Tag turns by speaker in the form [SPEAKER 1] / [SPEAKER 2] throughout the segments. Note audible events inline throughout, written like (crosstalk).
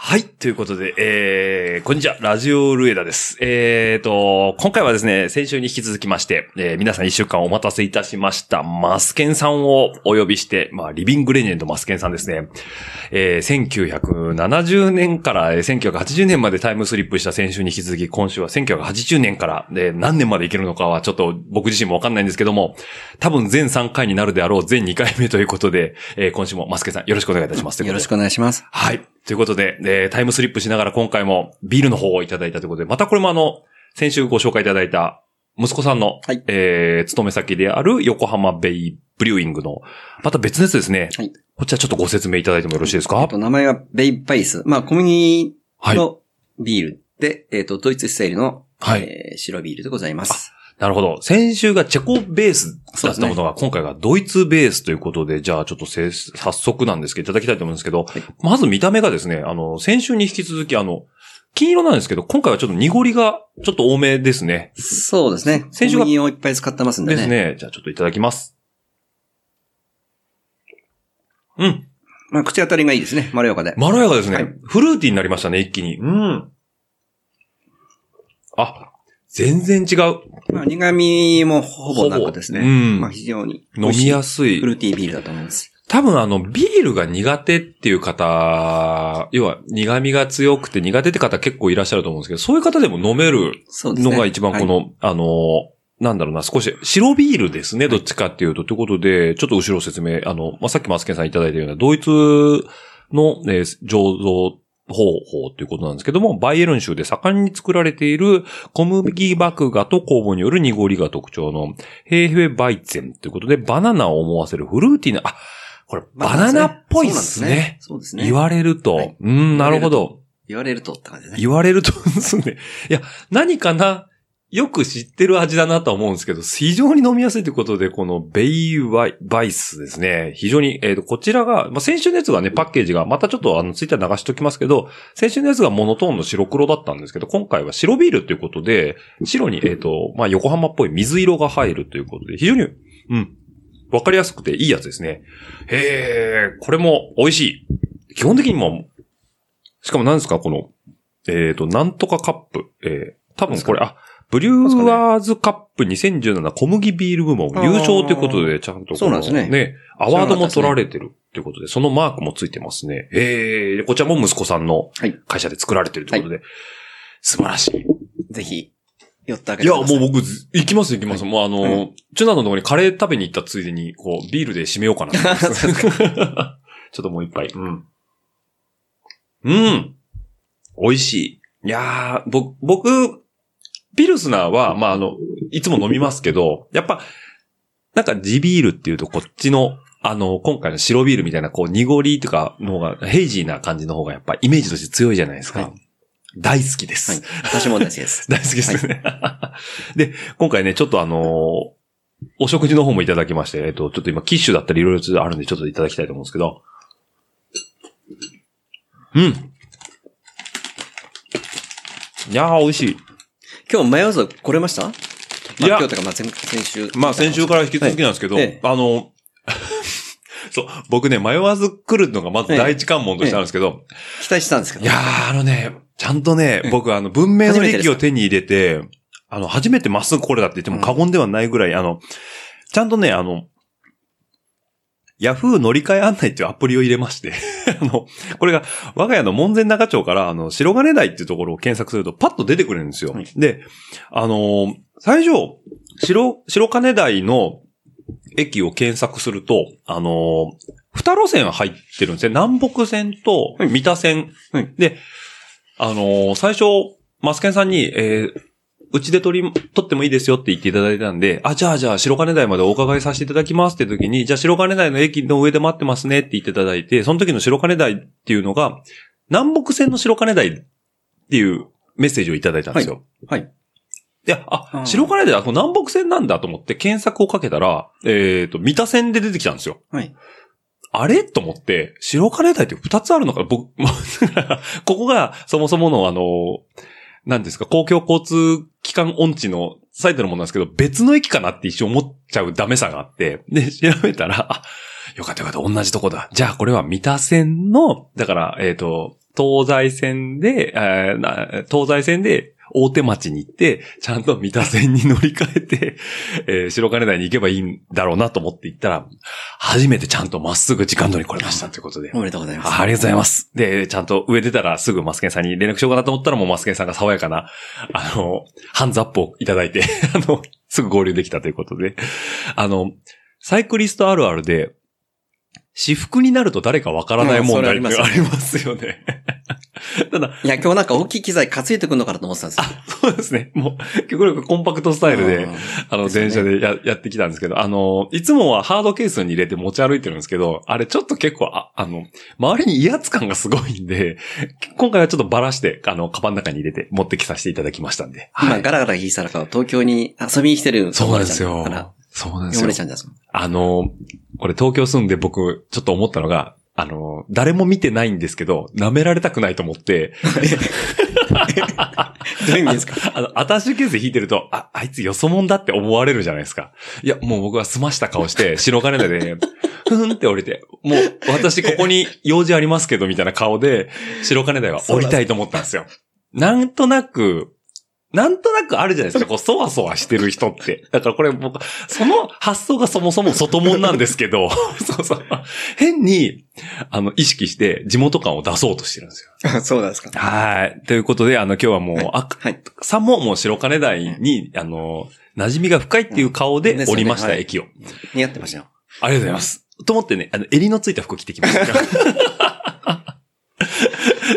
[SPEAKER 1] はい。ということで、えー、こんにちは。ラジオルエダです。えーと、今回はですね、先週に引き続きまして、えー皆さん一週間お待たせいたしました、マスケンさんをお呼びして、まあ、リビングレジェンドマスケンさんですね。えー、1970年からえー1980年までタイムスリップした先週に引き続き、今週は1980年から、えー何年までいけるのかはちょっと僕自身もわかんないんですけども、多分全3回になるであろう、全2回目ということで、えー今週もマスケンさんよろしくお願いいたします。
[SPEAKER 2] よろしくお願いします。
[SPEAKER 1] はい。ということで、えータイムスリップしながら今回もビールの方をいただいたということで、またこれもあの、先週ご紹介いただいた息子さんの、
[SPEAKER 2] はい
[SPEAKER 1] えー勤め先である横浜ベイブリューイングの、また別のやつですね。
[SPEAKER 2] はい
[SPEAKER 1] こちらちょっとご説明いただいてもよろしいですか、
[SPEAKER 2] えっと、名前はベイバイス。まあ、コンビニ
[SPEAKER 1] はい。
[SPEAKER 2] のビールで、えっと、ドイツスタイルの、
[SPEAKER 1] はい
[SPEAKER 2] えー白ビールでございます。
[SPEAKER 1] なるほど。先週がチェコベースだったものが、今回がドイツベースということで、じゃあちょっとせ早速なんですけど、いただきたいと思うんですけど、
[SPEAKER 2] はい
[SPEAKER 1] まず見た目がですね、あの、先週に引き続き、あの、金色なんですけど、今回はちょっと濁りがちょっと多めですね。
[SPEAKER 2] そうですね。
[SPEAKER 1] 先週が
[SPEAKER 2] コンビニをいっぱい使ってますんでね。
[SPEAKER 1] ですね。じゃあちょっといただきます。うん。
[SPEAKER 2] まあ、口当たりがいいですね。まろやかで。
[SPEAKER 1] まろやかですね、
[SPEAKER 2] はい
[SPEAKER 1] フルーティーになりましたね、一気に。うん。あ、全然違う。
[SPEAKER 2] まあ、苦味もほぼなくですね。
[SPEAKER 1] ほぼうん
[SPEAKER 2] まあ、非常に。
[SPEAKER 1] 飲みやすい
[SPEAKER 2] フ。ルーティービールだと思います。
[SPEAKER 1] 多分あの、ビールが苦手っていう方、要は苦味が強くて苦手って方結構いらっしゃると思うんですけど、そういう方でも飲める
[SPEAKER 2] そうですね。
[SPEAKER 1] のが一番この、
[SPEAKER 2] はい
[SPEAKER 1] あのー、なんだろうな、少し、白ビールですね、どっちかっていうと。ということで、ちょっと後ろ説明、あの、まあ、さっきマスケンさんいただいたような、ドイツの、えー醸造方法ということなんですけども、バイエルン州で盛んに作られている小麦麦芽と酵母による濁りが特徴の、ヘーヘーバイゼンということで、バナナを思わせるフルーティーな、あ、これ、
[SPEAKER 2] まあ
[SPEAKER 1] バナナっぽいっすね。
[SPEAKER 2] そうですね。
[SPEAKER 1] 言われると。
[SPEAKER 2] はい
[SPEAKER 1] うん、なるほど。
[SPEAKER 2] 言われるとって感じですね。
[SPEAKER 1] 言われるとですね。いや、何かなよく知ってる味だなとは思うんですけど、非常に飲みやすいということで、このベイワイ、バイスですね。非常に、えっ、と、こちらが、まあ、先週のやつがね、パッケージが、またちょっとあの、ツイッター流しときますけど、先週のやつがモノトーンの白黒だったんですけど、今回は白ビールということで、白に、えっ、と、まあ、横浜っぽい水色が入るということで、非常に、うん、わかりやすくていいやつですね。へえ、これも美味しい。基本的にも、しかも何ですか、この、えっ、と、なんとかカップ。えー、多分これ、あ、ブリュワーズカップ2017小麦ビール部門優勝ということで、ちゃんとこの
[SPEAKER 2] そうなんですね
[SPEAKER 1] ね、アワードも取られてるということで、そのマークもついてますね。ええこちらも息子さんの
[SPEAKER 2] はい
[SPEAKER 1] 会社で作られてるということで、素晴らしい。
[SPEAKER 2] ぜひ、寄ってあげ
[SPEAKER 1] い
[SPEAKER 2] て
[SPEAKER 1] や、
[SPEAKER 2] くだ
[SPEAKER 1] も
[SPEAKER 2] さ
[SPEAKER 1] う僕、ず行きます行きます。もうあの、
[SPEAKER 2] う
[SPEAKER 1] チュナのところにカレー食べに行ったついでに、こう、ビールで締めようかなと (laughs) 思います。ちょっともう一杯。うん。うん。美味しい。いやー、僕、僕、ピルスナーは、まあ、あの、いつも飲みますけど、やっぱ、なんか地ビールっていうとこっちの、あの、今回の白ビールみたいな、こう、濁りとかの方が、ヘイジーな感じの方が、やっぱイメージとして強いじゃないですか。
[SPEAKER 2] はい
[SPEAKER 1] 大好きです。
[SPEAKER 2] はい。私も同
[SPEAKER 1] (laughs)
[SPEAKER 2] じです。
[SPEAKER 1] 大好きですね。で、今回ね、ちょっとあのーお食事の方もいただきまして、えっと、ちょっと今、キッシュだったりいろいろあるんで、ちょっといただきたいと思うんですけど。うん。いやー、美味しい。
[SPEAKER 2] 今日迷わず来れました
[SPEAKER 1] いや
[SPEAKER 2] まあ今日とか、まあ、先先週。
[SPEAKER 1] まあ、先週から引き続きなんですけど、
[SPEAKER 2] はいええ
[SPEAKER 1] あの、 (laughs) そう、僕ね、迷わず来るのがまず第一関門としてあるんですけど、
[SPEAKER 2] 期待してたんですけど。
[SPEAKER 1] いやー、あのね、ちゃんとね
[SPEAKER 2] う、ん
[SPEAKER 1] 僕、あの、文明の
[SPEAKER 2] 初めてで
[SPEAKER 1] 利
[SPEAKER 2] す
[SPEAKER 1] を手に入れて、あの、初めてまっすぐこれだって言っても過言ではないぐらい、あの、ちゃんとね、あの、ヤフー乗り換え案内っていうアプリを入れまして、 (laughs) あの、これが、我が家の門前仲町から、あの、白金台っていうところを検索すると、パッと出てくれるんですよ。
[SPEAKER 2] はい
[SPEAKER 1] で、あのー最初、白、白金台の駅を検索すると、あのー二路線入ってるんですね。南北線と
[SPEAKER 2] はい
[SPEAKER 1] 三田線。
[SPEAKER 2] はい
[SPEAKER 1] で、あのー最初、マスケンさんに、えーうちで撮り、撮ってもいいですよって言っていただいたんで、あ、じゃあじゃあ白金台までお伺いさせていただきますって時に、じゃあ白金台の駅の上で待ってますねって言っていただいて、その時の白金台っていうのが、南北線の白金台っていうメッセージをいただいたんですよ。
[SPEAKER 2] はいはい。
[SPEAKER 1] いや、あ
[SPEAKER 2] う、ん
[SPEAKER 1] 白金台だ、この南北線なんだと思って検索をかけたら、えっ、と、三田線で出てきたんですよ。
[SPEAKER 2] はい。
[SPEAKER 1] あれと思って、白カレー台って2つあるのかな僕、 (laughs) もうだからここがそもそものあの、何ですか、公共交通機関音痴のサイトのものなんですけど、別の駅かなって一瞬思っちゃうダメさがあって、で、調べたら、あ、よかったよかった、同じとこだ。じゃあこれは三田線の、だから、えっ、と、東西線で、えーな東西線で大手町に行って、ちゃんと三田線に乗り換えて、えー白金台に行けばいいんだろうなと思って行ったら、初めてちゃんとまっすぐ時間通り来れましたということで。
[SPEAKER 2] おめでとうございます。
[SPEAKER 1] あありがとうございます。で、ちゃんと上出たらすぐマスケンさんに連絡しようかなと思ったらもうマスケンさんが爽やかな、あの、ハンズアップをいただいて、 (laughs) あの、すぐ合流できたということで。あの、サイクリストあるあるで、私服になると誰かわからない問題って
[SPEAKER 2] うんそれ
[SPEAKER 1] あ
[SPEAKER 2] あ
[SPEAKER 1] りますよね。ただ、
[SPEAKER 2] いや、今日なんか大きい機材担いでくんのかなと思ってたんですよ。
[SPEAKER 1] (laughs) そうですね。もう、極力コンパクトスタイルで、
[SPEAKER 2] うん
[SPEAKER 1] あの、
[SPEAKER 2] です
[SPEAKER 1] 電
[SPEAKER 2] よね
[SPEAKER 1] 車でややってきたんですけど、あの、いつもはハードケースに入れて持ち歩いてるんですけど、あれちょっと結構、ああの、周りに威圧感がすごいんで、 (laughs) 今回はちょっとバラして、あの、カバンの中に入れて持ってきさせていただきましたんで。
[SPEAKER 2] 今、ガラガラ引いたらか、東京に遊びに来てる。
[SPEAKER 1] そうなんです
[SPEAKER 2] お
[SPEAKER 1] よ
[SPEAKER 2] ばあちゃんだか。
[SPEAKER 1] そうなん
[SPEAKER 2] ら、
[SPEAKER 1] で
[SPEAKER 2] 読
[SPEAKER 1] す
[SPEAKER 2] ま
[SPEAKER 1] よ
[SPEAKER 2] れち。ゃうんですよ。
[SPEAKER 1] あの、これ東京住んで僕、ちょっと思ったのが、あの、誰も見てないんですけど、舐められたくないと思 (laughs) って、
[SPEAKER 2] どういう意味ですか
[SPEAKER 1] (laughs) あの、アタッシュケース引いてると、あ、あいつよそもんだって思われるじゃないですか。いや、もう僕は済ました顔して、
[SPEAKER 2] (laughs)
[SPEAKER 1] 白金でね、ふんって降りて、もう私ここに用事ありますけど、みたいな顔で、白金台は降りたいと思ったんですよ。なんとなく、なんとなくあるじゃないですか、
[SPEAKER 2] (laughs)
[SPEAKER 1] こう、そわそわしてる人って。だからこれ僕、その発想がそもそも外もんなんですけ
[SPEAKER 2] (laughs)
[SPEAKER 1] ど、そうそう。変に、あの、意識して地元感を出そうとしてるんですよ。
[SPEAKER 2] あ (laughs) そうなんですか。
[SPEAKER 1] はい。ということで、あの、今日はもう、あ
[SPEAKER 2] はい。
[SPEAKER 1] さんももう白金台に、あの、馴染みが深いっていう顔で降りました、
[SPEAKER 2] うんです
[SPEAKER 1] 駅を。
[SPEAKER 2] 似合ってましたよ。
[SPEAKER 1] ありがとうございます。と思ってね、あの、襟のついた服着てきました。 (laughs)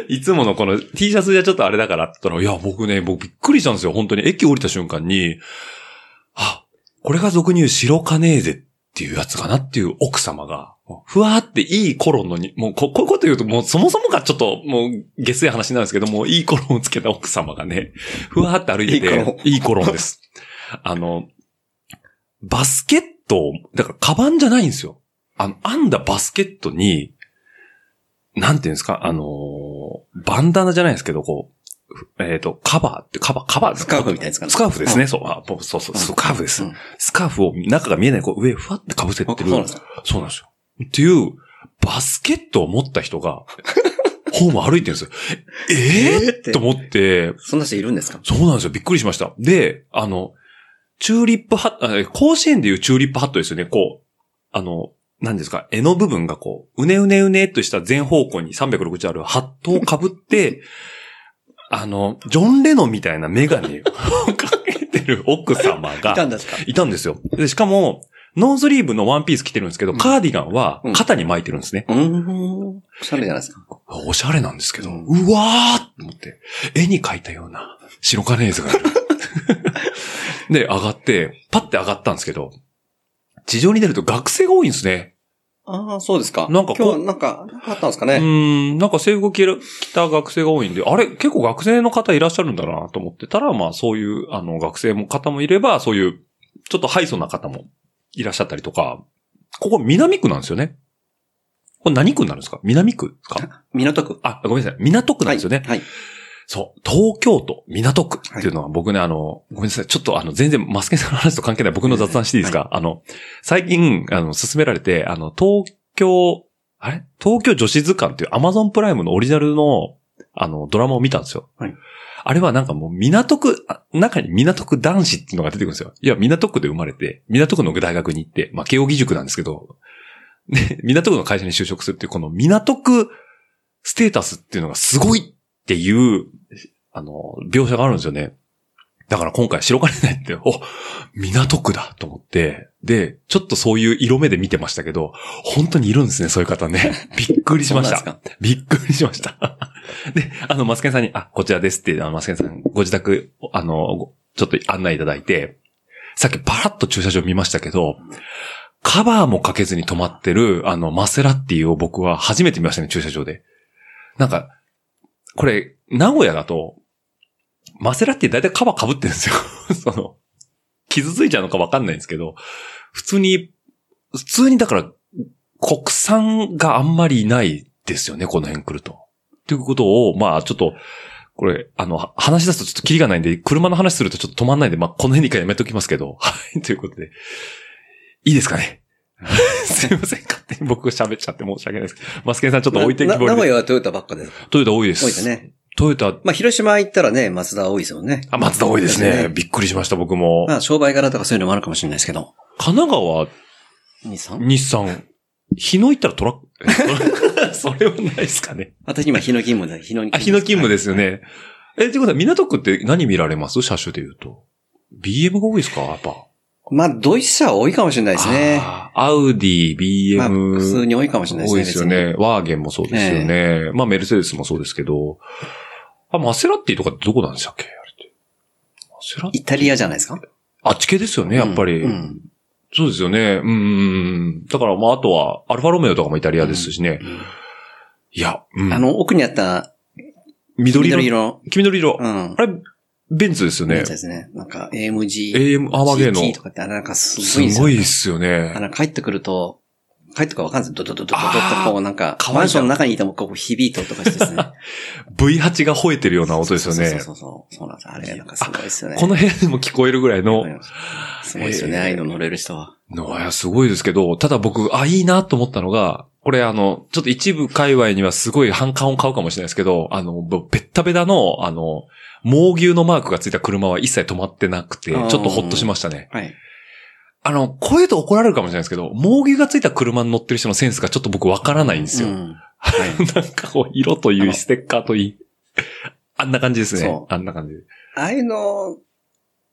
[SPEAKER 1] いつものこの T シャツじゃちょっとあれだからって言ったら、いや、僕ね、僕びっくりしたんですよ。本当に駅降りた瞬間に、あ、これが俗に言う白金ーゼっていうやつかなっていう奥様が、ふわーっていいコロンのに、もうここういうこと言うと、もうそもそもがちょっと、もう下水話なんですけど、もういいコロンをつけた奥様がね、ふわーって歩いてて、
[SPEAKER 2] いいコロ
[SPEAKER 1] いいコロンです。あの、バスケットを、だからカバンじゃないんですよ。あの、編んだバスケットに、なんていうんですか、あのーバンダナじゃないですけど、こうふ、えっ、と、カバーって、カバー、カバー
[SPEAKER 2] スカーフみたいなやつかな
[SPEAKER 1] スカーフですね、そう、あ、僕そうそう、
[SPEAKER 2] うん
[SPEAKER 1] スカーフです。
[SPEAKER 2] うん
[SPEAKER 1] スカーフを中が見えない、こう、上、ふわって被せ
[SPEAKER 2] あ
[SPEAKER 1] て
[SPEAKER 2] そ
[SPEAKER 1] る。
[SPEAKER 2] うなんですか。
[SPEAKER 1] そうなんですよ。っていう、バスケットを持った人
[SPEAKER 2] (laughs)
[SPEAKER 1] が、ホーム歩いてるんですよ。え
[SPEAKER 2] えーっ
[SPEAKER 1] え
[SPEAKER 2] て
[SPEAKER 1] と思って、
[SPEAKER 2] そんな人いるんですか
[SPEAKER 1] そうなんですよ。びっくりしました。で、あの、チューリップハット、あ甲子園でいうチューリップハットですよね。こう、あの、何ですか、柄の部分がこう、うねうねうねっとした全方向に360あるハットを被って、 (laughs) あの、ジョン・レノンみたいなメガネを (laughs) かけてる奥様
[SPEAKER 2] いた
[SPEAKER 1] が
[SPEAKER 2] んですか
[SPEAKER 1] いたんですよ。で、しかも、ノースリーブのワンピース着てるんですけど、
[SPEAKER 2] うん
[SPEAKER 1] カーディガンは
[SPEAKER 2] うん
[SPEAKER 1] 肩に巻いてるんですね。
[SPEAKER 2] うーん。おしゃれじゃないですか。
[SPEAKER 1] おしゃれなんですけど、
[SPEAKER 2] う
[SPEAKER 1] うんわーって思って、絵に描いたような白金絵図がある。で、上がって、パッて上がったんですけど、地上に出ると学生が多いんですね。
[SPEAKER 2] ああ、そうですか。
[SPEAKER 1] なんかこう
[SPEAKER 2] 今日なんか、なんかあったんですか
[SPEAKER 1] う
[SPEAKER 2] ね。
[SPEAKER 1] ーん、なんか制服着た学生が多いんで、あれ、結構学生の方いらっしゃるんだなと思ってたら、まあそういう、あの、学生も方もいれば、そういう、ちょっとハイソな方もいらっしゃったりとか、ここ南区なんですよね。これ何区になるんですか南区ですか
[SPEAKER 2] 港区。
[SPEAKER 1] あ、ごめんなさい。港区なんですよね。
[SPEAKER 2] はい。はい
[SPEAKER 1] そう。東京都港区っていうのは僕ね、あの、ごめんなさい。ちょっとあの、全然マスケンさんの話と関係ない僕の雑談していいですか、あの、最近、あの、勧められて、あの、東京、あれ東京女子図鑑っていう Amazon プライムのオリジナルの、あの、ドラマを見たんですよ。
[SPEAKER 2] はい
[SPEAKER 1] あれはなんかもう港区、あ中に港区男子っていうのが出てくるんですよ。いや、港区で生まれて、港区の大学に行って、まあ、慶応義塾なんですけど、で、港区の会社に就職するっていう、この港区ステータスっていうのがすごいっていう、あの、描写があるんですよね。だから今回白金台って、お、港区だと思って、で、ちょっとそういう色目で見てましたけど、本当にいるんですね、そういう方
[SPEAKER 2] (laughs)
[SPEAKER 1] ね。びっくりしまし
[SPEAKER 2] そうな
[SPEAKER 1] た
[SPEAKER 2] ん。
[SPEAKER 1] びっくりしました。で、あの、マスケンさんに、あ、こちらですって、あの、マスケンさん、ご自宅、あの、ごちょっと案内いただいて、さっきパラッと駐車場見ましたけど、カバーもかけずに止まってる、あの、マセラッティを僕は初めて見ましたね、駐車場で。なんか、これ、名古屋だと、マセラって大体カバー被ってるんですよ。 (laughs) その、傷ついちゃうのかわかんないんですけど、普通に、普通にだから、国産があんまりいないですよね、この辺来ると。ということを、まあちょっと、これ、あの、は話し出すとちょっとキリがないんで、車の話するとちょっと止まんないんで、まあこの辺で一回やめときますけど、 (laughs) はい、ということで。いいですかね (laughs) すいません、勝手に僕が喋っちゃって申し訳ないです。マスケンさんちょっと置いてき
[SPEAKER 2] な
[SPEAKER 1] ぼ
[SPEAKER 2] 名
[SPEAKER 1] り
[SPEAKER 2] 古
[SPEAKER 1] で。
[SPEAKER 2] 屋はトヨタばっかです。
[SPEAKER 1] トヨタ多いで
[SPEAKER 2] 多いです
[SPEAKER 1] す。
[SPEAKER 2] ね。
[SPEAKER 1] トヨタ、
[SPEAKER 2] まあ、広島行ったらね、松田多いですよね。
[SPEAKER 1] あ、松田多いです
[SPEAKER 2] です
[SPEAKER 1] ね。
[SPEAKER 2] ね
[SPEAKER 1] びっくりしました、僕も。
[SPEAKER 2] まあ、商売柄とかそういうのもあるかもしれないですけど。
[SPEAKER 1] 神奈川、
[SPEAKER 2] 兄さん
[SPEAKER 1] 日産、日野行ったらトラッ
[SPEAKER 2] (laughs)
[SPEAKER 1] ク、それはないですかね。
[SPEAKER 2] 私今、日野勤務で、日野勤
[SPEAKER 1] あ、日野勤務ですよ。ね。え、ってことは、港区って何見られます車種で言うと。BM が多いですかやっぱ。
[SPEAKER 2] まあ、ドイツ車は多いかもしれないですね。
[SPEAKER 1] あー。アウディ、BM。
[SPEAKER 2] まあ、普通に多いかもしれないです
[SPEAKER 1] 多い
[SPEAKER 2] ね。
[SPEAKER 1] ですよね。ワーゲンもそうですよね。まあ、メルセデスもそうですけど。あ、マセラッティとかってどこなんでしたっけあれって。マセラッティ
[SPEAKER 2] 別に。イタリアじゃないですか。
[SPEAKER 1] あっち系ですよね、やっぱり。
[SPEAKER 2] うんうん
[SPEAKER 1] そうですよね。うんうんうん。だから、まあ、あとは、アルファロメオとかもイタリアですしね。いや、うん
[SPEAKER 2] あ、の、奥にあった
[SPEAKER 1] 緑色。
[SPEAKER 2] 緑色。
[SPEAKER 1] 黄緑色。
[SPEAKER 2] うん。
[SPEAKER 1] あれ、ベンツですよ
[SPEAKER 2] ね。
[SPEAKER 1] ね。
[SPEAKER 2] ですね。なんか AMG。
[SPEAKER 1] AM、アーマーゲー
[SPEAKER 2] GT
[SPEAKER 1] の
[SPEAKER 2] と。かって、あれなんかす
[SPEAKER 1] す
[SPEAKER 2] ごいんですよ
[SPEAKER 1] ごいっすよね
[SPEAKER 2] あ。の、帰ってくると、帰ってくるかわかんないです。ドドドドドドっ
[SPEAKER 1] あー
[SPEAKER 2] てこうなんか、
[SPEAKER 1] かわ
[SPEAKER 2] マ
[SPEAKER 1] いい
[SPEAKER 2] ン
[SPEAKER 1] じ
[SPEAKER 2] シ
[SPEAKER 1] ゃ
[SPEAKER 2] ョ
[SPEAKER 1] ん
[SPEAKER 2] ンの中にいてもこう響いた音がしてですね。
[SPEAKER 1] V8 が吠えてるような音ですよ
[SPEAKER 2] そう
[SPEAKER 1] ね。
[SPEAKER 2] そうそうそう。そうなんです。あれ、なんかすごいですよね。
[SPEAKER 1] この部屋でも聞こえるぐらいの。
[SPEAKER 2] すごいですよね。
[SPEAKER 1] えー
[SPEAKER 2] ああいうの乗れる人は。
[SPEAKER 1] のはすごいですけど、ただ僕、あ、いいなと思ったのが、これあの、ちょっと一部界隈にはすごい反感を買うかもしれないですけど、あの、べったべたの、あの、猛牛のマークがついた車は一切止まってなくて、ちょ
[SPEAKER 2] あ
[SPEAKER 1] っ
[SPEAKER 2] ー
[SPEAKER 1] とほっとしましたね。
[SPEAKER 2] はい。
[SPEAKER 1] あの、こういうと怒られるかもしれないですけど、猛牛がついた車に乗ってる人のセンスがちょっと僕わからないんですよ。
[SPEAKER 2] うんはい
[SPEAKER 1] なんかこう、色とい
[SPEAKER 2] あ
[SPEAKER 1] い、
[SPEAKER 2] の
[SPEAKER 1] ステッカーといい。あんな感じですね
[SPEAKER 2] そ。う
[SPEAKER 1] あんな感じ。
[SPEAKER 2] ああいうの、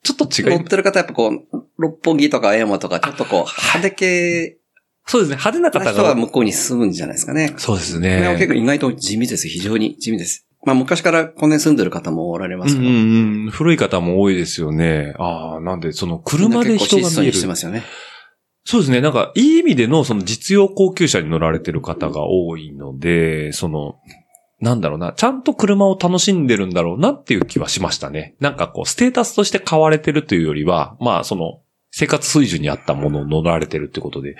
[SPEAKER 1] ちょっと違
[SPEAKER 2] 乗っ
[SPEAKER 1] い。
[SPEAKER 2] てる方やっぱこう、六本木とか青山とか、ちょっとこう、派手系
[SPEAKER 1] そうですね。派手な
[SPEAKER 2] な
[SPEAKER 1] 方
[SPEAKER 2] 人は
[SPEAKER 1] が。
[SPEAKER 2] 向こうに住むんじゃないですかね。
[SPEAKER 1] そうです
[SPEAKER 2] これは結
[SPEAKER 1] ね。
[SPEAKER 2] 構意外と地味です。非常に地味です。まあ昔からこの辺住んでる方もおられま
[SPEAKER 1] うん
[SPEAKER 2] す
[SPEAKER 1] う
[SPEAKER 2] けど。
[SPEAKER 1] んうん。古い方も多いですよね。ああ、なんで、その、車で人
[SPEAKER 2] みんな
[SPEAKER 1] が
[SPEAKER 2] 結構質素
[SPEAKER 1] 見え
[SPEAKER 2] にして
[SPEAKER 1] る
[SPEAKER 2] ま。すよね。
[SPEAKER 1] そうですね。なんか、いい意味での、その、実用高級車に乗られてる方が多いので、その、なんだろうな。ちゃんと車を楽しんでるんだろうなっていう気はしましたね。なんかこう、ステータスとして買われてるというよりは、まあ、その、生活水準に合ったものを乗られてるってことで、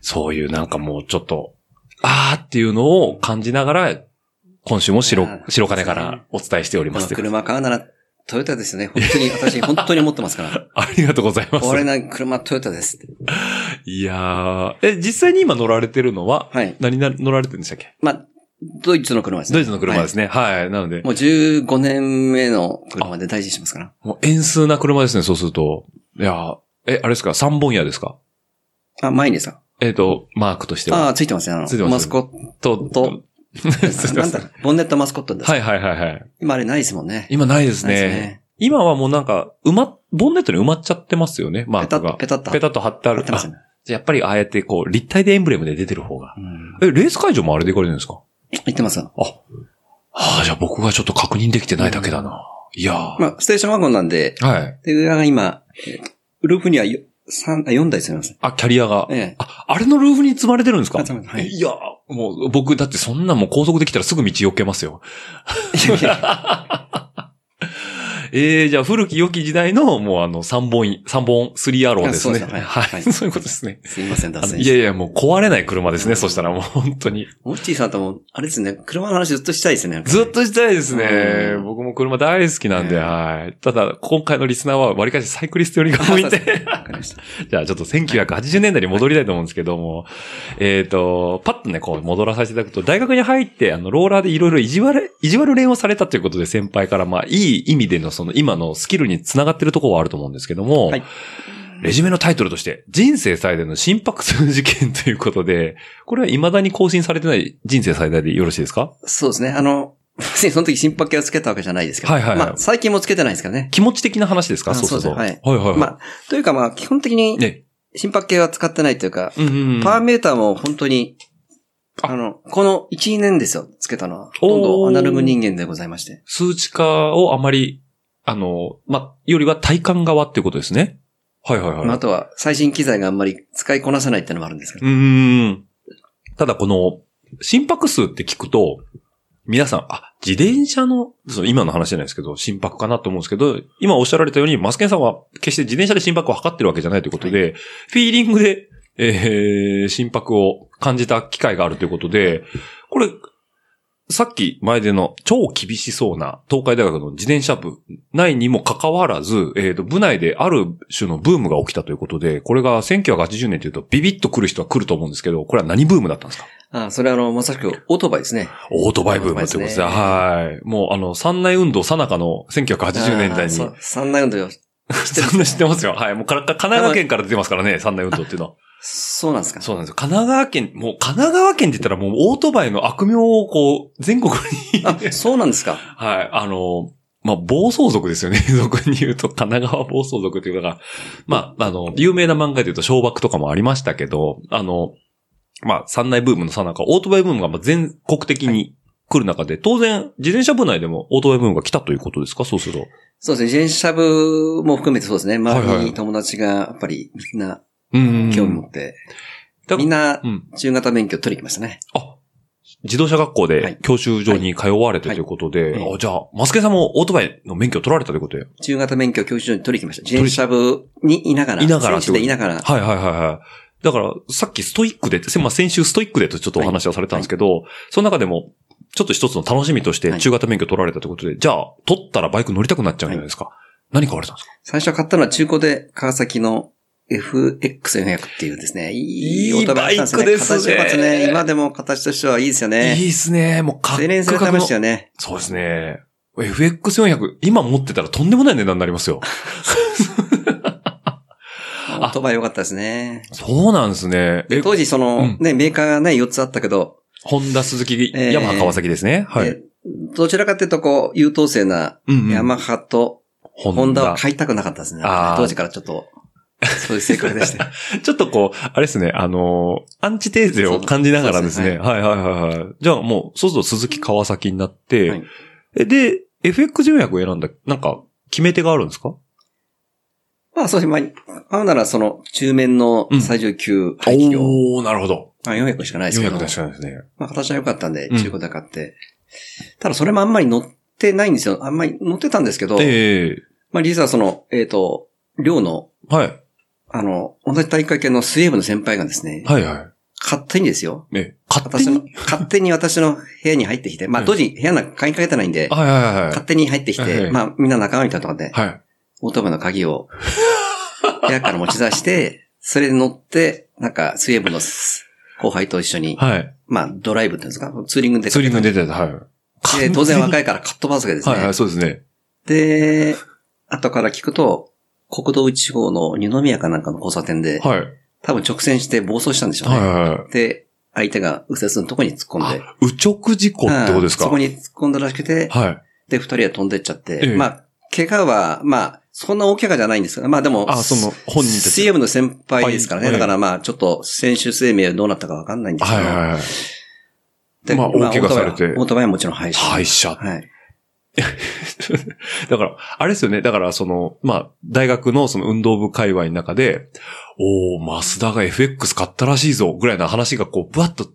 [SPEAKER 1] そういうなんかもうちょっと、あーっていうのを感じながら、今週も白
[SPEAKER 2] あ、ー
[SPEAKER 1] 白金からお伝えしておりま
[SPEAKER 2] まあ
[SPEAKER 1] す。
[SPEAKER 2] 車買うならトヨタですよね。本
[SPEAKER 1] (laughs)
[SPEAKER 2] 当に、私本当に思ってますから。
[SPEAKER 1] ありがとうございます。
[SPEAKER 2] 俺なんか車トヨタですって。
[SPEAKER 1] いやー、え、実際に今乗られてるのは、
[SPEAKER 2] はい。
[SPEAKER 1] 何な、乗られてるんでしたっけ
[SPEAKER 2] まあ、ドイツの車ですね。。
[SPEAKER 1] ドイツの車ですすね。はい。なので、
[SPEAKER 2] もう15年目の車で大事にしますから。
[SPEAKER 1] もう円数な車ですね、そうすると。いやーえ、あれですか三本屋ですか
[SPEAKER 2] あ、前にですか
[SPEAKER 1] えっ、と、マークとしては。
[SPEAKER 2] ああ、ついてますね。あの
[SPEAKER 1] ついてます
[SPEAKER 2] マスコッ
[SPEAKER 1] と、 (laughs)
[SPEAKER 2] と、
[SPEAKER 1] とすい
[SPEAKER 2] ト。
[SPEAKER 1] ま
[SPEAKER 2] な
[SPEAKER 1] せ
[SPEAKER 2] ん
[SPEAKER 1] ん
[SPEAKER 2] だ、ボンネットマスコットです。
[SPEAKER 1] はいはいはいはい。
[SPEAKER 2] 今あれないですもんね。
[SPEAKER 1] 今ないですね。
[SPEAKER 2] ないですね
[SPEAKER 1] 今はもうなんか、埋ま、ボンネットに埋まっちゃってますよね、マー
[SPEAKER 2] ペタ
[SPEAKER 1] ク
[SPEAKER 2] ッと、
[SPEAKER 1] が。
[SPEAKER 2] ペタッと。
[SPEAKER 1] ペタッと貼ってあ
[SPEAKER 2] 貼
[SPEAKER 1] る
[SPEAKER 2] っ。てますよね。
[SPEAKER 1] あやっぱりああやってこう、立体でエンブレムで出てる方が。
[SPEAKER 2] うん
[SPEAKER 1] え、レース会場もあれで行かれるんですか
[SPEAKER 2] 行ってます。
[SPEAKER 1] あ、はあ、じゃあ僕がちょっと確認できてないだけだな。いやー。
[SPEAKER 2] まあ、ステーションワゴンなんで、
[SPEAKER 1] はい。
[SPEAKER 2] で、上が今、えーウルーフにはよ三あ4台すみません。
[SPEAKER 1] あ、キャリアが。
[SPEAKER 2] ええ。
[SPEAKER 1] あ、あれのルーフに積まれてるんですか
[SPEAKER 2] あ積まれてるはい
[SPEAKER 1] いや、もう僕だってそんなもう高速できたらすぐ道避けますよ。ええじゃあ古き良き時代のもうあの3本、三本、スリーアローですね。
[SPEAKER 2] あそうですねはい
[SPEAKER 1] は。
[SPEAKER 2] はいい
[SPEAKER 1] (laughs) そういうことですね。
[SPEAKER 2] すみません、
[SPEAKER 1] あ
[SPEAKER 2] 脱
[SPEAKER 1] の
[SPEAKER 2] 線
[SPEAKER 1] い
[SPEAKER 2] して
[SPEAKER 1] やいや、もう壊れない車ですね。そしたらもう本当に。
[SPEAKER 2] モッチーさんとも、あれですね、車の話ずっとしたいですね。
[SPEAKER 1] ずっとしたいですね
[SPEAKER 2] う。ん
[SPEAKER 1] 僕も車大好きなんで、
[SPEAKER 2] ええ
[SPEAKER 1] はい。ただ、今回のリスナーは割かしサイクリスト寄りが多いん
[SPEAKER 2] あそう
[SPEAKER 1] で。
[SPEAKER 2] わかりました。
[SPEAKER 1] じゃあちょっと1980年代に戻りたいと思うんですけども、えっ、と、パッとね、こう戻らさせていただくと、大学に入って、あの、ローラーでいろいろいじわれ、いじわる練をされたということで先輩から、まあ、いい意味でのその今のスキルにつながってるところはあると思うんですけども、
[SPEAKER 2] はい
[SPEAKER 1] レジュメのタイトルとして、人生最大の心拍数事件ということで、これは未だに更新されてない人生最大でよろしいですか
[SPEAKER 2] そうですね。あの、 (laughs) 別にその時心拍計をつけたわけじゃないですけど。
[SPEAKER 1] はいはいはい
[SPEAKER 2] まあ、最近もつけてないですけどね。
[SPEAKER 1] 気持ち的な話ですか
[SPEAKER 2] あ
[SPEAKER 1] そうそうそう。
[SPEAKER 2] そうですね
[SPEAKER 1] はいはいはい。
[SPEAKER 2] まあ、というかまあ、基本的に
[SPEAKER 1] ね。
[SPEAKER 2] 心拍計は使ってないというか、
[SPEAKER 1] うんうんうん。
[SPEAKER 2] パワーメーターも本当に、あの、この1、2年ですよ、つけたのは。ほとん
[SPEAKER 1] お
[SPEAKER 2] ど
[SPEAKER 1] ー
[SPEAKER 2] アナログ人間でございまして。
[SPEAKER 1] 数値化をあまり、あの、ま、よりは体感側っていうことですね。はいはいはい。
[SPEAKER 2] まあ、あとは最新機材があんまり使いこなせないってのもあるんですけど。
[SPEAKER 1] うーん。ただこの、心拍数って聞くと、皆さん、あ、自転車の、その今の話じゃないですけど、心拍かなと思うんですけど、今おっしゃられたように、マスケンさんは決して自転車で心拍を測ってるわけじゃないということで、フィーリングで、えー、心拍を感じた機会があるということで、これ、さっき前での超厳しそうな東海大学の自転車部内にもかかわらず、えっ、と、部内である種のブームが起きたということで、これが1980年というとビビッと来る人は来ると思うんですけど、これは何ブームだったんですか
[SPEAKER 2] あ、それはあの、まさしく、オートバイですね。
[SPEAKER 1] オートバイブームってことですね。
[SPEAKER 2] オート
[SPEAKER 1] はい。もうあの、三内運動さなかの1980年代に。
[SPEAKER 2] あーそう三大運動よ。
[SPEAKER 1] そ (laughs) んな知ってますよ。はい。もうから、神奈川県から出てますからね、三大運動っていうのは。
[SPEAKER 2] そうなんですか。
[SPEAKER 1] そうなんですよ。神奈川県、もう神奈川県って言ったらもうオートバイの悪名をこう、全国に。
[SPEAKER 2] あ、そうなんですか。
[SPEAKER 1] はい。あの、まあ、暴走族ですよね。 (laughs) 俗に言うと、神奈川暴走族っていうのが、まあ、あの、有名な漫画で言うと、小爆とかもありましたけど、あの、まあ、三内ブームのさなか、オートバイブームがまあ全国的に来る中で、当然、自転車部内でもオートバイブームが来たということですかそうすると。
[SPEAKER 2] そうですね。自転車部も含めてそうですね。
[SPEAKER 1] はい
[SPEAKER 2] 周
[SPEAKER 1] は
[SPEAKER 2] り
[SPEAKER 1] い
[SPEAKER 2] に友達が、やっぱり、みんな、
[SPEAKER 1] うん
[SPEAKER 2] 興味持って、
[SPEAKER 1] だ
[SPEAKER 2] みんな、
[SPEAKER 1] うん。
[SPEAKER 2] 中型免許取りに来ましたね。
[SPEAKER 1] あ、自動車学校
[SPEAKER 2] は
[SPEAKER 1] で
[SPEAKER 2] い
[SPEAKER 1] 教習所に通われてということで、
[SPEAKER 2] はいはい
[SPEAKER 1] あじゃあ、マスケさんもオートバイの免許を取られたということで。
[SPEAKER 2] 中型免許を教習所に取りに来ました。自転車部にいながら、
[SPEAKER 1] いながら
[SPEAKER 2] 選手でいながら、
[SPEAKER 1] はいはいはいはい。だから、さっきストイックで、せまあ、先週ストイックでとちょっとお話はされたんですけど、その中でも、ちょっと一つの楽しみとして
[SPEAKER 2] はい
[SPEAKER 1] 中型免許取られたということで、じゃあ、取ったらバイク乗りたくなっちゃうんじゃないですか。何買われたんですか
[SPEAKER 2] 最初買ったのは中古で川崎の FX400 っていうですね。いいオートバイだったん
[SPEAKER 1] いいバイクですね
[SPEAKER 2] 形良かったね。今でも形としてはいいですよ
[SPEAKER 1] いい
[SPEAKER 2] ね。
[SPEAKER 1] ですね。もうかっこ
[SPEAKER 2] 青年性
[SPEAKER 1] 格の
[SPEAKER 2] 試したよね。
[SPEAKER 1] そうですね。FX400、今持ってたらとんでもない値段になりますよ。
[SPEAKER 2] オートバイ良かったですね。
[SPEAKER 1] そうなんですね。
[SPEAKER 2] で
[SPEAKER 1] え、
[SPEAKER 2] 当時その、
[SPEAKER 1] うん
[SPEAKER 2] ね、メーカーがね、4つあったけど、
[SPEAKER 1] ホンダ、鈴木、
[SPEAKER 2] えー
[SPEAKER 1] ヤマハ、川崎ですね。はい。
[SPEAKER 2] でどちらかというとこう、優等生な
[SPEAKER 1] うんうん
[SPEAKER 2] ヤマハと
[SPEAKER 1] ホ
[SPEAKER 2] ホ
[SPEAKER 1] ン
[SPEAKER 2] ンダ
[SPEAKER 1] ダ
[SPEAKER 2] を。買いたくなかったですね。
[SPEAKER 1] あー
[SPEAKER 2] 当時からちょっと、そういう性格
[SPEAKER 1] (laughs)
[SPEAKER 2] でした。
[SPEAKER 1] ちょっとこう、あれですね、あのーアンチテーゼを感じながらですね。
[SPEAKER 2] そう
[SPEAKER 1] はいはいはいはい。じゃあもう、そうすると鈴木川崎になって、
[SPEAKER 2] はい
[SPEAKER 1] えで、FX400 を選んだ、なんか、決め手があるんですか
[SPEAKER 2] まあそうですね。まあ、合うならその、中面の最上級排気量、
[SPEAKER 1] おー、なるほど。
[SPEAKER 2] まあ400しかないですけど。
[SPEAKER 1] 400確かにですね。
[SPEAKER 2] まあ形は良かったんで、
[SPEAKER 1] うん
[SPEAKER 2] 中古で買って。ただそれもあんまり乗ってないんですよ。あんまり乗ってたんですけど、
[SPEAKER 1] ええ
[SPEAKER 2] まあ実はその、えっ、と、寮の、
[SPEAKER 1] はい。
[SPEAKER 2] あの、同じ大会系の水泳部の先輩がですね、
[SPEAKER 1] はいはい。
[SPEAKER 2] 勝手にですよ。
[SPEAKER 1] え、勝手
[SPEAKER 2] 私の
[SPEAKER 1] に、
[SPEAKER 2] 勝手に私の部屋に入ってきて、まあ
[SPEAKER 1] うん
[SPEAKER 2] 当時部屋なんか鍵かけてないんで、
[SPEAKER 1] はいはいはいはい
[SPEAKER 2] 勝手に入ってき
[SPEAKER 1] ええ
[SPEAKER 2] て、まあみんな仲間みたいなとこで、
[SPEAKER 1] はい。
[SPEAKER 2] オートバイの鍵を部屋から持ち出して、それで乗って、なんか水泳部の後輩と一緒に、
[SPEAKER 1] はい。
[SPEAKER 2] まあドライブっていうんですか、ツーリングで。
[SPEAKER 1] ツーリングに出てた、はい。
[SPEAKER 2] で、当然若
[SPEAKER 1] い。
[SPEAKER 2] いからカットバスケですね。
[SPEAKER 1] はいはい、そうですね。
[SPEAKER 2] で、後から聞くと、国道1号の二宮かなんかの交差点で、
[SPEAKER 1] はい。
[SPEAKER 2] 多分直線して暴走したんでしょう
[SPEAKER 1] はい
[SPEAKER 2] ね。
[SPEAKER 1] はいはい。
[SPEAKER 2] で、相手が右折のとこに突っ込んで。
[SPEAKER 1] あ、右直事故ってことですか
[SPEAKER 2] うんそこに突っ込んだらしくて、
[SPEAKER 1] はい。
[SPEAKER 2] で、二人は飛んでっちゃって、
[SPEAKER 1] ええ
[SPEAKER 2] まあ、怪我は、まあ、そんな大怪我じゃないんですけど、まあでも、
[SPEAKER 1] あ、その、本人たち。
[SPEAKER 2] CM の先輩ですからね。
[SPEAKER 1] はい
[SPEAKER 2] だからまあ、ちょっと選手生命どうなったかわかんないんですけ
[SPEAKER 1] は
[SPEAKER 2] ど。
[SPEAKER 1] いはいはい。
[SPEAKER 2] で
[SPEAKER 1] まあ大怪我されて
[SPEAKER 2] オートバイはオートバイはもちろん廃止。
[SPEAKER 1] 敗者。
[SPEAKER 2] はい。
[SPEAKER 1] だから、あれですよね。だから、その、まあ、大学のその運動部界隈の中で、おー、マスダが FX 買ったらしいぞ、ぐらいな話がこう、ぶわっと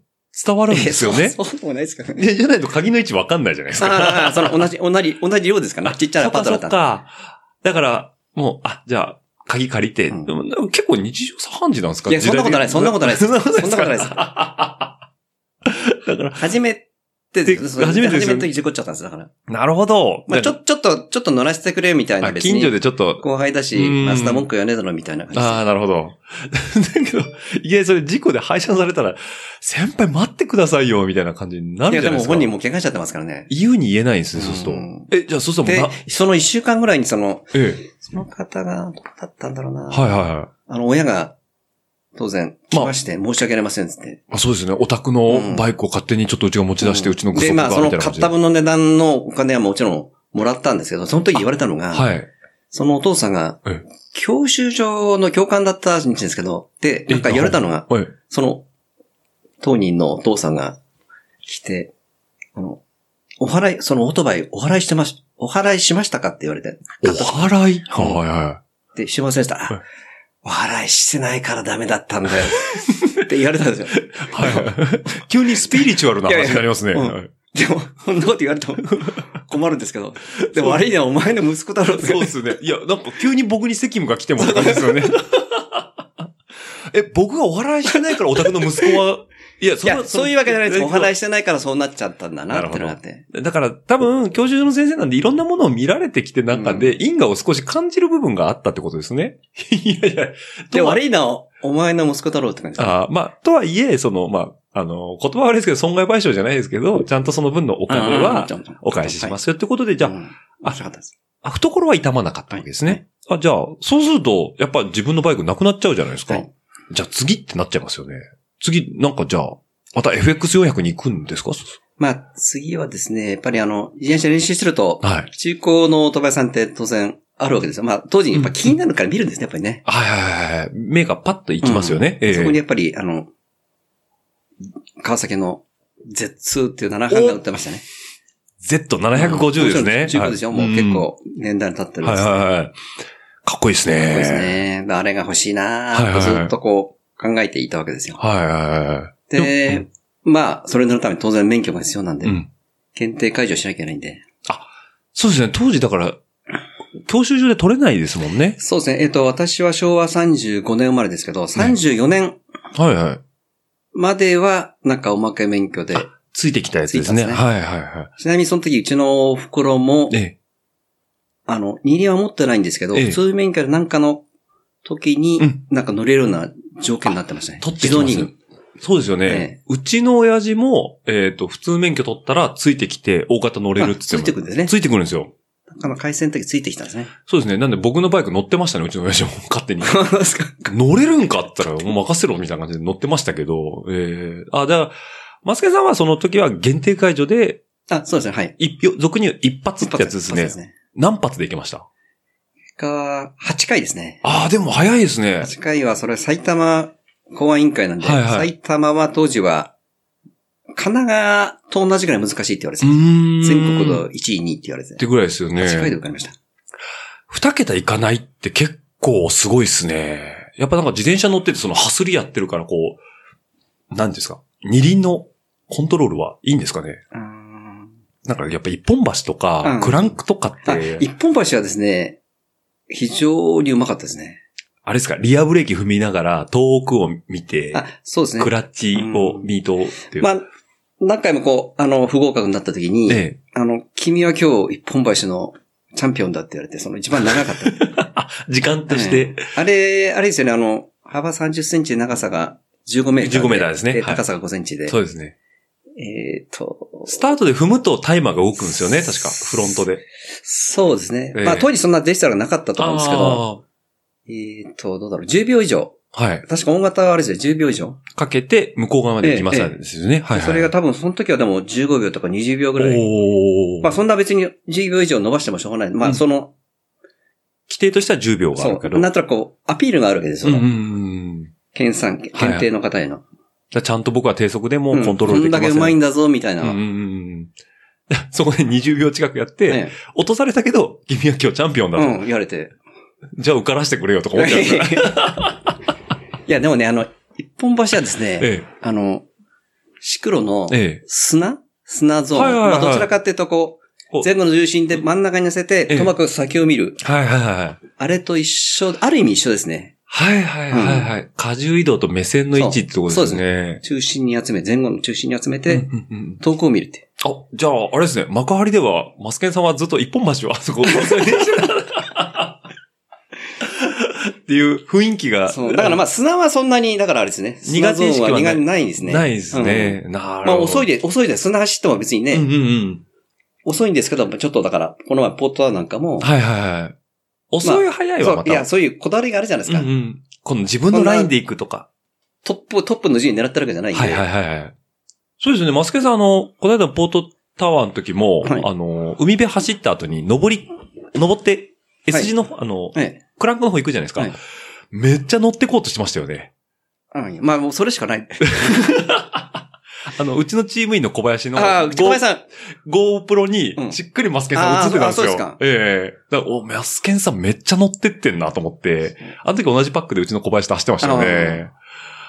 [SPEAKER 1] 伝わるんですよね。
[SPEAKER 2] (laughs) そうそうでもないですからね。
[SPEAKER 1] でじゃないと鍵の位置わかんないじゃないですか。
[SPEAKER 2] ああ、その同じ、同じ、同じ量ですからね。ちっちゃ
[SPEAKER 1] そ
[SPEAKER 2] な
[SPEAKER 1] っ
[SPEAKER 2] パ
[SPEAKER 1] か
[SPEAKER 2] ト
[SPEAKER 1] そ
[SPEAKER 2] だ
[SPEAKER 1] っ
[SPEAKER 2] った。
[SPEAKER 1] か。だから、もう、あ、じゃあ、鍵借りて、
[SPEAKER 2] うん
[SPEAKER 1] でもでも結構日常茶飯事なんですか
[SPEAKER 2] いやそんなことないそんなことないです
[SPEAKER 1] そんなことないですか。
[SPEAKER 2] そんなこと
[SPEAKER 1] だから、
[SPEAKER 2] 初めてです
[SPEAKER 1] で初めてですよね
[SPEAKER 2] 初めての時事故っちゃったんです、だから。
[SPEAKER 1] (laughs) なるほど。
[SPEAKER 2] まあ、ちょ
[SPEAKER 1] と、
[SPEAKER 2] っと、ちょっと、ちょっと乗らせてくれみたいな
[SPEAKER 1] あ
[SPEAKER 2] 別
[SPEAKER 1] 近所
[SPEAKER 2] に。
[SPEAKER 1] でちょっと、
[SPEAKER 2] 後輩だ
[SPEAKER 1] う
[SPEAKER 2] し、
[SPEAKER 1] ん
[SPEAKER 2] マスター文句言わねえだろみたいな感じです。
[SPEAKER 1] ああ、なるほど。 (laughs) だけど、いきなりそれ事故で廃車されたら、先輩待ってくださいよ、みたいな感じにないる
[SPEAKER 2] や、
[SPEAKER 1] じ
[SPEAKER 2] で
[SPEAKER 1] ゃない
[SPEAKER 2] も
[SPEAKER 1] ですか。
[SPEAKER 2] 本人も怪我しちゃってますからね。
[SPEAKER 1] 言うに言えないんですね、そうす
[SPEAKER 2] う
[SPEAKER 1] る
[SPEAKER 2] ん
[SPEAKER 1] と。え、じゃあ、そうしたら
[SPEAKER 2] で
[SPEAKER 1] もうな、、
[SPEAKER 2] その一週間ぐらいにその、
[SPEAKER 1] え
[SPEAKER 2] その方が、どこだったんだろうな。
[SPEAKER 1] え、はいはいはい。
[SPEAKER 2] あの、親が、当然、
[SPEAKER 1] まあ
[SPEAKER 2] 来まして、申し訳ありませんっつって。
[SPEAKER 1] あそうですね、お宅のバイクを勝手にちょっとうちが持ち出して、うちの
[SPEAKER 2] グ
[SPEAKER 1] グ
[SPEAKER 2] で、
[SPEAKER 1] ソク
[SPEAKER 2] ま
[SPEAKER 1] が、
[SPEAKER 2] あ、
[SPEAKER 1] み
[SPEAKER 2] その
[SPEAKER 1] たいな感
[SPEAKER 2] 買っ
[SPEAKER 1] じ
[SPEAKER 2] た
[SPEAKER 1] で。
[SPEAKER 2] 分の値段のお金はもちろんもらったんですけど、その時言われたのが、
[SPEAKER 1] はい。
[SPEAKER 2] そのお父さんが
[SPEAKER 1] え、
[SPEAKER 2] 教習所の教官だったんですけど、で、なんか言われたのが、
[SPEAKER 1] はい。
[SPEAKER 2] その、当人のお父さんが来て、あの、お払い、そのオートバイお払いしてます、お払いしましたかって言われて、
[SPEAKER 1] お払いはいは
[SPEAKER 2] で、しませんでした。
[SPEAKER 1] はい
[SPEAKER 2] あお払いしてないからダメだったんだ
[SPEAKER 1] (laughs)
[SPEAKER 2] よ。って言われたんですよ。
[SPEAKER 1] い。はい。 (laughs) 急にスピリチュアルな話になりますね。
[SPEAKER 2] いやいやうん
[SPEAKER 1] はい
[SPEAKER 2] でも、そんなこと言われても困るんですけど。でも悪いのはお前の息子だろうって (laughs)
[SPEAKER 1] そうですね。いや、なんか急に僕に責務が来てもって感じですよね。え、僕がお祓いしてないからお宅の息子は、いや、
[SPEAKER 2] (laughs) いや、そういうわけじゃないです。お
[SPEAKER 1] い
[SPEAKER 2] 祓いしてないからそうなっちゃったんだな
[SPEAKER 1] なる
[SPEAKER 2] っ
[SPEAKER 1] ほ
[SPEAKER 2] て
[SPEAKER 1] ど
[SPEAKER 2] のがあって。
[SPEAKER 1] だから多分、教授の先生なんでいろんなものを見られてきて中で、因果を少し感じる部分があったってことです
[SPEAKER 2] (laughs)
[SPEAKER 1] ね。いやいや。
[SPEAKER 2] で、
[SPEAKER 1] とは
[SPEAKER 2] 悪いな、お前の息子だろうって感じ。
[SPEAKER 1] あーまあ、とはいえ、その、まあ、あの、言葉はあれですけど、損害賠償じゃないですけど、ちゃんとその分のお
[SPEAKER 2] うん
[SPEAKER 1] 金は、
[SPEAKER 2] うんうん。
[SPEAKER 1] お返ししますすよってことで、じ
[SPEAKER 2] じ
[SPEAKER 1] ゃあ、
[SPEAKER 2] あ、面白かったです。
[SPEAKER 1] あ懐は痛まなかったわけですね。あ、じゃあ、そうすると、やっぱ自分のバイクなくなっちゃうじゃないですか。
[SPEAKER 2] はい
[SPEAKER 1] じゃあ次ってなっちゃいますよね。次、なんかじゃあ、また FX400 に行くんですか
[SPEAKER 2] まあ、次はですね、やっぱりあの、自転車練習すると、
[SPEAKER 1] はい。
[SPEAKER 2] 中古のオートバイさんって当然あるわけですよ。まあ、当時やっぱ気になるから見るんですね、やっぱりね。
[SPEAKER 1] はいはいはいはい。目がパッと行きますよね。ええ
[SPEAKER 2] そこにやっぱり、あの、川崎の Z2 っていう7班が売ってましたね。
[SPEAKER 1] Z750 ですね。
[SPEAKER 2] 中古ですよ。もう結構年代に経ってるん
[SPEAKER 1] は
[SPEAKER 2] で
[SPEAKER 1] い
[SPEAKER 2] す。
[SPEAKER 1] はいはいはい。かっこいいですね。
[SPEAKER 2] そうですね。あれが欲しいなーって
[SPEAKER 1] はいはいはい
[SPEAKER 2] ずっとこう考えていたわけですよ。
[SPEAKER 1] はいはいはいはい。
[SPEAKER 2] で、まあ、それのために当然免許が必要なんで、
[SPEAKER 1] うん。
[SPEAKER 2] 検定解除しなきゃいけないんで。
[SPEAKER 1] そうですね。当時だから、教習所で取れないですもんね。
[SPEAKER 2] そうですね。えっ、と、私は昭和35年生まれですけど、34年
[SPEAKER 1] はいはい。
[SPEAKER 2] までは、なんかおまけ免許で、
[SPEAKER 1] ついてきたやつですね。
[SPEAKER 2] ついてますね
[SPEAKER 1] はいはいは
[SPEAKER 2] ちなみにその時、うちのお袋も
[SPEAKER 1] い。、え
[SPEAKER 2] あの、二輪は持ってないんですけど、
[SPEAKER 1] ええ
[SPEAKER 2] 普通免許でなんかの時に
[SPEAKER 1] うん、
[SPEAKER 2] なんか乗れるような条件になってましたね。
[SPEAKER 1] 取ってきます
[SPEAKER 2] 自動二輪。
[SPEAKER 1] え、そうですよね。
[SPEAKER 2] え
[SPEAKER 1] うちの親父も、えっ、と、普通免許取ったらついてきて、大型乗れるって言って
[SPEAKER 2] あついてくるんですね
[SPEAKER 1] ついてくるんですよ。
[SPEAKER 2] あの、回線の時ついてきた
[SPEAKER 1] (laughs)
[SPEAKER 2] んですね。
[SPEAKER 1] そうですね。なんで僕のバイク乗ってましたね、うちの親父も。勝手に。
[SPEAKER 2] そうですか。
[SPEAKER 1] 乗れるんかって言ったら、もう任せろみたいな感じで乗ってましたけど、ええあ、だから、マスケさんはその時は限定解除で、
[SPEAKER 2] あ、そうですね、はい。
[SPEAKER 1] 一票、俗に言う一発ってやつです
[SPEAKER 2] 一
[SPEAKER 1] ね。
[SPEAKER 2] 発ね。
[SPEAKER 1] 何発で行きました
[SPEAKER 2] が、8回ですね。
[SPEAKER 1] ああ、でも早いですね。
[SPEAKER 2] 8回は、それ埼玉公安委員会なんで、
[SPEAKER 1] はいはい
[SPEAKER 2] 埼玉は当時は、神奈川と同じぐらい難しいって言われてた、全
[SPEAKER 1] 全の
[SPEAKER 2] 国の
[SPEAKER 1] っ
[SPEAKER 2] 1位、2位って言われて
[SPEAKER 1] て
[SPEAKER 2] て、
[SPEAKER 1] ぐらいですよね。
[SPEAKER 2] 8回で受かりました。
[SPEAKER 1] 二桁いかないって結構すごいっすね。やっぱなんか自転車乗っててそのハスリやってるからこう、なんていうんですか、二輪のコントロールはいいんですかね。
[SPEAKER 2] うーん
[SPEAKER 1] なんかやっぱ一本橋とか
[SPEAKER 2] う、ん
[SPEAKER 1] クランクとかっ
[SPEAKER 2] あ
[SPEAKER 1] て、
[SPEAKER 2] 一本橋はですね、非常にうまかったですね。
[SPEAKER 1] あれですか、リアブレーキ踏みながら遠くを見て、
[SPEAKER 2] あ、そうですね
[SPEAKER 1] ク。ラッチを
[SPEAKER 2] うん
[SPEAKER 1] ミートっていう。
[SPEAKER 2] まあ、何回もこう、あの、不合格になった時に、
[SPEAKER 1] え
[SPEAKER 2] あの、君は今日一本橋のチャンピオンだって言われて、その一番長かった。
[SPEAKER 1] え、あ、時間として、
[SPEAKER 2] あれ、あれですよね、あの、幅30センチで長さが15メーター。
[SPEAKER 1] 15メーターですね
[SPEAKER 2] で、
[SPEAKER 1] はい
[SPEAKER 2] 高さが5センチで。
[SPEAKER 1] そうですね。
[SPEAKER 2] えっ、と、
[SPEAKER 1] スタートで踏むとタイマーが動くんですよね、確か、フロントで。
[SPEAKER 2] そうですね。
[SPEAKER 1] ええ
[SPEAKER 2] まあ、当時そんなデジタルがなかったと思うんですけど、えっ、と、どうだろう、10秒以上。
[SPEAKER 1] あーはい。
[SPEAKER 2] 確か音型はあれですよ、10秒以上。
[SPEAKER 1] かけて、向こう側まで行きますよね。はいはい。
[SPEAKER 2] それが多分その時はでも15秒とか20秒ぐらい。
[SPEAKER 1] おー
[SPEAKER 2] まあ、そんな別に10秒以上伸ばしてもしょうがない。ま
[SPEAKER 1] う
[SPEAKER 2] あ、
[SPEAKER 1] ん
[SPEAKER 2] その、
[SPEAKER 1] 規定としては10秒があ
[SPEAKER 2] そ
[SPEAKER 1] るけど。
[SPEAKER 2] う、なんとなくこう、アピールがあるわけです
[SPEAKER 1] うん
[SPEAKER 2] よ
[SPEAKER 1] う。んうん。だか
[SPEAKER 2] 検査、検定の方への。
[SPEAKER 1] らちゃんと僕は低速でも
[SPEAKER 2] うん
[SPEAKER 1] コントロールできます
[SPEAKER 2] こんだけ上手い
[SPEAKER 1] ん
[SPEAKER 2] んだぞ、みたいな。
[SPEAKER 1] うんうんうん。 (laughs) そこで20秒近くやって、
[SPEAKER 2] ね
[SPEAKER 1] 落とされたけど、君は今日チャンピオンだと。
[SPEAKER 2] うん、言われて。
[SPEAKER 1] じゃあ受からしてくれよとか思っ
[SPEAKER 2] (laughs)
[SPEAKER 1] ちゃうから。
[SPEAKER 2] いや、でもね、あの、一本橋はですね、
[SPEAKER 1] え
[SPEAKER 2] あの、シクロの
[SPEAKER 1] え。え
[SPEAKER 2] 砂砂ゾーン。
[SPEAKER 1] はいはいはい
[SPEAKER 2] まあ、どちらかっていうとこ
[SPEAKER 1] こう
[SPEAKER 2] う、前後の重心で真ん中に乗せ
[SPEAKER 1] ええ
[SPEAKER 2] て、とまく先を見る。
[SPEAKER 1] え。はいはいはい。
[SPEAKER 2] あれと一緒、ある意味一緒ですね。
[SPEAKER 1] はいはいはいはい。荷重移動と目線の位置ってことですね。
[SPEAKER 2] 中心に集め、前後の中心に集めて、
[SPEAKER 1] うんうんうん
[SPEAKER 2] 遠くを見るって。
[SPEAKER 1] あ、じゃあ、あれですね。幕張では、マスケンさんはずっと一本
[SPEAKER 2] (laughs)
[SPEAKER 1] 橋をあそこを乗せてきたっていう雰囲気が。
[SPEAKER 2] そう。だからまあ、砂はそんなに、だからあれですね。
[SPEAKER 1] 苦
[SPEAKER 2] 砂ゾ
[SPEAKER 1] 手意
[SPEAKER 2] ーン
[SPEAKER 1] 識は
[SPEAKER 2] は
[SPEAKER 1] ない
[SPEAKER 2] 苦手ないですね。
[SPEAKER 1] ないですね。
[SPEAKER 2] うん。
[SPEAKER 1] なるほど。
[SPEAKER 2] まあ、遅いで、遅いで、砂走っても別にね、
[SPEAKER 1] うんうんうん。
[SPEAKER 2] 遅いんですけど、ちょっとだから、この前、ポットアなんかも、
[SPEAKER 1] はいはいはい。遅い早いは
[SPEAKER 2] そ
[SPEAKER 1] ま
[SPEAKER 2] う
[SPEAKER 1] た。
[SPEAKER 2] いや、そういうこだわりがあるじゃないですか。
[SPEAKER 1] うんうんこの自分のラインで行くとか。
[SPEAKER 2] トップ、トップの順位狙ってるわけじゃないんで。
[SPEAKER 1] はいはいはいはい。そうですね。マスケさん、あの、この間ポートタワーの時も、
[SPEAKER 2] はい
[SPEAKER 1] あの、海辺走った後に登り、登って、S 字の、あの、
[SPEAKER 2] え
[SPEAKER 1] クランクの方行くじゃないですか。
[SPEAKER 2] はい
[SPEAKER 1] めっちゃ乗ってこうとしてましたよね。
[SPEAKER 2] え。うんまあ、もうそれしかない。
[SPEAKER 1] あの、うちのチーム員の小林の、
[SPEAKER 2] ああ、小林さん。
[SPEAKER 1] ゴー GoPro
[SPEAKER 2] う
[SPEAKER 1] に、
[SPEAKER 2] ん
[SPEAKER 1] しっくりマスケンさん映ってたんですよ。
[SPEAKER 2] あーあそうですか
[SPEAKER 1] ええだからお、マスケンさんめっちゃ乗ってってんなと思って、あの時同じパックでうちの小林と走ってましたよね。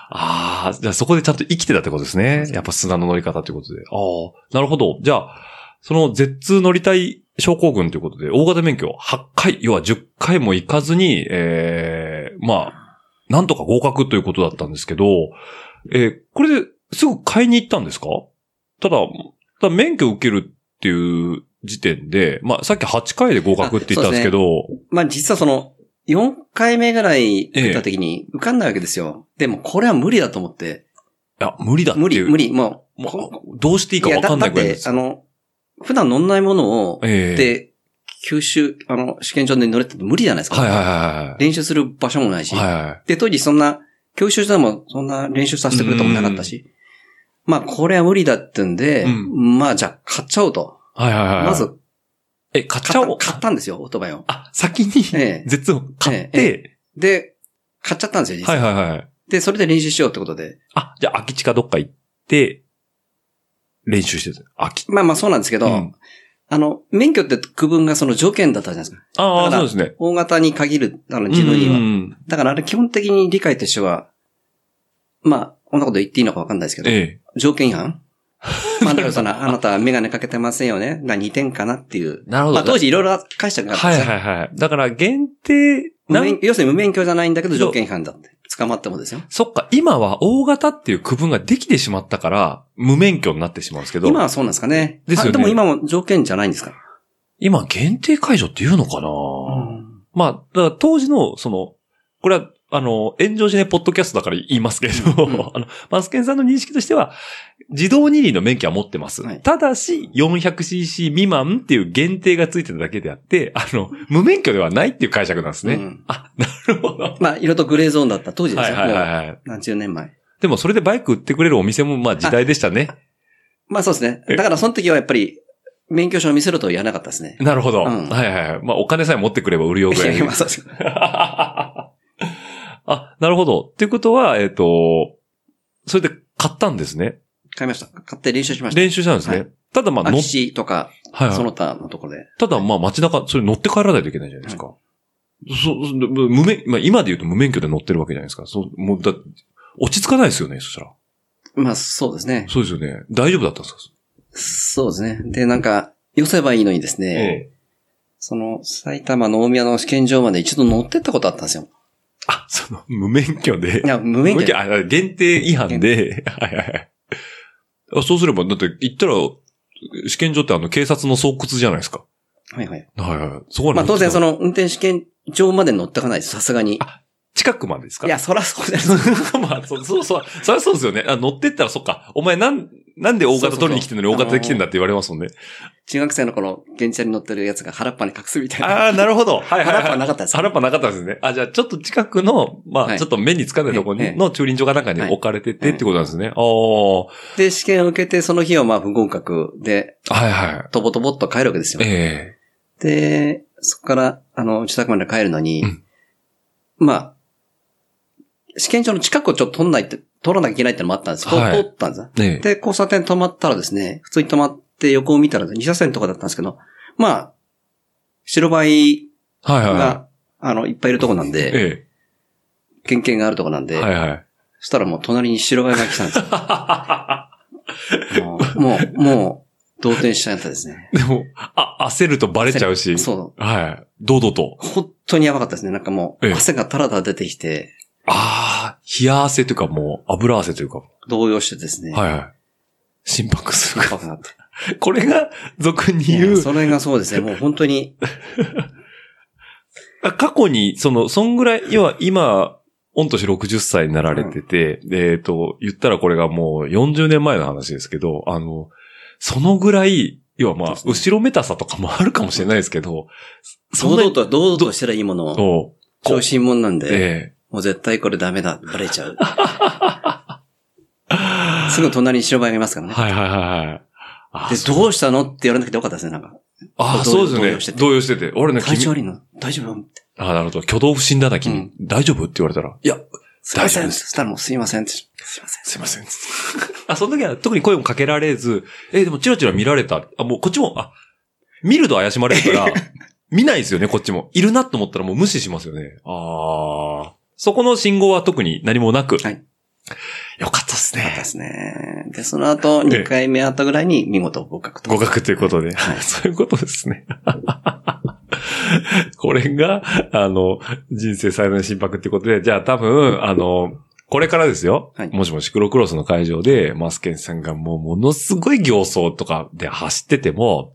[SPEAKER 1] ああー、じゃあそこでちゃんと生きてたってことですね。やっぱ砂の乗り方ということで。ああ、なるほど。じゃあ、その Z2 乗りたい症候群ということで、大型免許8回、要は10回も行かずに、ええまあ、なんとか合格ということだったんですけど、えーこれですぐ買いに行ったんですかただ、ただ免許受けるっていう時点で、まあ、さっき8回で合格って言ったんですけど、
[SPEAKER 2] まあ実はその、4回目ぐらい受けた時に受かんないわけですよ。でもこれは無理だと思って。
[SPEAKER 1] いや、無理だっていう。
[SPEAKER 2] 無理、無理。もう、
[SPEAKER 1] まあ
[SPEAKER 2] こ
[SPEAKER 1] どうしていいか
[SPEAKER 2] いや
[SPEAKER 1] わ
[SPEAKER 2] だ
[SPEAKER 1] かんな
[SPEAKER 2] だ
[SPEAKER 1] い
[SPEAKER 2] っ
[SPEAKER 1] ぐらいで
[SPEAKER 2] て、
[SPEAKER 1] す
[SPEAKER 2] あ。の、普段乗んないものを、
[SPEAKER 1] ええ
[SPEAKER 2] で、吸収、あの、試験場で乗れって無理じゃないですか。
[SPEAKER 1] はいはいはいはい。
[SPEAKER 2] 練習する場所もないし。
[SPEAKER 1] はいはい。
[SPEAKER 2] で、当時そんな、教習所でもそんな練習させてくれたもなかったし。まあ、これは無理だってんで、
[SPEAKER 1] うん
[SPEAKER 2] まあ、じゃあ買っちゃおうと。
[SPEAKER 1] はいはいはい。
[SPEAKER 2] ま、ず
[SPEAKER 1] え、買っち
[SPEAKER 2] 買
[SPEAKER 1] ゃ
[SPEAKER 2] っ
[SPEAKER 1] お
[SPEAKER 2] た、
[SPEAKER 1] う。
[SPEAKER 2] 買ったんですよ、オートバイを。
[SPEAKER 1] あ、先に、
[SPEAKER 2] ええ
[SPEAKER 1] 絶を買って、
[SPEAKER 2] で、買っちゃったんですよ、実
[SPEAKER 1] は
[SPEAKER 2] 際。
[SPEAKER 1] いはいはい。
[SPEAKER 2] で、それで練習しようってことで。
[SPEAKER 1] あ、じゃあ空き地かどっか行って、練習してる。空き。
[SPEAKER 2] まあまあそうなんですけど、
[SPEAKER 1] うん
[SPEAKER 2] あの、免許って区分がその条件だったじゃないですか。
[SPEAKER 1] ああ、
[SPEAKER 2] だか
[SPEAKER 1] そう
[SPEAKER 2] ら
[SPEAKER 1] ですね。
[SPEAKER 2] 大型に限る、あの、自分に
[SPEAKER 1] う
[SPEAKER 2] は。
[SPEAKER 1] ん
[SPEAKER 2] だからあれ基本的に理解としては、まあ、こんなこと言っていいのかわかんないですけど、
[SPEAKER 1] え
[SPEAKER 2] 条件
[SPEAKER 1] (laughs)
[SPEAKER 2] 違反まあ、だからその、あなたはメガネかけてませんよね。が2点かなっていう
[SPEAKER 1] え。。なるほど。
[SPEAKER 2] まあ当時いろいろ解釈があったん
[SPEAKER 1] は
[SPEAKER 2] で
[SPEAKER 1] い
[SPEAKER 2] すね
[SPEAKER 1] はいはい。だから限定、
[SPEAKER 2] 無
[SPEAKER 1] なん
[SPEAKER 2] 免要するに無免許じゃないんだけど条件違反だって。捕まってもですよ。
[SPEAKER 1] そっか、今は大型っていう区分ができてしまったから、無免許になってしまうんですけど、
[SPEAKER 2] 今
[SPEAKER 1] 今、
[SPEAKER 2] はそうなんですかね。
[SPEAKER 1] ですよね
[SPEAKER 2] あでも今も条件じゃないんですか。
[SPEAKER 1] 限定解除って言うのかな、
[SPEAKER 2] うん
[SPEAKER 1] まあ、だから当時の、その、これは、あの、炎上しないポッドキャストだから言いますけど、
[SPEAKER 2] うん
[SPEAKER 1] (laughs) あの、マスケンさんの認識としては、自動二輪の免許は持ってます。
[SPEAKER 2] はい
[SPEAKER 1] ただし、400cc 未満っていう限定がついてるだけであって、あの、無免許ではないっていう解釈なんですね。
[SPEAKER 2] うん
[SPEAKER 1] あ、なるほど。は
[SPEAKER 2] まあ、いろいろとグレーゾーンだった当時
[SPEAKER 1] い
[SPEAKER 2] です
[SPEAKER 1] はい
[SPEAKER 2] よ。も
[SPEAKER 1] はいはい。
[SPEAKER 2] う何十年前。
[SPEAKER 1] でもそれでバイク売ってくれるお店もまあ時代でしたね。
[SPEAKER 2] まあそうです
[SPEAKER 1] え
[SPEAKER 2] ね。だからその時はやっぱり、免許証を見せろとは言わなかったですね。
[SPEAKER 1] なるほど。
[SPEAKER 2] うん
[SPEAKER 1] はいはいはい。まあお金さえ持ってくれば売るよぐらい
[SPEAKER 2] (laughs) いや。まあそうです
[SPEAKER 1] (laughs) あ、なるほど。っていうことは、えっ、と、それで買ったんですね。
[SPEAKER 2] 買いました。買って練習しました。
[SPEAKER 1] 練習したんですね。
[SPEAKER 2] はい
[SPEAKER 1] ただまあ
[SPEAKER 2] 空
[SPEAKER 1] 乗っ
[SPEAKER 2] き、地とか、
[SPEAKER 1] はいはい
[SPEAKER 2] その他のところで。
[SPEAKER 1] ただまあ街中、それ乗って帰らないといけないじゃないですか。そ、そ無免、まあ今で言うと無免許で乗ってるわけじゃないですか。そう、もうだ、落ち着かないですよね、そしたら。
[SPEAKER 2] まあそうですね。
[SPEAKER 1] そうですよね。大丈夫だったんですか
[SPEAKER 2] そうですね。で、なんか、寄せばいいのにですね、
[SPEAKER 1] ええ。
[SPEAKER 2] その埼玉の大宮の試験場まで一度乗ってったことあったんですよ。
[SPEAKER 1] あ、その、無免許で
[SPEAKER 2] い。や、無免許。
[SPEAKER 1] あ限定違反で、はいはいはいあ。そうすれば、だって行ったら、試験場ってあの警察の巣窟じゃないですか。
[SPEAKER 2] はいはい。
[SPEAKER 1] はいはい。そこは
[SPEAKER 2] まあ当然そ
[SPEAKER 1] の、
[SPEAKER 2] の運転試験場まで乗ってかないです、さすがに。
[SPEAKER 1] 近くまでですか
[SPEAKER 2] いや、そらそうです。
[SPEAKER 1] (laughs) まあ、そそうそう、そりゃそうですよね。あ乗ってったら、そっか。お前、なん、なんで大型取りに来てんのに
[SPEAKER 2] そう
[SPEAKER 1] 大
[SPEAKER 2] そうそ
[SPEAKER 1] 型
[SPEAKER 2] う
[SPEAKER 1] で来てんだって言われますもんね。
[SPEAKER 2] (laughs) 中学生の頃、電車に乗ってるやつが腹っぱに隠すみたいな。
[SPEAKER 1] ああ、なるほど。 (laughs) はいはい
[SPEAKER 2] 腹っぱ
[SPEAKER 1] は。
[SPEAKER 2] ないかったです。
[SPEAKER 1] 腹っぱなかったんですね。あ、じゃあ、ちょっと近くの、ま
[SPEAKER 2] は
[SPEAKER 1] あ、
[SPEAKER 2] い
[SPEAKER 1] ちょっと目につかないところ
[SPEAKER 2] え
[SPEAKER 1] に
[SPEAKER 2] え
[SPEAKER 1] の駐輪場かなんかに
[SPEAKER 2] はい
[SPEAKER 1] 置かれててってことなんですね。ああ
[SPEAKER 2] で、試験を受けて、その日はまあ不合格で、
[SPEAKER 1] ー。はいはい。
[SPEAKER 2] とぼとぼっと帰るわけですよ
[SPEAKER 1] え。え。
[SPEAKER 2] で、そこから、あの、自宅まで帰るのに、
[SPEAKER 1] うん
[SPEAKER 2] まあ、試験場の近くをちょっと取んないって、取らなきゃいけないってのもあったんです。
[SPEAKER 1] はい
[SPEAKER 2] 通ったんですよ。
[SPEAKER 1] ね
[SPEAKER 2] で、交差点止まったらですね、普通に止まって横を見たら、2車線とかだったんですけど、まあ、白バイ
[SPEAKER 1] はいはいはい。
[SPEAKER 2] が、あの、いっぱいいるとこなんで、
[SPEAKER 1] え
[SPEAKER 2] 県警があるとこなん
[SPEAKER 1] え。
[SPEAKER 2] で、
[SPEAKER 1] はいはい。 (laughs)
[SPEAKER 2] そしたらもう隣に白バイが来たんですよ。あ
[SPEAKER 1] (laughs)
[SPEAKER 2] のもう、もう、動転しちゃったですね。
[SPEAKER 1] でも、あ、焦るとバレちゃうし。
[SPEAKER 2] そう。
[SPEAKER 1] はい。堂々と。
[SPEAKER 2] 本当にやばかったですね。なんかも
[SPEAKER 1] ええ
[SPEAKER 2] う、汗がタラタラ出てきて、
[SPEAKER 1] ああ、冷や汗というかもう、油汗というか。
[SPEAKER 2] 動揺してですね。
[SPEAKER 1] はいはい。心拍数
[SPEAKER 2] や
[SPEAKER 1] が。
[SPEAKER 2] ばく
[SPEAKER 1] (laughs)
[SPEAKER 2] なって。
[SPEAKER 1] これが、俗に
[SPEAKER 2] い
[SPEAKER 1] 言
[SPEAKER 2] や
[SPEAKER 1] う。
[SPEAKER 2] それがそう
[SPEAKER 1] (laughs)
[SPEAKER 2] ですね。もう本当に、
[SPEAKER 1] あ過去に、その、そんぐらい、要は今、御年60歳になられてて、でえっ、と、言ったらこれがもう40年前の話ですけど、あの、そのぐらい、要はまあ、
[SPEAKER 2] そうです
[SPEAKER 1] 後ろめたさとかもあるかもしれないですけど、そ
[SPEAKER 2] 堂
[SPEAKER 1] んな
[SPEAKER 2] 々
[SPEAKER 1] に
[SPEAKER 2] と、堂々としたらいいものを、
[SPEAKER 1] そう
[SPEAKER 2] 調子いいもんなんで、
[SPEAKER 1] ええ
[SPEAKER 2] もう絶対これダメだ、バレちゃ
[SPEAKER 1] (laughs)
[SPEAKER 2] う。すぐ隣に白バイがいますからね。
[SPEAKER 1] はいはいはいはい。あ
[SPEAKER 2] で、どうしたのって言われなくてよかったですね、なんか。
[SPEAKER 1] ああ、
[SPEAKER 2] 動
[SPEAKER 1] そう
[SPEAKER 2] 揺
[SPEAKER 1] ですね。
[SPEAKER 2] 動
[SPEAKER 1] 動揺してて。俺ね、
[SPEAKER 2] 体調
[SPEAKER 1] 君、
[SPEAKER 2] 悪いの大丈夫って。
[SPEAKER 1] ああ、なるほど。挙動不審だな、君。
[SPEAKER 2] うん
[SPEAKER 1] 大丈夫って言われたら。いや、
[SPEAKER 2] すいませ
[SPEAKER 1] 大丈夫
[SPEAKER 2] ん。
[SPEAKER 1] で
[SPEAKER 2] そしたらもうすいませんって。すいません。
[SPEAKER 1] すいません。 (laughs) あ、その時は特に声もかけられず、え、でもチラチラ見られた。あ、もうこっちも、あ、見ると怪しまれる (laughs) から、見ないですよね、こっちも。いるなと思ったらもう無視しますよね。ああ。そこの信号は特に何もなく。
[SPEAKER 2] はい。
[SPEAKER 1] よかったっす
[SPEAKER 2] よかっ
[SPEAKER 1] ね
[SPEAKER 2] たで。すね。で、その後、2回目後ぐらいに見事合格と。
[SPEAKER 1] (laughs) 合格ということで。
[SPEAKER 2] はい
[SPEAKER 1] そういうことですね。これが、あの、人生最大の心拍ってことで、じゃあ多分、あの、これからですよ。
[SPEAKER 2] はい
[SPEAKER 1] もしもシクロクロスの会場で、マスケンさんがもうものすごい行走とかで走ってても、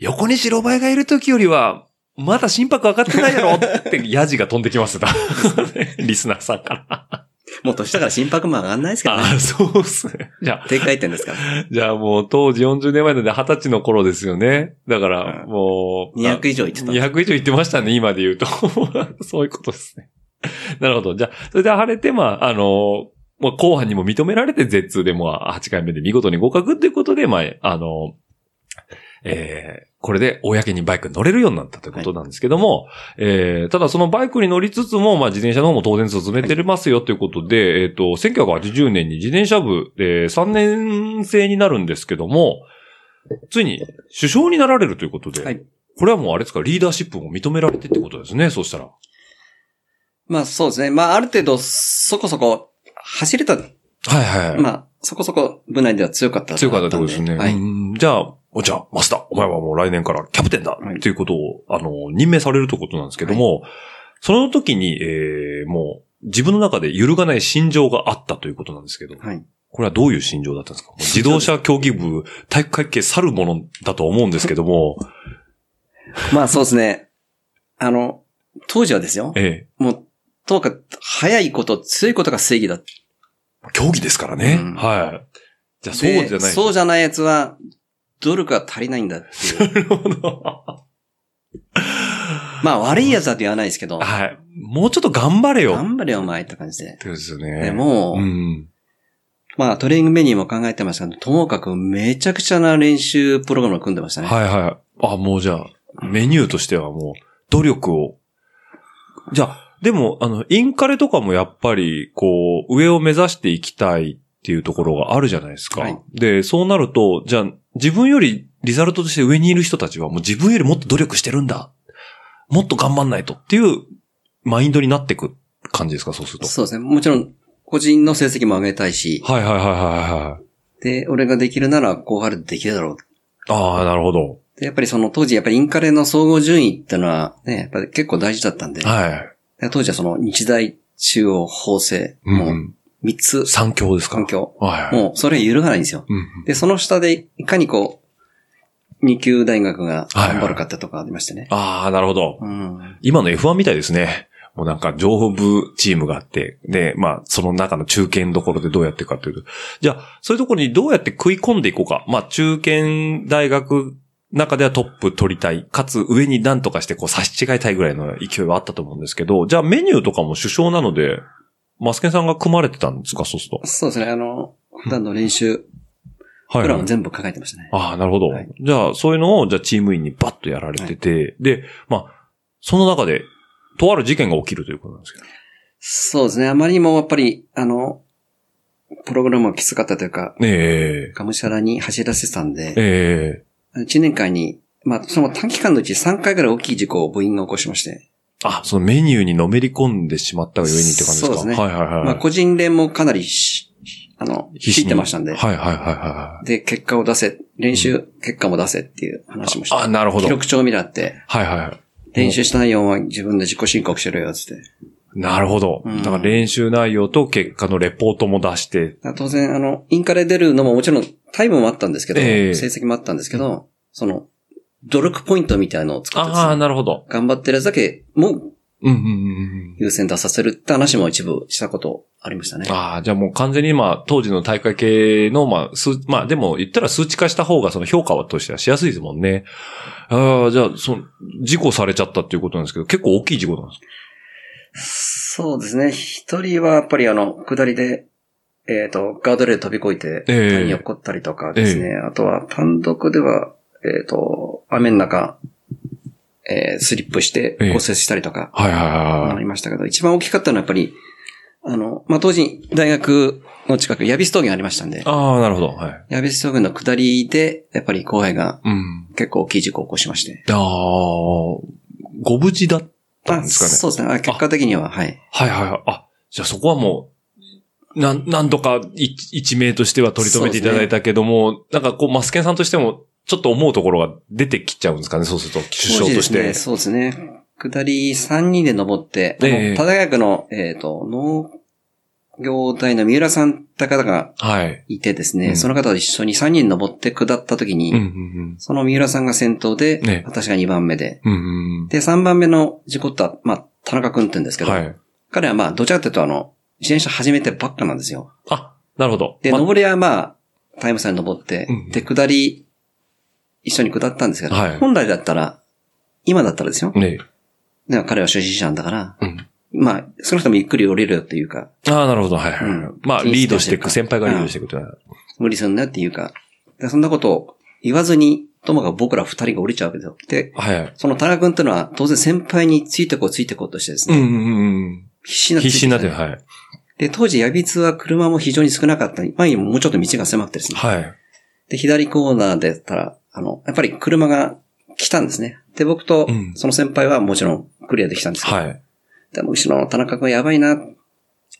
[SPEAKER 1] 横に白バイがいる時よりは、まだ心拍上がってないだろ
[SPEAKER 2] (laughs)
[SPEAKER 1] ってヤジが飛んできますよリスナーさんから。
[SPEAKER 2] もう年だから心拍も上がんないですからね。
[SPEAKER 1] ああ、そうっすね。じゃあ、
[SPEAKER 2] 低回転ですから。
[SPEAKER 1] じゃあもう当時40年前なんで20歳の頃ですよね。だから
[SPEAKER 2] うん
[SPEAKER 1] もう。
[SPEAKER 2] 200以上いってた。
[SPEAKER 1] 200以上言ってましたね、今で言うと。 (laughs) そういうことですね。なるほど。じゃあ、それで晴れて、まあ、あの、まあ、後半にも認められて Z2 でも8回目で見事に合格ということで、まあ、あの、えー、これで公にバイクに乗れるようになったということなんですけども、えー、ただそのバイクに乗りつつも、まあ、自転車の方も当然進めてますよということで、えっ、と、1980年に自転車部、えー、3年生になるんですけども、ついに首相になられるということで、
[SPEAKER 2] はい
[SPEAKER 1] これはもうあれですか、リーダーシップも認められてってことですね、そうしたら。
[SPEAKER 2] まあそうですね。まあある程度そこそこ走れた、
[SPEAKER 1] はいは
[SPEAKER 2] まあそこそこ部内では強かったんで。
[SPEAKER 1] 強かったってことですね。
[SPEAKER 2] はい。
[SPEAKER 1] うんじゃあ、おじゃあ、マスター、お前はもう来年からキャプテンだ
[SPEAKER 2] はい
[SPEAKER 1] っていうことを、あの、任命されるということなんですけども、その時に、えーもう、自分の中で揺るがない心情があったということなんですけど、
[SPEAKER 2] はい。
[SPEAKER 1] これはどういう心情だったんですかもう自動車競技部、体育会系去るものだと思うんですけど
[SPEAKER 2] (laughs)
[SPEAKER 1] も、
[SPEAKER 2] まあそうですね。あの、当時はですよ。
[SPEAKER 1] え
[SPEAKER 2] もう、とにかく早いこと、強いことが正義だ。
[SPEAKER 1] え競技ですからね。
[SPEAKER 2] うん
[SPEAKER 1] はい。じゃあ、そうじゃない。
[SPEAKER 2] でそうじゃないやつは、努力が足りないんだってい
[SPEAKER 1] (laughs)
[SPEAKER 2] う。
[SPEAKER 1] なるほ
[SPEAKER 2] (laughs)
[SPEAKER 1] ど。
[SPEAKER 2] まあ悪いやつだと言わないですけど、
[SPEAKER 1] はい。もうちょっと頑張れよ。
[SPEAKER 2] 頑張れよお前って感じで
[SPEAKER 1] っ。てことですよね。
[SPEAKER 2] でも、
[SPEAKER 1] うん。
[SPEAKER 2] まあトレーニングメニューも考えてましたけど、ともかくめちゃくちゃな練習プログラムを組んでましたね。
[SPEAKER 1] はいはい。あ、もうじゃあ、メニューとしてはもう、努力を。じゃあ、でも、あの、インカレとかもやっぱり、こう、上を目指していきたいっていうところがあるじゃないですか。
[SPEAKER 2] はい
[SPEAKER 1] で、そうなると、じゃあ、自分よりリザルトとして上にいる人たちは、もう自分よりもっと努力してるんだ。もっと頑張んないとっていうマインドになっていく感じですか、そうすると。
[SPEAKER 2] そうですね。もちろん、個人の成績も上げたいし、
[SPEAKER 1] はいはいはいはいはい。
[SPEAKER 2] で、俺ができるなら後春できるだろう。
[SPEAKER 1] ああ、なるほど。
[SPEAKER 2] で、やっぱりその当時、やっぱりインカレの総合順位ってのはね、やっぱり結構大事だったんで、
[SPEAKER 1] はい。
[SPEAKER 2] で当時はその日大、中央、法政、
[SPEAKER 1] う。
[SPEAKER 2] もうん3つ
[SPEAKER 1] 三強ですか
[SPEAKER 2] 環境、
[SPEAKER 1] はいはい。
[SPEAKER 2] もうそれは揺るがないんですよ。
[SPEAKER 1] うんうん
[SPEAKER 2] で、その下でいかにこう、2級大学が頑張るかってとかありましてね。
[SPEAKER 1] ああ、なるほど。
[SPEAKER 2] うん。
[SPEAKER 1] 今の F1 みたいですね。もうなんか、情報部チームがあって、で、まあ、その中の中堅どころでどうやっていくかというと。じゃあ、そういうところにどうやって食い込んでいこうか。まあ、中堅大学中ではトップ取りたい。かつ、上に何とかしてこう差し違えたいぐらいの勢いはあったと思うんですけど、じゃあメニューとかも首相なので、マスケンさんが組まれてたんですか、そうする
[SPEAKER 2] そうですね、あの、普段の練習、
[SPEAKER 1] と。
[SPEAKER 2] プ
[SPEAKER 1] は
[SPEAKER 2] ランを全部考えてましたね。
[SPEAKER 1] ああ、なるほど。
[SPEAKER 2] はい
[SPEAKER 1] じゃあ、そういうのを、じゃあ、チーム員にバッとやられてて、で、まあ、その中で、とある事件が起きるということなんですけど。
[SPEAKER 2] そうですね、あまりにもやっぱり、あの、プログラムがきつかったというか、
[SPEAKER 1] え
[SPEAKER 2] がむしゃらに走らせてたん
[SPEAKER 1] え
[SPEAKER 2] で、
[SPEAKER 1] ええ
[SPEAKER 2] 1年間に、まあ、その短期間のうち3回ぐらい大きい事故を部員が起こしまして、
[SPEAKER 1] あ、そのメニューにのめり込んでしまったがゆえにって感じですか
[SPEAKER 2] そうですね
[SPEAKER 1] はいはいはい。
[SPEAKER 2] まあ、個人練もかなりし、あの、
[SPEAKER 1] 必死
[SPEAKER 2] 引
[SPEAKER 1] に
[SPEAKER 2] いてましたんで、
[SPEAKER 1] はいはいはいは
[SPEAKER 2] で、結果を出せ、練習結果も出せっていう話もし
[SPEAKER 1] い。あ、
[SPEAKER 2] て、
[SPEAKER 1] なるほど
[SPEAKER 2] 記。録帳見らって、
[SPEAKER 1] はいはい。
[SPEAKER 2] 練習した内容は自分で自己申告しろよ、つって。
[SPEAKER 1] なるほど。
[SPEAKER 2] うん
[SPEAKER 1] だから練習内容と結果のレポートも出して、
[SPEAKER 2] 当然、あの、インカレ出るのももちろんタイムもあったんですけど、
[SPEAKER 1] ええ
[SPEAKER 2] 成績もあったんですけど、その、努力ポイントみたいなのを作ってですね
[SPEAKER 1] ああ、なるほど。
[SPEAKER 2] 頑張ってるやつだけもう
[SPEAKER 1] うんうんうんうん。
[SPEAKER 2] 優先出させるって話も一部したことありましたね。
[SPEAKER 1] ああ、じゃあもう完全にまあ、当時の大会系の、まあ、数、まあでも言ったら数値化した方がその評価はとしてはしやすいですもんね。ああ、じゃあ、その、事故されちゃったっていうことなんですけど、結構大きい事故なんですか
[SPEAKER 2] そうですね。一人はやっぱりあの、下りで、えっ、と、ガードレール飛び越えて、
[SPEAKER 1] ええ
[SPEAKER 2] 谷に落っこったりとかですね。あとは単独では、えっ、と、雨の中、えースリップして
[SPEAKER 1] ええ
[SPEAKER 2] 骨折したりとか、
[SPEAKER 1] はいはいはい
[SPEAKER 2] あ
[SPEAKER 1] は
[SPEAKER 2] り
[SPEAKER 1] い。
[SPEAKER 2] ましたけど、一番大きかったのはやっぱり、あの、まあ、当時、大学の近く、ヤビス峠がありましたんで、
[SPEAKER 1] ああ、なるほど。はい。
[SPEAKER 2] ヤビス峠の下りで、やっぱり後輩が
[SPEAKER 1] うん。
[SPEAKER 2] 結構大きい事故を起こしまして。
[SPEAKER 1] ああ、ご無事だったんですかね。
[SPEAKER 2] そうですね。あ結果的には、はい。
[SPEAKER 1] はいはいはい。あ、じゃあそこはもう、なん、なんとか一一名としては取り留めていただいたけども、なんかこう、マスケンさんとしても、ちょっと思うところが出てきちゃうんですかね、そうすると、首相とし
[SPEAKER 2] 美
[SPEAKER 1] て
[SPEAKER 2] 味。しいですね。そうですね。下り3人で登って、
[SPEAKER 1] ええ
[SPEAKER 2] あの多大学の、えっ、と、農業大の三浦さんって方が
[SPEAKER 1] はい。
[SPEAKER 2] いてですね、
[SPEAKER 1] うん
[SPEAKER 2] その方と一緒に3人登って下った時に、
[SPEAKER 1] うん、うん、
[SPEAKER 2] その三浦さんが先頭で、
[SPEAKER 1] ね
[SPEAKER 2] 私が2番目で、
[SPEAKER 1] うん。うん、
[SPEAKER 2] で、3番目の事故った、まあ、田中くんって言うんです
[SPEAKER 1] う
[SPEAKER 2] け
[SPEAKER 1] ん。
[SPEAKER 2] ど、
[SPEAKER 1] はい。
[SPEAKER 2] 彼はまあ、どちらかというとあの、自転車始めてばっかなんですよ。
[SPEAKER 1] あ、なるほど。
[SPEAKER 2] で、
[SPEAKER 1] ま
[SPEAKER 2] 登りはまあ、タイム差に登って、
[SPEAKER 1] うん
[SPEAKER 2] で、下り、一緒に下ったんですけど、
[SPEAKER 1] はい
[SPEAKER 2] 本来だったら、今だったらですよ。
[SPEAKER 1] ね
[SPEAKER 2] でも彼は初心者なんだから、
[SPEAKER 1] うん。
[SPEAKER 2] まあ、少なくともゆっくり降りるよっていうか、
[SPEAKER 1] ああ、なるほど。はいはい。
[SPEAKER 2] うん
[SPEAKER 1] まあ、リードしていく。
[SPEAKER 2] 気
[SPEAKER 1] 先
[SPEAKER 2] にして
[SPEAKER 1] 輩が
[SPEAKER 2] ほしい
[SPEAKER 1] リードしていくっていうのは
[SPEAKER 2] 無理すんなよっていうか、でそんなことを言わずに、ともかく僕ら二人が降りちゃうわけですよ。で、
[SPEAKER 1] はいはい。
[SPEAKER 2] その田中君ってのは、当然先輩についてこうついてこうとしてです
[SPEAKER 1] うん
[SPEAKER 2] ね、
[SPEAKER 1] うんうん
[SPEAKER 2] 必死
[SPEAKER 1] う
[SPEAKER 2] に
[SPEAKER 1] ん。
[SPEAKER 2] なっ
[SPEAKER 1] 必死に
[SPEAKER 2] てついきた
[SPEAKER 1] なってる、はい。
[SPEAKER 2] で、当時、ヤビツは車も非常に少なかった。前にももうちょっと道が狭くてですね。
[SPEAKER 1] はい。
[SPEAKER 2] で、左コーナーでたら、あの、やっぱり車が来たんですね。で、僕と
[SPEAKER 1] うん、
[SPEAKER 2] その先輩はもちろんクリアできたんですけど、
[SPEAKER 1] はい。
[SPEAKER 2] でも後ろの田中君やばいな、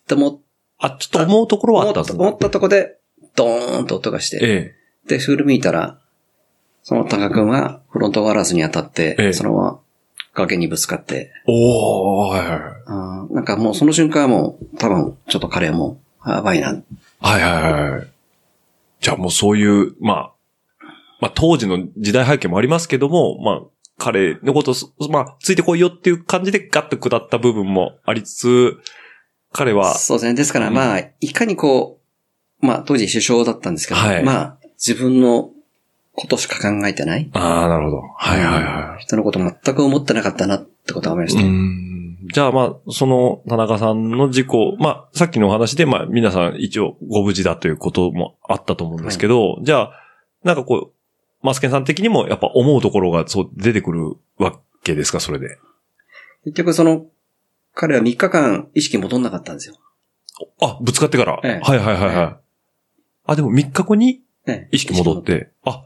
[SPEAKER 2] と思っ
[SPEAKER 1] あ、ちょっと思うところはあったんです
[SPEAKER 2] 思っ
[SPEAKER 1] ね。
[SPEAKER 2] たとこで、ドーンと音がして、
[SPEAKER 1] え
[SPEAKER 2] で、振り向いたら、その田中君はフロントガラスに当たって、
[SPEAKER 1] ええ
[SPEAKER 2] そのまま崖にぶつかって、
[SPEAKER 1] え。おー、はいはいはい。
[SPEAKER 2] あーなんかもうその瞬間はもう、多分、ちょっと彼はもう、やばいな。
[SPEAKER 1] はいはいはい。じゃあもうそういう、まあ、まあ当時の時代背景もありますけども、まあ彼のことす、まあついてこいよっていう感じでガッと下った部分もありつつ、彼は、
[SPEAKER 2] そうですね。ですからまあ、いかにこう、まあ当時首相だったんですけど、
[SPEAKER 1] はい
[SPEAKER 2] まあ、自分のことしか考えてない。
[SPEAKER 1] ああ、なるほど。はいはいはい。
[SPEAKER 2] 人のこと全く思ってなかったなってことは思いまし
[SPEAKER 1] う
[SPEAKER 2] た。
[SPEAKER 1] んじゃあまあ、その田中さんの事故、まあ、さっきのお話で、まあ、皆さん一応ご無事だということもあったと思うんですけど、じゃあ、なんかこう、マスケンさん的にもやっぱ思うところがそう出てくるわけですか、それで。
[SPEAKER 2] 結局その、彼は3日間意識戻んなかったんですよ。
[SPEAKER 1] あ、ぶつかってから。
[SPEAKER 2] ええ
[SPEAKER 1] はいはいはいはい。あ、でも3日後に
[SPEAKER 2] ね
[SPEAKER 1] 意識戻っ。て。あ、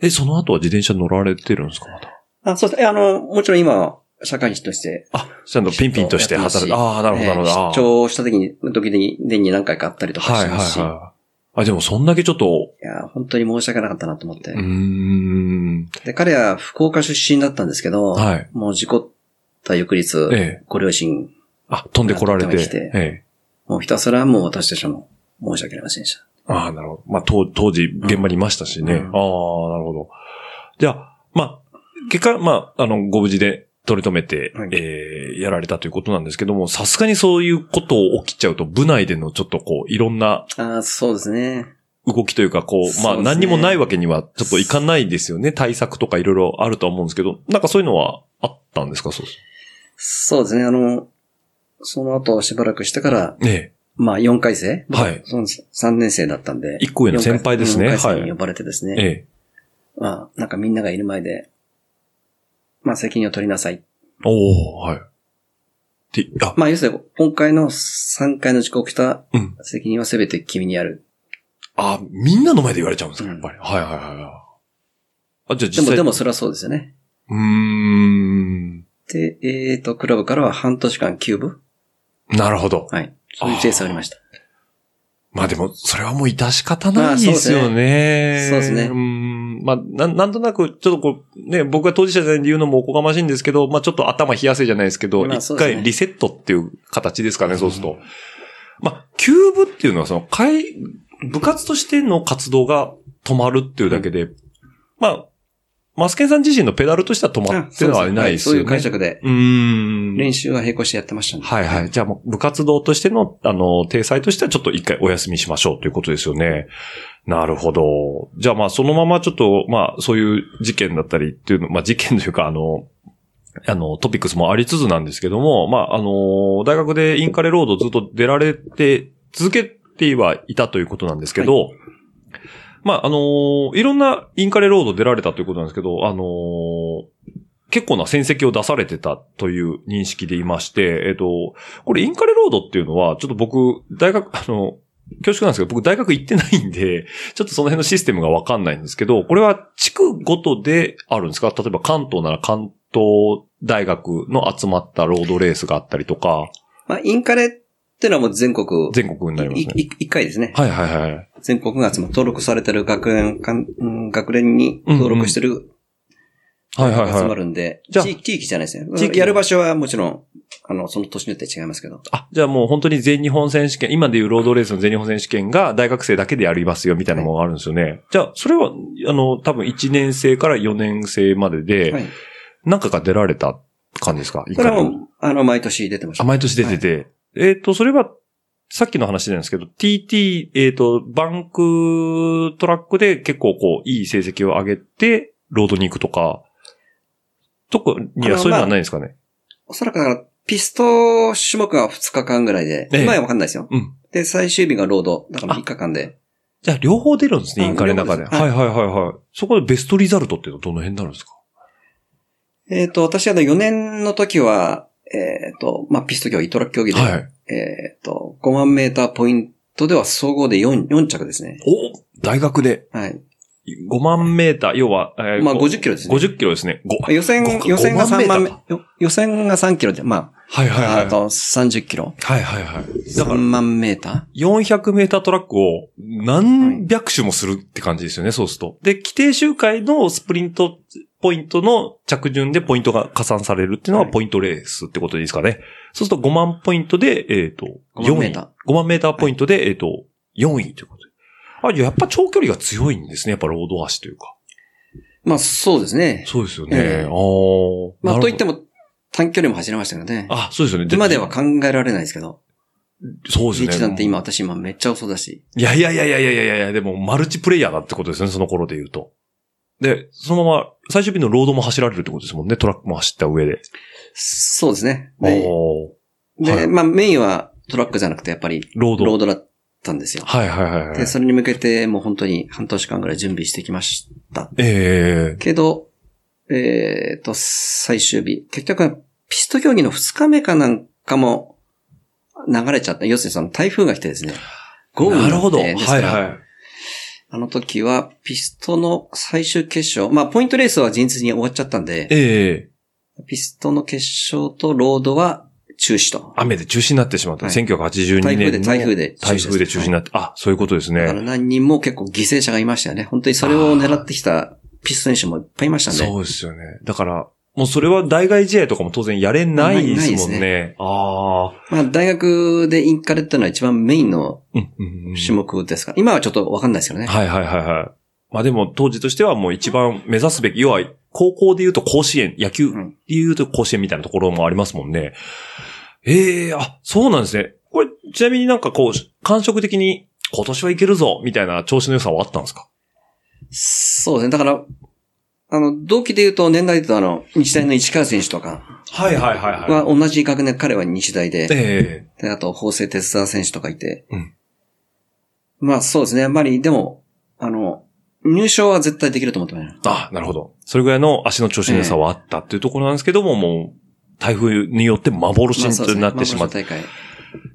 [SPEAKER 1] え、その後は自転車乗られてるんですか、また。
[SPEAKER 2] あ、そうです。えあの、もちろん今は社会人として、
[SPEAKER 1] あ、ちゃんとピンピンとして働いて。
[SPEAKER 2] やって
[SPEAKER 1] ああー、なるほどなるほど。あ
[SPEAKER 2] 出
[SPEAKER 1] ー
[SPEAKER 2] 張した時に、時に年に何回かあったりとか
[SPEAKER 1] は
[SPEAKER 2] し
[SPEAKER 1] い
[SPEAKER 2] て
[SPEAKER 1] はい
[SPEAKER 2] ますし、い
[SPEAKER 1] はい。あ、でもそんだけちょっと、
[SPEAKER 2] や、本当に申し訳なかったなと思って。
[SPEAKER 1] うーん。
[SPEAKER 2] で、彼は福岡出身だったんですけど、
[SPEAKER 1] はい。
[SPEAKER 2] もう事故った翌日、
[SPEAKER 1] ええ。
[SPEAKER 2] ご両親、
[SPEAKER 1] あ、飛んで来られ
[SPEAKER 2] なんと
[SPEAKER 1] て。
[SPEAKER 2] か来て
[SPEAKER 1] ええ。
[SPEAKER 2] もうひたすらもう私たちも申し訳ありませんでした。
[SPEAKER 1] ああ、なるほど。まあ、当当時、現場にいましたしね。
[SPEAKER 2] うん
[SPEAKER 1] ああ、なるほど。じゃあ、まあ、結果、まあ、あの、ご無事で取り留めて、
[SPEAKER 2] はい
[SPEAKER 1] ええやられたということなんですけども、さすがにそういうことを起きちゃうと、部内でのちょっとこう、いろんな
[SPEAKER 2] ああ、そうですね。
[SPEAKER 1] 動きというか、こう、ま
[SPEAKER 2] そうです
[SPEAKER 1] あ、
[SPEAKER 2] ね
[SPEAKER 1] 何にもないわけには、ちょっといかないですよね。対策とかいろいろあるとは思うんですけど、なんかそういうのはあったんですかそうそ
[SPEAKER 2] そうですね、あの、その後しばらくしてから、
[SPEAKER 1] う。ね
[SPEAKER 2] まあ4回生
[SPEAKER 1] え。はい。
[SPEAKER 2] その3年生だったんで。
[SPEAKER 1] 一個上の先輩ですね
[SPEAKER 2] 4回生
[SPEAKER 1] はい
[SPEAKER 2] に呼ばれてですね。
[SPEAKER 1] ええ。
[SPEAKER 2] まあ、なんかみんながいる前で、まあ責任を取りなさい。
[SPEAKER 1] おおはい。で、あ、
[SPEAKER 2] まあ要するに今回の3回の事故を起きた
[SPEAKER 1] うん
[SPEAKER 2] 責任は全て君にある。
[SPEAKER 1] あ、みんなの前で言われちゃうんですか、
[SPEAKER 2] うん
[SPEAKER 1] やっぱり。はいはいはいはい。あ、じゃあ実
[SPEAKER 2] で
[SPEAKER 1] 際。
[SPEAKER 2] も、でもそれはそうですよね。
[SPEAKER 1] うーん。
[SPEAKER 2] で、えっ、と、クラブからは半年間休部
[SPEAKER 1] なるほど。
[SPEAKER 2] はい。そういうケースがありました。
[SPEAKER 1] まあでも、それはもう致し方ない
[SPEAKER 2] まあ
[SPEAKER 1] ですよね。
[SPEAKER 2] そうですね
[SPEAKER 1] うーん。まあ、なん、なんとなく、ちょっとこう、ね、僕が当事者じゃないんで言うのもおこがましいんですけど、まあちょっと頭冷やせじゃないですけど、一、
[SPEAKER 2] まあそうですね
[SPEAKER 1] 回リセットっていう形ですかね、そうすると。まあ、休部っていうのは、その、会、部活としての活動が止まるっていうだけで、まあ、マスケンさん自身のペダルとしては止まっては
[SPEAKER 2] そう
[SPEAKER 1] いないです
[SPEAKER 2] そう
[SPEAKER 1] よ
[SPEAKER 2] い
[SPEAKER 1] ね。
[SPEAKER 2] う解釈で、
[SPEAKER 1] うーん。
[SPEAKER 2] 練習は並行してやってましたんで。
[SPEAKER 1] はいはい。じゃあもう部活動としての、あの、体裁としてはちょっと一回お休みしましょうということですよね。なるほど。じゃあまあそのままちょっと、まあそういう事件だったりっていうの、まあ事件というかあの、あの、トピックスもありつつなんですけども、まああの、大学でインカレロードずっと出られて、続けてはいたということなんですけど、まああの、いろんなインカレロード出られたということなんですけど、あの、結構な戦績を出されてたという認識でいまして、えっと、これインカレロードっていうのは、ちょっと僕、大学、あの、恐縮なんですけど、僕大学行ってないんで、ちょっとその辺のシステムがわかんないんですけど、これは地区ごとであるんですか例えば関東なら関東大学の集まったロードレースがあったりとか。
[SPEAKER 2] まあ、インカレっってのはもう全国、
[SPEAKER 1] 全国になりますね。
[SPEAKER 2] いい一回ですね。
[SPEAKER 1] はいはいはい。
[SPEAKER 2] 全国が集まる登録されてる学園かん、うん学連に登録してる
[SPEAKER 1] はいはい
[SPEAKER 2] 集ま
[SPEAKER 1] はい。
[SPEAKER 2] るんで、
[SPEAKER 1] じゃあ
[SPEAKER 2] 地地域じゃないですね。
[SPEAKER 1] 地域
[SPEAKER 2] やる場所はもちろん、あの、その年によって違いますけど。
[SPEAKER 1] あ、じゃあもう本当に全日本選手権、今でいうロードレースの全日本選手権が大学生だけでやりますよみたいなのもあるんですよね。じゃあ、それは、あの、多分1年生から4年生までで、
[SPEAKER 2] はい。
[SPEAKER 1] 何回か出られた感じですか
[SPEAKER 2] これは
[SPEAKER 1] 一回
[SPEAKER 2] もう、あの、毎年出てました。
[SPEAKER 1] あ、毎年出てて。えっ、と、それは、さっきの話なんですけど、TT、えっ、と、バンクトラックで結構こう、いい成績を上げて、ロードに行くとか、特に
[SPEAKER 2] あの
[SPEAKER 1] はそういうの
[SPEAKER 2] ま
[SPEAKER 1] は
[SPEAKER 2] あ
[SPEAKER 1] ないですかね。
[SPEAKER 2] おそらくだから、ピスト種目が2日間ぐらいで、
[SPEAKER 1] ええ
[SPEAKER 2] 前はわかんないですよ。
[SPEAKER 1] うん
[SPEAKER 2] で、最終日がロード、だから
[SPEAKER 1] あ
[SPEAKER 2] 3日間で。
[SPEAKER 1] じゃあ、両方出るんですね、
[SPEAKER 2] あ
[SPEAKER 1] インカレの中で。
[SPEAKER 2] 両方
[SPEAKER 1] は
[SPEAKER 2] で
[SPEAKER 1] い
[SPEAKER 2] す
[SPEAKER 1] はいはいはい。そこでベストリザルトっていうのはどの辺になるんですか
[SPEAKER 2] えっ、と、私はあの4年の時は、えっ、と、まあ、ピスト競技、トラック競技で、
[SPEAKER 1] はい。
[SPEAKER 2] えっ、と、5万メーターポイントでは総合で 4, 4着ですね。
[SPEAKER 1] お大学で
[SPEAKER 2] はい。
[SPEAKER 1] 5万メーター、要は、え
[SPEAKER 2] まあ、50キロですね。
[SPEAKER 1] 50キロですね。
[SPEAKER 2] まあ
[SPEAKER 1] 5。
[SPEAKER 2] 予選
[SPEAKER 1] ご、
[SPEAKER 2] 予選が3万
[SPEAKER 1] 五万メ
[SPEAKER 2] メ
[SPEAKER 1] ータ、
[SPEAKER 2] よ予選が3キロで、ま
[SPEAKER 1] はい
[SPEAKER 2] あ、
[SPEAKER 1] はい
[SPEAKER 2] あ
[SPEAKER 1] はい。
[SPEAKER 2] と30キロ。
[SPEAKER 1] はいはいはい。だ
[SPEAKER 2] 3
[SPEAKER 1] から、
[SPEAKER 2] 万メータ
[SPEAKER 1] 400メータートラックを何百種もするって感じですよね、そうすると。で、規定周回のスプリントポイントの着順でポイントが加算されるっていうの
[SPEAKER 2] は
[SPEAKER 1] が
[SPEAKER 2] い
[SPEAKER 1] ポイントレースってことでいいですかね。そうすると5万ポイントで、えっ、と、
[SPEAKER 2] 5万メ
[SPEAKER 1] 4
[SPEAKER 2] ー
[SPEAKER 1] 位。
[SPEAKER 2] ター
[SPEAKER 1] 5万メーターポイントで、えっ、と、4位ということで。あ、じゃあやっぱ長距離が強いんですね、やっぱロード足というか。
[SPEAKER 2] ー。まあ、そうですね。
[SPEAKER 1] そうですよね。
[SPEAKER 2] ええ
[SPEAKER 1] あー
[SPEAKER 2] まあ、といって
[SPEAKER 1] も。
[SPEAKER 2] も短距離も走れましたけどね。
[SPEAKER 1] あ、そうですよね。
[SPEAKER 2] 今では考えられないですけど。
[SPEAKER 1] そうです
[SPEAKER 2] リ
[SPEAKER 1] ね。
[SPEAKER 2] ーチなんて今、私今めっちゃ遅だし。
[SPEAKER 1] いやいやいやいやいやいやいや、でもマルチプレイヤーだってことですね、その頃で言うと。で、そのまま最終日のロードも走られるってことですもんね、トラックも走った上で。
[SPEAKER 2] そうですね。で、
[SPEAKER 1] おー
[SPEAKER 2] で
[SPEAKER 1] はい
[SPEAKER 2] まあメインはトラックじゃなくてやっぱり
[SPEAKER 1] ロード。
[SPEAKER 2] ロードだったんですよ。
[SPEAKER 1] はいはいはい、は
[SPEAKER 2] で、
[SPEAKER 1] い。
[SPEAKER 2] それに向けてもう本当に半年間ぐらい準備してきました。
[SPEAKER 1] ええ
[SPEAKER 2] けど、えっ、と、最終日。結局、ピスト競技の2日目かなんかも流れちゃった。要するにその台風が来てですね。豪雨にな
[SPEAKER 1] な
[SPEAKER 2] って
[SPEAKER 1] るほど。は
[SPEAKER 2] で
[SPEAKER 1] い
[SPEAKER 2] すから
[SPEAKER 1] は
[SPEAKER 2] あの時は、ピストの最終決勝。まあ、ポイントレースは前日に終わっちゃったん
[SPEAKER 1] い。
[SPEAKER 2] で、
[SPEAKER 1] ええ
[SPEAKER 2] ピストの決勝とロードは中止と。
[SPEAKER 1] 雨で中止になってしまった。
[SPEAKER 2] はい
[SPEAKER 1] 1982
[SPEAKER 2] 台
[SPEAKER 1] 年
[SPEAKER 2] 風
[SPEAKER 1] の
[SPEAKER 2] で台風で中止
[SPEAKER 1] 台風で中止になって。あ、そういうことです
[SPEAKER 2] だから
[SPEAKER 1] ね。
[SPEAKER 2] 何人も結構犠牲者がいましたよね。本当にそれを狙ってきたピスト選手もいっぱいいましたね。
[SPEAKER 1] そうですよね。だから、もうそれは代替試合とかも当然やれないですもん
[SPEAKER 2] ないです
[SPEAKER 1] ね。ああ。
[SPEAKER 2] まあ、大学でインカレっていうのは一番メインの
[SPEAKER 1] うんうんうん。
[SPEAKER 2] 種目ですから、今はちょっとわかんないですけどね。
[SPEAKER 1] はいはいはいはい。まあでも当時としてはもう一番目指すべき、要は高校で言うと甲子園、野球で言うと甲子園みたいなところもありますもんね。ええあ、そうなんですね。これ、ちなみになんかこう、感触的に今年はいけるぞ、みたいな調子の良さはあったんですか
[SPEAKER 2] そうですね。だから、あの、同期で言うと年代で言うとあの、日大の市川選手とか
[SPEAKER 1] はいはいはい
[SPEAKER 2] は同じ学年、彼は日大で、
[SPEAKER 1] え
[SPEAKER 2] で、あと、法政哲沢選手とかいて。
[SPEAKER 1] うん
[SPEAKER 2] まあそうですね。やっぱり、でも、あの、入賞は絶対できると思ってます。
[SPEAKER 1] えあ、なるほど。それぐらいの足の調子の良さはあったっていうところなんですけども、もう、台風によって幻
[SPEAKER 2] まあそうです
[SPEAKER 1] に
[SPEAKER 2] ね
[SPEAKER 1] なってしまって、
[SPEAKER 2] 幻の大会。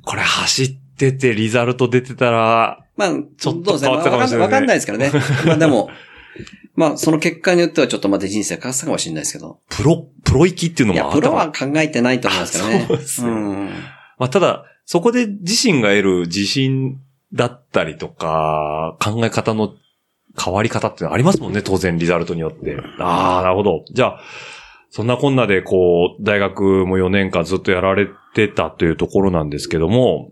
[SPEAKER 1] これ走っててリザルト出てたら、
[SPEAKER 2] まあ、
[SPEAKER 1] ちょっと
[SPEAKER 2] どうですね。
[SPEAKER 1] 変わ
[SPEAKER 2] わ
[SPEAKER 1] ったかも
[SPEAKER 2] か
[SPEAKER 1] し
[SPEAKER 2] ん
[SPEAKER 1] れない
[SPEAKER 2] わかんないで
[SPEAKER 1] (laughs)
[SPEAKER 2] すからね。まあでも、まあその結果によってはちょっとまた人生変わったかもしれないですけど。
[SPEAKER 1] プロ、プロ行きっていうの
[SPEAKER 2] い
[SPEAKER 1] もあっ
[SPEAKER 2] や、
[SPEAKER 1] た
[SPEAKER 2] プ
[SPEAKER 1] か
[SPEAKER 2] ロ
[SPEAKER 1] も
[SPEAKER 2] は考えてないと思いますけどね。
[SPEAKER 1] あそうですよ
[SPEAKER 2] ん。
[SPEAKER 1] まあ、ただ、そこで自身が得る自信だったりとか、考え方の変わり方っていうのはありますもんね、当然、リザルトによって。ああ、なるほど。じゃあ、そんなこんなで、こう、大学も4年間ずっとやられてたというところなんですけども、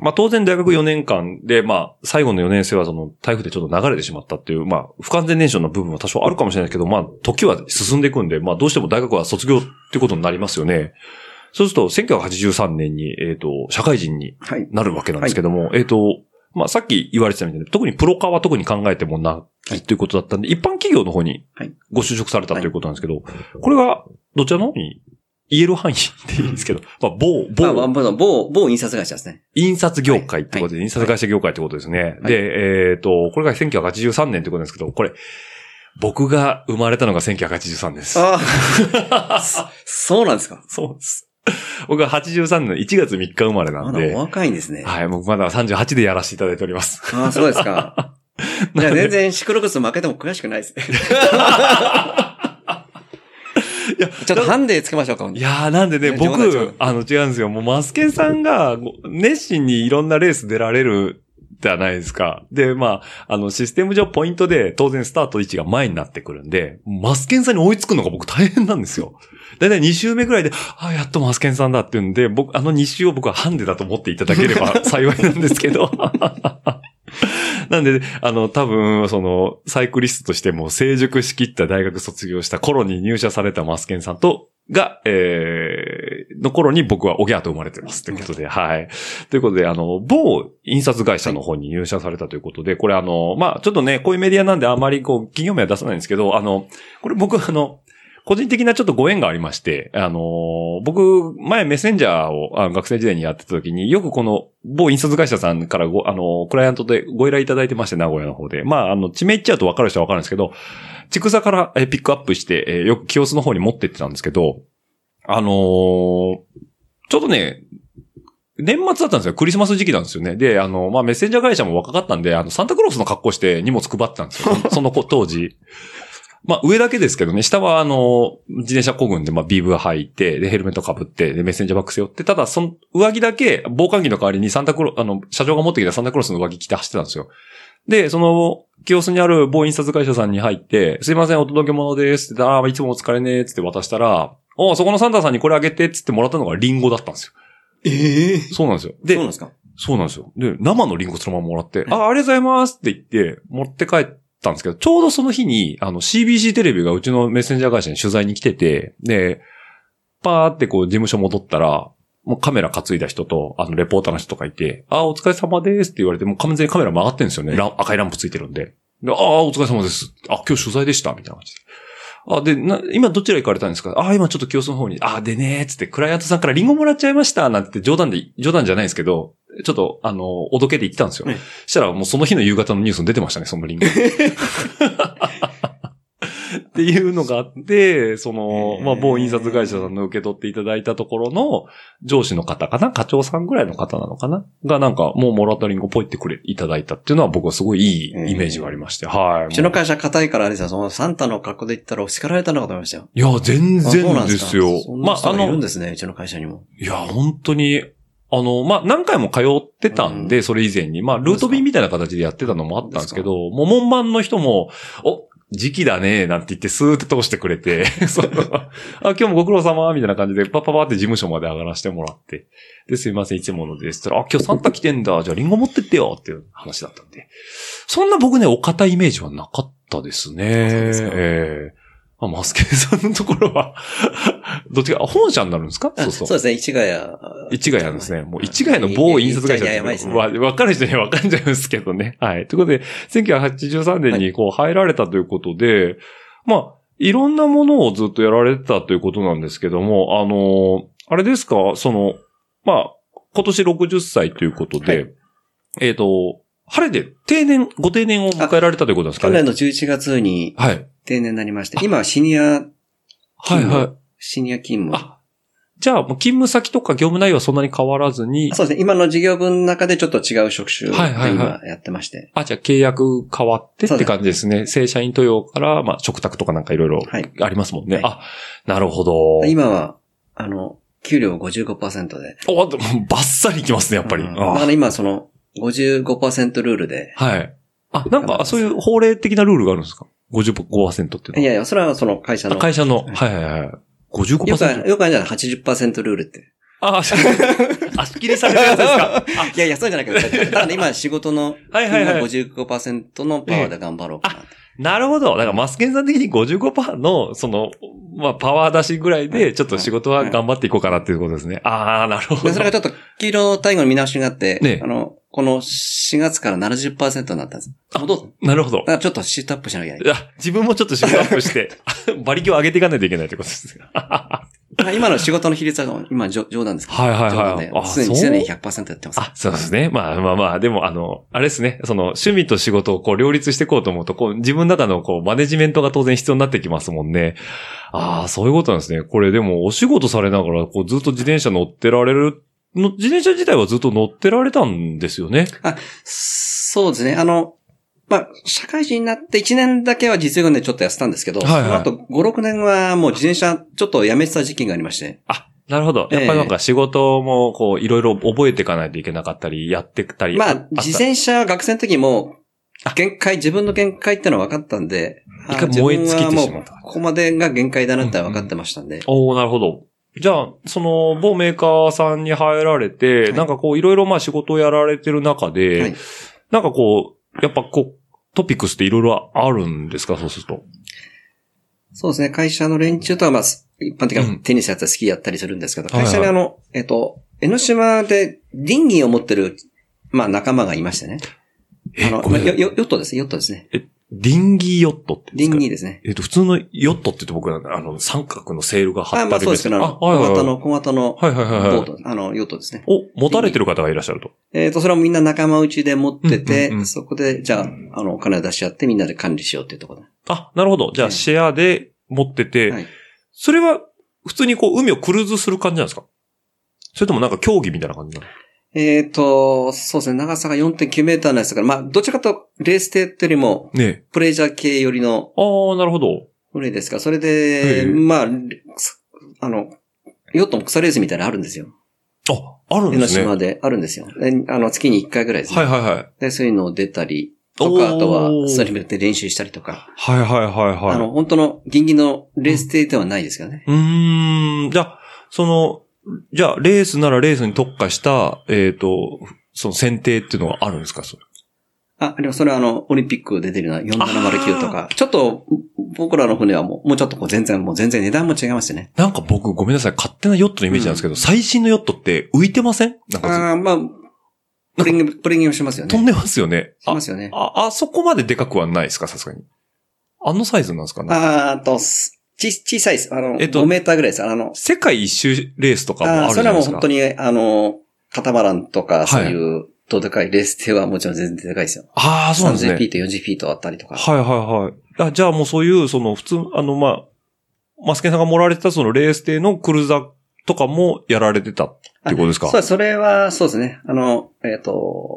[SPEAKER 1] まあ当然大学4年間で、まあ最後の4年生はその台風でちょっと流れてしまったっていう、まあ不完全燃焼の部分は多少あるかもしれないですけど、まあ時は進んでいくんで、まあどうしても大学は卒業ってことになりますよね。そうすると1983年に、えっ、と、社会人に
[SPEAKER 2] はい。
[SPEAKER 1] なるわけなんですけども、えっ、と、まあさっき言われてたみたいに、特にプロ化は特に考えてもな
[SPEAKER 2] はい
[SPEAKER 1] いということだったんで、一般企業の方に
[SPEAKER 2] はい
[SPEAKER 1] ご就職されたということなんですけど、これがどちらの方に言える範囲でいいんですけど、まあ某、某、
[SPEAKER 2] まあまあ、まあ某、某印刷会社ですね。
[SPEAKER 1] 印刷業界ってことで、
[SPEAKER 2] はい
[SPEAKER 1] 印刷会社業界ってことですね。
[SPEAKER 2] はい
[SPEAKER 1] で、えっ、と、これが1983年ってことなんですけど、これ、僕が生まれたのが1983年です。
[SPEAKER 2] ああ。そそうなんですか。
[SPEAKER 1] そうです。僕は83年の1月3日生まれな
[SPEAKER 2] ま
[SPEAKER 1] ん
[SPEAKER 2] だお
[SPEAKER 1] で、
[SPEAKER 2] 若いんですね。
[SPEAKER 1] はい、僕まだ38でやらせていただいております。
[SPEAKER 2] (laughs) ああ、そうです
[SPEAKER 1] (laughs)
[SPEAKER 2] か。じゃあ全然シクロクロス負けても悔しくないですね。
[SPEAKER 1] いや、
[SPEAKER 2] ちょっとハンデつけましょうか。
[SPEAKER 1] いやーなんでね、
[SPEAKER 2] ね冗談冗
[SPEAKER 1] 僕
[SPEAKER 2] 談、
[SPEAKER 1] あの違うんですよ。もうマスケンさんがご熱心にいろんなレース出られるじゃないですか。で、まあ、あのシステム上ポイントで当然スタート位置が前になってくるんで、マスケンさんに追いつくのが僕大変なんですよ。だいたい2周目ぐらいで、あやっとマスケンさんだっていうんで、僕、あの2周を僕はハンデだと思っていただけれ
[SPEAKER 2] (laughs)
[SPEAKER 1] ば幸いなんですけど。 (laughs) なんで、あの、多分、その、サイクリストとしても成熟しきった大学卒業した頃に入社されたマスケンさんと、が、えー、の頃に僕はおぎゃーと生まれてます。ということで、はい。ということで、あの、某印刷会社の方に入社されたということで、これあの、まあ、ちょっとね、こういうメディアなんであまりこう、企業名は出さないんですけど、あの、これ僕あの、個人的なちょっとご縁がありまして、あのー僕、前メッセンジャーをあの学生時代にやってた時に、よくこの某印刷会社さんからご、あのークライアントでご依頼いただいてまして、名古屋の方で。まあ、あの、地名言っちゃうと分かる人は分かるんですけど、ちくさからえーピックアップして、えーよく清須の方に持ってってたんですけど、あのーちょっとね、年末だったんですよ。クリスマス時期なんですよね。で、あの、まあ、メッセンジャー会社も若かったんで、あの、サンタクロースの格好して荷物配ってたんですよ。その子当時。まあ、上だけですけどね、下はあの、自転車こぐんで、まあ、ビーブ履いて、で、ヘルメット被って、で、メッセンジャーバッグ背負って、ただ、その、上着だけ、防寒着の代わりにサンタクロあの、社長が持ってきたサンタクロースの上着着て走ってたんですよ。で、その、清須にある某印刷会社さんに入って、すいません、お届け物ですって言ったら、あーいつもお疲れねーっつって渡したら、おうそこのサンタさんにこれあげてっつってもらったのがリンゴだったんですよ。
[SPEAKER 2] ええそ
[SPEAKER 1] そうなんですよ。
[SPEAKER 2] う
[SPEAKER 1] で
[SPEAKER 2] なん、ですか
[SPEAKER 1] そうなんですよ。で、生のリンゴそのままもらって、あ、ありがとうございますって言って、持って帰ったんですけど、ちょうどその日に、あの、CBC テレビがうちのメッセンジャー会社に取材に来てて、で、パーってこう事務所戻ったら、もうカメラ担いだ人と、あの、レポーターの人とかいて、あ、お疲れ様ですって言われて、もう完全にカメラ回ってんですよね。ラン赤いランプついてるんで。でああ、お疲れ様です。あ、今日取材でした、みたいな感じで。あ、で、な、今どちら行かれたんですかあ、今ちょっと清須の方に、あ、でねーっつって、クライアントさんからリンゴもらっちゃいました、なんて冗談で、冗談じゃないですけど、ちょっと、あの、おどけて行ったんですよ。
[SPEAKER 2] うん
[SPEAKER 1] したらもうその日の夕方のニュースに出てましたね、そのリン
[SPEAKER 2] (laughs)
[SPEAKER 1] ゴ。っていうのがあって、その
[SPEAKER 2] へ、ー
[SPEAKER 1] まあ、某印刷会社さんの受け取っていただいたところの、上司の方かな課長さんぐらいの方なのかながなんか、もうもらったリンゴポイってくれ、いただいたっていうのは僕はすごいいいイメージがありまして、はい。
[SPEAKER 2] うちの会社硬いからあれですよ、そのサンタの格好で行ったら叱られたのかと思いましたよ。
[SPEAKER 1] いや、全
[SPEAKER 2] あそうな
[SPEAKER 1] 然
[SPEAKER 2] ん
[SPEAKER 1] ですよ。
[SPEAKER 2] ま
[SPEAKER 1] ま
[SPEAKER 2] あ、
[SPEAKER 1] あ、
[SPEAKER 2] あ
[SPEAKER 1] あ
[SPEAKER 2] の、いるん
[SPEAKER 1] の、
[SPEAKER 2] ですね、うちの会社にも。
[SPEAKER 1] いや、本当に、あの、まあ、何回も通ってたんで、それ以前に、まあ、ルート便みたいな形でやってたのもあったんですけど、もう門番の人も、お、時期だね、なんて言ってスーって通してくれて、そのあ、今日もご苦労様、みたいな感じで、パッパパって事務所まで上がらせてもらって、で、すいません、いつものです。つったら、あ、今日サンタ来てんだ、じゃあリンゴ持ってってよ、っていう話だったんで。そんな僕ね、お堅いイメージはなかったですね。
[SPEAKER 2] そうですか
[SPEAKER 1] ええあマスケンさんのところは、 (laughs) どっちか、あ本社になるんですか
[SPEAKER 2] あ
[SPEAKER 1] そうそう。
[SPEAKER 2] ですね、市ヶ谷。
[SPEAKER 1] 市ヶ谷ですね。もう市ヶ谷の某印刷会社
[SPEAKER 2] いやいややばいですね
[SPEAKER 1] わわかる人にはわかんじゃうんですけどね。はい。ということで、1983年にこう入られたということで、まあ、いろんなものをずっとやられてたということなんですけども、あのーあれですか、その、まあ、今年60歳ということで、
[SPEAKER 2] は
[SPEAKER 1] えっ、と、晴れて定年、ご定年を迎えられたということなんですか
[SPEAKER 2] 去
[SPEAKER 1] ね
[SPEAKER 2] 年。の11月に
[SPEAKER 1] はい。
[SPEAKER 2] 定年になりまして、今はシニア、
[SPEAKER 1] はいはい。
[SPEAKER 2] シニア勤務。
[SPEAKER 1] あ、じゃあ、もう勤務先とか業務内容はそんなに変わらずに、
[SPEAKER 2] そうですね、今の事業分の中でちょっと違う職種で
[SPEAKER 1] はいはいはい
[SPEAKER 2] 今やってまして。
[SPEAKER 1] あ、じゃあ契約変わってって感じですね。正社員登用から、まあ、嘱託とかなんかいろいろ
[SPEAKER 2] はい。
[SPEAKER 1] ありますもんね。
[SPEAKER 2] はい
[SPEAKER 1] あ、なるほど。
[SPEAKER 2] 今は、あの、給料55%で。やっ
[SPEAKER 1] お、でもバッサリいきますね、やっぱり。
[SPEAKER 2] だ
[SPEAKER 1] あ
[SPEAKER 2] から今その、55%ルールで。
[SPEAKER 1] はい。あ、なんか、そういう法令的なルールがあるんですか ?55% っていうのはい
[SPEAKER 2] やいや、それはその会社
[SPEAKER 1] あ
[SPEAKER 2] の。
[SPEAKER 1] 会社の、はいはいはい。55%?
[SPEAKER 2] よくある、よくあるじゃない ?80% ルールって。
[SPEAKER 1] あ、足切りされるやつです (laughs) か
[SPEAKER 2] いやいや、そうじゃなくて、ただね今仕事 (laughs) の、
[SPEAKER 1] はいはいはい
[SPEAKER 2] 55%のパワーで頑張ろうかなと。
[SPEAKER 1] なるほど。だから、マスケンさん的に55%の、その、まあ、パワー出しぐらいで、ちょっと仕事は頑張っていこうかなっていうことですね。ああ、なるほど。
[SPEAKER 2] で、それがちょっと、黄色単位の見直しがあって、
[SPEAKER 1] ね
[SPEAKER 2] あの、この4月から70%になったんです。
[SPEAKER 1] あなるほど
[SPEAKER 2] だか。らちょっとシートアップしなきゃいけ
[SPEAKER 1] いや、自分もちょっと仕事アップして、 (laughs) 馬力を上げていかないといけないってことですね。は
[SPEAKER 2] ない。今の仕事の比率は、今冗冗談ですけど。
[SPEAKER 1] いはい
[SPEAKER 2] 冗談
[SPEAKER 1] はい
[SPEAKER 2] で。
[SPEAKER 1] あ、
[SPEAKER 2] すでに
[SPEAKER 1] そう
[SPEAKER 2] 常に100%やってます。
[SPEAKER 1] あ、そうですね。まあまあまあ、でもあの、あれですね。その、趣味と仕事をこう両立していこうと思うと、こう、自分の中のこう、マネジメントが当然必要になってきますもんね。ああ、そういうことなんですね。これでも、お仕事されながら、こう、ずっと自転車乗ってられる、の自転車自体はずっと乗ってられたんですよね。
[SPEAKER 2] そうですね。あの、まあ、社会人になって1年だけは実用軍でちょっとやってたんですけど、
[SPEAKER 1] はいはい
[SPEAKER 2] その後5、6年はもう自転車ちょっとやめてた時期がありまして、
[SPEAKER 1] あ、なるほど。やっぱりなんか仕事もこういろいろ覚えていかないといけなかったり、やってたり。
[SPEAKER 2] ま
[SPEAKER 1] っ
[SPEAKER 2] あ
[SPEAKER 1] た、
[SPEAKER 2] 自転車は学生の時も、限界、自分の限界ってのは分かったんで、
[SPEAKER 1] 一
[SPEAKER 2] あ
[SPEAKER 1] 回燃え尽きてしまった
[SPEAKER 2] 自分はもうここまでが限界だなって分かってましたんで。
[SPEAKER 1] おおなるほど。じゃあ、その、某メーカーさんに入られて、
[SPEAKER 2] い
[SPEAKER 1] なんかこう、いろいろまあ仕事をやられてる中で、
[SPEAKER 2] はい
[SPEAKER 1] なんかこう、やっぱこう、トピックスっていろいろあるんですかそうすると。
[SPEAKER 2] そうですね、会社の連中とは、まあ、す一般的
[SPEAKER 1] う
[SPEAKER 2] なんテニスやったりスキーやったりするんですけど、
[SPEAKER 1] はいはい
[SPEAKER 2] 会社にあの、えっと、江ノ島で林銀を持ってる、まあ仲間がいましてね。あの、
[SPEAKER 1] こ
[SPEAKER 2] まあ
[SPEAKER 1] れ
[SPEAKER 2] ヨヨヨットですね、ヨットですね。
[SPEAKER 1] ディンギーヨットって言
[SPEAKER 2] 林
[SPEAKER 1] うんですか
[SPEAKER 2] 銀ですね。
[SPEAKER 1] えっと、普通のヨットって言って僕は、あの、三角のセールが貼
[SPEAKER 2] あ、
[SPEAKER 1] ってあ
[SPEAKER 2] まあ
[SPEAKER 1] る
[SPEAKER 2] そうですけど、あの、
[SPEAKER 1] あ、はいはいは
[SPEAKER 2] 小型
[SPEAKER 1] い。
[SPEAKER 2] の、小型の、
[SPEAKER 1] はいはいはい
[SPEAKER 2] ボ
[SPEAKER 1] は
[SPEAKER 2] ー
[SPEAKER 1] い。
[SPEAKER 2] ト、あの、ヨットですね。
[SPEAKER 1] お、持たれてる方がいらっしゃると。
[SPEAKER 2] えっ、と、それもみんな仲間内で持ってて、
[SPEAKER 1] うんうんうん
[SPEAKER 2] そこで、じゃあ、あの、お金を出し合ってみんなで管理しようっていうところだ。
[SPEAKER 1] あ、なるほど。じゃあ、
[SPEAKER 2] うん
[SPEAKER 1] シェアで持ってて、
[SPEAKER 2] はい
[SPEAKER 1] それは、普通にこう、海をクルーズする感じなんですかそれともなんか競技みたいな感じなの
[SPEAKER 2] えっ、と、そうですね、長さが4.9メーターのやつだから、まあ、どちらかというとレース艇っていうよりも、
[SPEAKER 1] ねえ。
[SPEAKER 2] プレジャー系寄りの
[SPEAKER 1] ああ、なるほど。
[SPEAKER 2] 船ですから、それで、
[SPEAKER 1] ええ
[SPEAKER 2] まあ、あの、ヨットの草レースみたいなのあるんですよ。
[SPEAKER 1] あ、ある
[SPEAKER 2] 江
[SPEAKER 1] ん
[SPEAKER 2] ノ
[SPEAKER 1] ですね。
[SPEAKER 2] 島
[SPEAKER 1] はい
[SPEAKER 2] であるんですよ。であの、月に1回ぐらいですね。
[SPEAKER 1] はいはい。
[SPEAKER 2] で、そういうのを出たりとか、あ
[SPEAKER 1] おー
[SPEAKER 2] とは、スタリブで練習したりとか。
[SPEAKER 1] はいはいはいはい。
[SPEAKER 2] あの、本当のギンギンのレース艇ではないですけどね。
[SPEAKER 1] うーん、じゃあ、その、じゃあ、レースならレースに特化した、えっ、と、その選定っていうのはあるんですかそれ
[SPEAKER 2] あ、でもそれはあの、オリンピック出てるような4709とか、ちょっと、僕らの船はもう、もうちょっとこう全然、もう全然値段も違いますよね。
[SPEAKER 1] なんか僕、ごめんなさい、勝手なヨットのイメージなんですけど、最新のヨットって浮いてませんなんか、
[SPEAKER 2] ああ、まあ、プレング、プレングしますよ
[SPEAKER 1] 飛ん
[SPEAKER 2] ね。
[SPEAKER 1] でますよね。
[SPEAKER 2] し
[SPEAKER 1] あ
[SPEAKER 2] ますよね。
[SPEAKER 1] あ、あそこまででかくはないですかさすがに。あのサイズなんですかね。
[SPEAKER 2] あーと、すち、小さいです。あの、
[SPEAKER 1] えっと
[SPEAKER 2] 5メーターぐらいです。あの、
[SPEAKER 1] 世界一周レースとかもあ
[SPEAKER 2] あー
[SPEAKER 1] るじ
[SPEAKER 2] そ
[SPEAKER 1] ゃ
[SPEAKER 2] れ
[SPEAKER 1] な
[SPEAKER 2] はい
[SPEAKER 1] で
[SPEAKER 2] もう
[SPEAKER 1] すか。
[SPEAKER 2] 本当に、あの、カタマランとか、
[SPEAKER 1] い
[SPEAKER 2] そういう、どでかいレース艇はもちろん全然でかいですよ。
[SPEAKER 1] ああ、そうなんです
[SPEAKER 2] 30
[SPEAKER 1] ね
[SPEAKER 2] フィ。ート、40フィートあったりとか。
[SPEAKER 1] はいはいはい。あじゃあもうそういう、その普通、あの、まあ、マスケンさんが盛られてたそのレース艇のクルーザーとかもやられてたっていうことですか
[SPEAKER 2] そう、それは、そうですね。あの、えっ、と、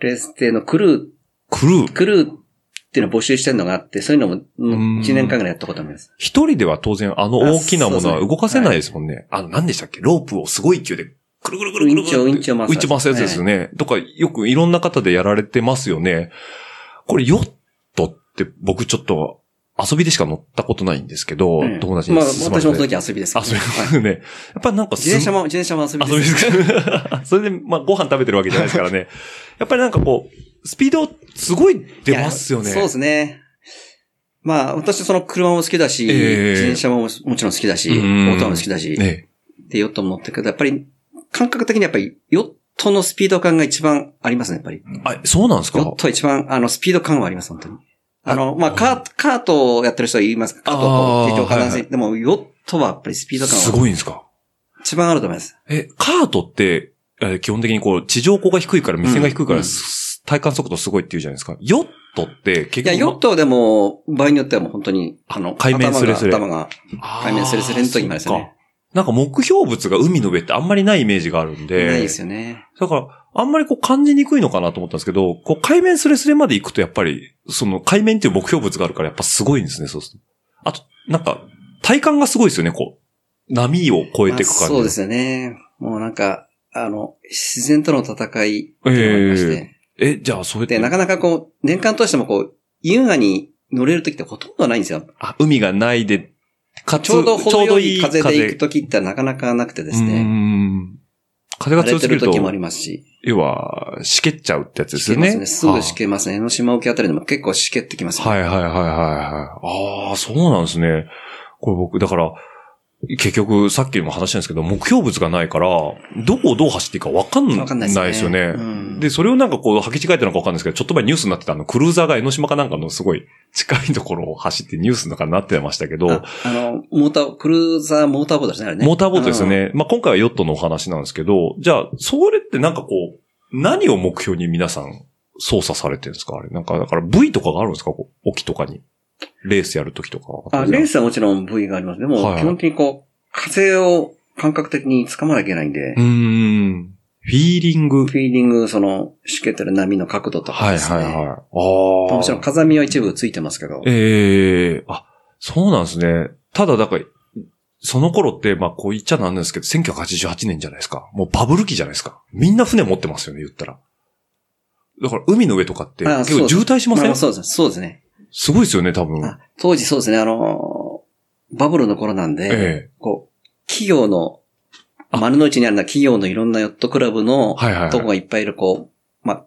[SPEAKER 2] レース艇のクル
[SPEAKER 1] クル
[SPEAKER 2] ー、
[SPEAKER 1] ー。
[SPEAKER 2] クルーっていうのを募集してるのがあって、そういうのも、
[SPEAKER 1] ん
[SPEAKER 2] 1年間ぐらいやったことあります。
[SPEAKER 1] 一人では当然あの大きなものは動かせないですもんね。あの、何でしたっけロープをすごい勢いで、くるくるくるくるくるって。
[SPEAKER 2] ウィンチをウィンチを回す
[SPEAKER 1] ウィンチ回すやつですよね。とか、よくいろんな方でやられてますよね。これ、ヨットって僕ちょっと遊びでしか乗ったことないんですけど、
[SPEAKER 2] うん
[SPEAKER 1] 友達
[SPEAKER 2] ま
[SPEAKER 1] に
[SPEAKER 2] あ、
[SPEAKER 1] 勧まれ
[SPEAKER 2] 私
[SPEAKER 1] て。
[SPEAKER 2] もその時遊びです
[SPEAKER 1] (laughs)
[SPEAKER 2] け
[SPEAKER 1] あ、
[SPEAKER 2] ど
[SPEAKER 1] そう
[SPEAKER 2] ね。
[SPEAKER 1] いうことですね。
[SPEAKER 2] はい
[SPEAKER 1] やっぱなんか
[SPEAKER 2] 自転車も、自転車も遊び
[SPEAKER 1] 遊びで
[SPEAKER 2] で。
[SPEAKER 1] すすか (laughs) それで、まあ、ご飯食べてるわけじゃないですからね。やっぱりなんかこう、スピードすごい出ますよね。
[SPEAKER 2] いやそうですね。まあ、私その車も好きだし、
[SPEAKER 1] ええ
[SPEAKER 2] 自転車ももちろん好きだし、
[SPEAKER 1] うん
[SPEAKER 2] オートも好きだし、
[SPEAKER 1] ね。
[SPEAKER 2] で、ヨットも乗ってるけど、やっぱり、感覚的にやっぱり、ヨットのスピード感が一番ありますね、やっぱり。
[SPEAKER 1] あ、そうなんです
[SPEAKER 2] ヨ
[SPEAKER 1] か
[SPEAKER 2] ットは一まあ一番、あの、スピード感はあります、本当に。あの、まあ、カート、カートをやってる人はいます。カートをこう、
[SPEAKER 1] あー
[SPEAKER 2] 提供かなせ、
[SPEAKER 1] はい
[SPEAKER 2] でも、ヨットはやっぱりスピード感
[SPEAKER 1] す
[SPEAKER 2] は
[SPEAKER 1] ごいんですか
[SPEAKER 2] 一番あると思います。
[SPEAKER 1] え、カートって、えー基本的にこう、地上高が低いから、目線が低いから、
[SPEAKER 2] うん
[SPEAKER 1] す体感速度すごいって言うじゃないですか。ヨットって結
[SPEAKER 2] いや、
[SPEAKER 1] 局、
[SPEAKER 2] ヨットはでも、場合によってはもう本当に、あの、
[SPEAKER 1] 海面スレスレ
[SPEAKER 2] 頭が、
[SPEAKER 1] あー、
[SPEAKER 2] 海面スレスレの時までですよ
[SPEAKER 1] そっか
[SPEAKER 2] ね。
[SPEAKER 1] なんか目標物が海の上ってあんまりないイメージがあるんで。
[SPEAKER 2] ないですよね。
[SPEAKER 1] だから、あんまりこう感じにくいのかなと思ったんですけど、こう海面スレスレまで行くとやっぱり、その海面っていう目標物があるからやっぱすごいんですね、そうすると。あと、なんか、体感がすごいですよね、こう。波を越えていく感じ。
[SPEAKER 2] まあそうですよね。もうなんか、あの、自然との戦いって
[SPEAKER 1] え
[SPEAKER 2] いうのがありまして。
[SPEAKER 1] ええ、じゃあ、それって
[SPEAKER 2] で、なかなかこう、年間通してもこう、優雅に乗れる時ってほとんどないんですよ。
[SPEAKER 1] あ、海がないで、かつ
[SPEAKER 2] ちょうど程よい
[SPEAKER 1] ちょうど
[SPEAKER 2] 風で行く時ってなかなかなくてです
[SPEAKER 1] うー
[SPEAKER 2] ね。
[SPEAKER 1] ん風が
[SPEAKER 2] 荒れ
[SPEAKER 1] 強
[SPEAKER 2] て
[SPEAKER 1] すぎ
[SPEAKER 2] る
[SPEAKER 1] ると
[SPEAKER 2] 時、もありますし。
[SPEAKER 1] 要は、しけっちゃうってやつですよ
[SPEAKER 2] ま
[SPEAKER 1] ね。
[SPEAKER 2] すね。すぐし
[SPEAKER 1] け
[SPEAKER 2] けますね。江ノ島沖あたりでも結構しけってきますよ
[SPEAKER 1] はいはいはいはいはい。ああ、そうなんですね。これ僕、だから、結局、さっきも話したんですけど、目標物がないから、どこをどう走っていいか分かん
[SPEAKER 2] わかんな
[SPEAKER 1] ない
[SPEAKER 2] ですね
[SPEAKER 1] いですよね。
[SPEAKER 2] うん
[SPEAKER 1] で、それをなんかこう、履き違えたのか分かんないですけど、ちょっと前ニュースになってたあの、クルーザーが江ノ島かなんかのすごい近いところを走ってニュースの中になってましたけど、
[SPEAKER 2] ああの、モーター、クルーザーモーターボートですね、あれね。
[SPEAKER 1] モーターボートですよね。まあ、今回はヨットのお話なんですけど、じゃあ、それってなんかこう、何を目標に皆さん操作されてるんですかあれ。なんか、だから V とかがあるんですかこう、沖とかに。レースやるときとか。
[SPEAKER 2] うん。あ、レースはもちろん部位があります。でも、
[SPEAKER 1] はい
[SPEAKER 2] 基本的にこう、風を感覚的に掴まなきゃいけないんで
[SPEAKER 1] うー、ん。フィーリング。
[SPEAKER 2] フィーリング、その、しけてる波の角度とか
[SPEAKER 1] はい
[SPEAKER 2] ですね。
[SPEAKER 1] はいはい。ああ。
[SPEAKER 2] もちろん風見は一部ついてますけど。
[SPEAKER 1] ええあ、そうなんですね。ただ、だから、その頃って、まあ、こう言っちゃなんですけど、1988年じゃないですか。もうバブル期じゃないですか。みんな船持ってますよね、言ったら。だから、海の上とかって、
[SPEAKER 2] あ
[SPEAKER 1] 結構渋滞しませ
[SPEAKER 2] ま
[SPEAKER 1] ん
[SPEAKER 2] あそうですね。そうですね。
[SPEAKER 1] すごいですよね、多分。
[SPEAKER 2] あ当時そうですね、あのー、バブルの頃なんで、
[SPEAKER 1] ええ
[SPEAKER 2] こう、企業の、
[SPEAKER 1] あ
[SPEAKER 2] 丸の内にあるのは企業のいろんなヨットクラブの、
[SPEAKER 1] はいはい
[SPEAKER 2] とこ
[SPEAKER 1] はい。
[SPEAKER 2] がいっぱいいる、こう、まあ、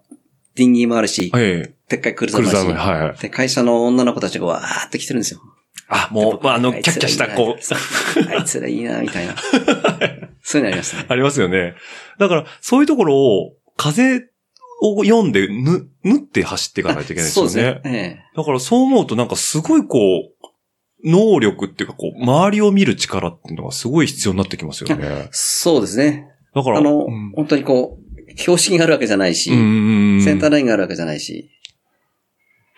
[SPEAKER 2] ディンギーもあるし、
[SPEAKER 1] え
[SPEAKER 2] でっかいク
[SPEAKER 1] え
[SPEAKER 2] ルーザ
[SPEAKER 1] クル
[SPEAKER 2] ー
[SPEAKER 1] ー
[SPEAKER 2] もある
[SPEAKER 1] ザー
[SPEAKER 2] し
[SPEAKER 1] の、はいはい。
[SPEAKER 2] で、会社の女の子たちがわーって来てるんですよ。
[SPEAKER 1] あ、もう、まあ、あの、キャッキャした、こう、
[SPEAKER 2] う。あいつらいいな、みたいな。そういうのありましたね。
[SPEAKER 1] ありますよね。だから、そういうところを、風を読んで、ぬ、縫って走っていかないといけないです
[SPEAKER 2] そう
[SPEAKER 1] よ
[SPEAKER 2] ですね
[SPEAKER 1] ね。。
[SPEAKER 2] ええ
[SPEAKER 1] だからそう思うとなんかすごいこう、能力っていうかこう、周りを見る力っていうのがすごい必要になってきますよね。
[SPEAKER 2] そうですね。
[SPEAKER 1] だから、
[SPEAKER 2] あの、
[SPEAKER 1] うん
[SPEAKER 2] 本当にこう、標識があるわけじゃないし、
[SPEAKER 1] うん
[SPEAKER 2] センターラインがあるわけじゃないし、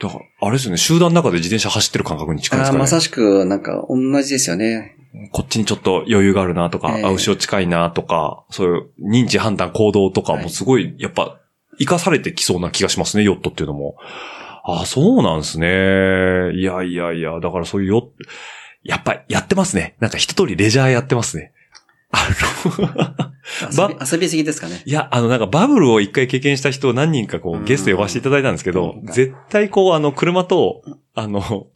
[SPEAKER 1] だから、あれですよね、集団の中で自転車走ってる感覚に近いで
[SPEAKER 2] あ
[SPEAKER 1] す
[SPEAKER 2] あ
[SPEAKER 1] かね。
[SPEAKER 2] まさしく、なんか、同じですよね。
[SPEAKER 1] こっちにちょっと余裕があるなとか、
[SPEAKER 2] ええ
[SPEAKER 1] あ、後ろ近いなとか、そういう認知判断行動とか
[SPEAKER 2] は
[SPEAKER 1] も
[SPEAKER 2] い
[SPEAKER 1] すごい、やっぱ、活かされてきそうな気がしますね、ヨットっていうのも。あ、そうなんですね。いやいやいや、だからそういうヨット、やっぱやってますね。なんか一通りレジャーやってますね。あの、 (laughs)
[SPEAKER 2] 遊び遊びすぎですかね。
[SPEAKER 1] いや、あの、なんかバブルを一回経験した人を何人かこ
[SPEAKER 2] う
[SPEAKER 1] う、
[SPEAKER 2] ん
[SPEAKER 1] ゲスト呼ばせていただいたんですけど
[SPEAKER 2] う、ん
[SPEAKER 1] 絶対こう、あの、車と、あの、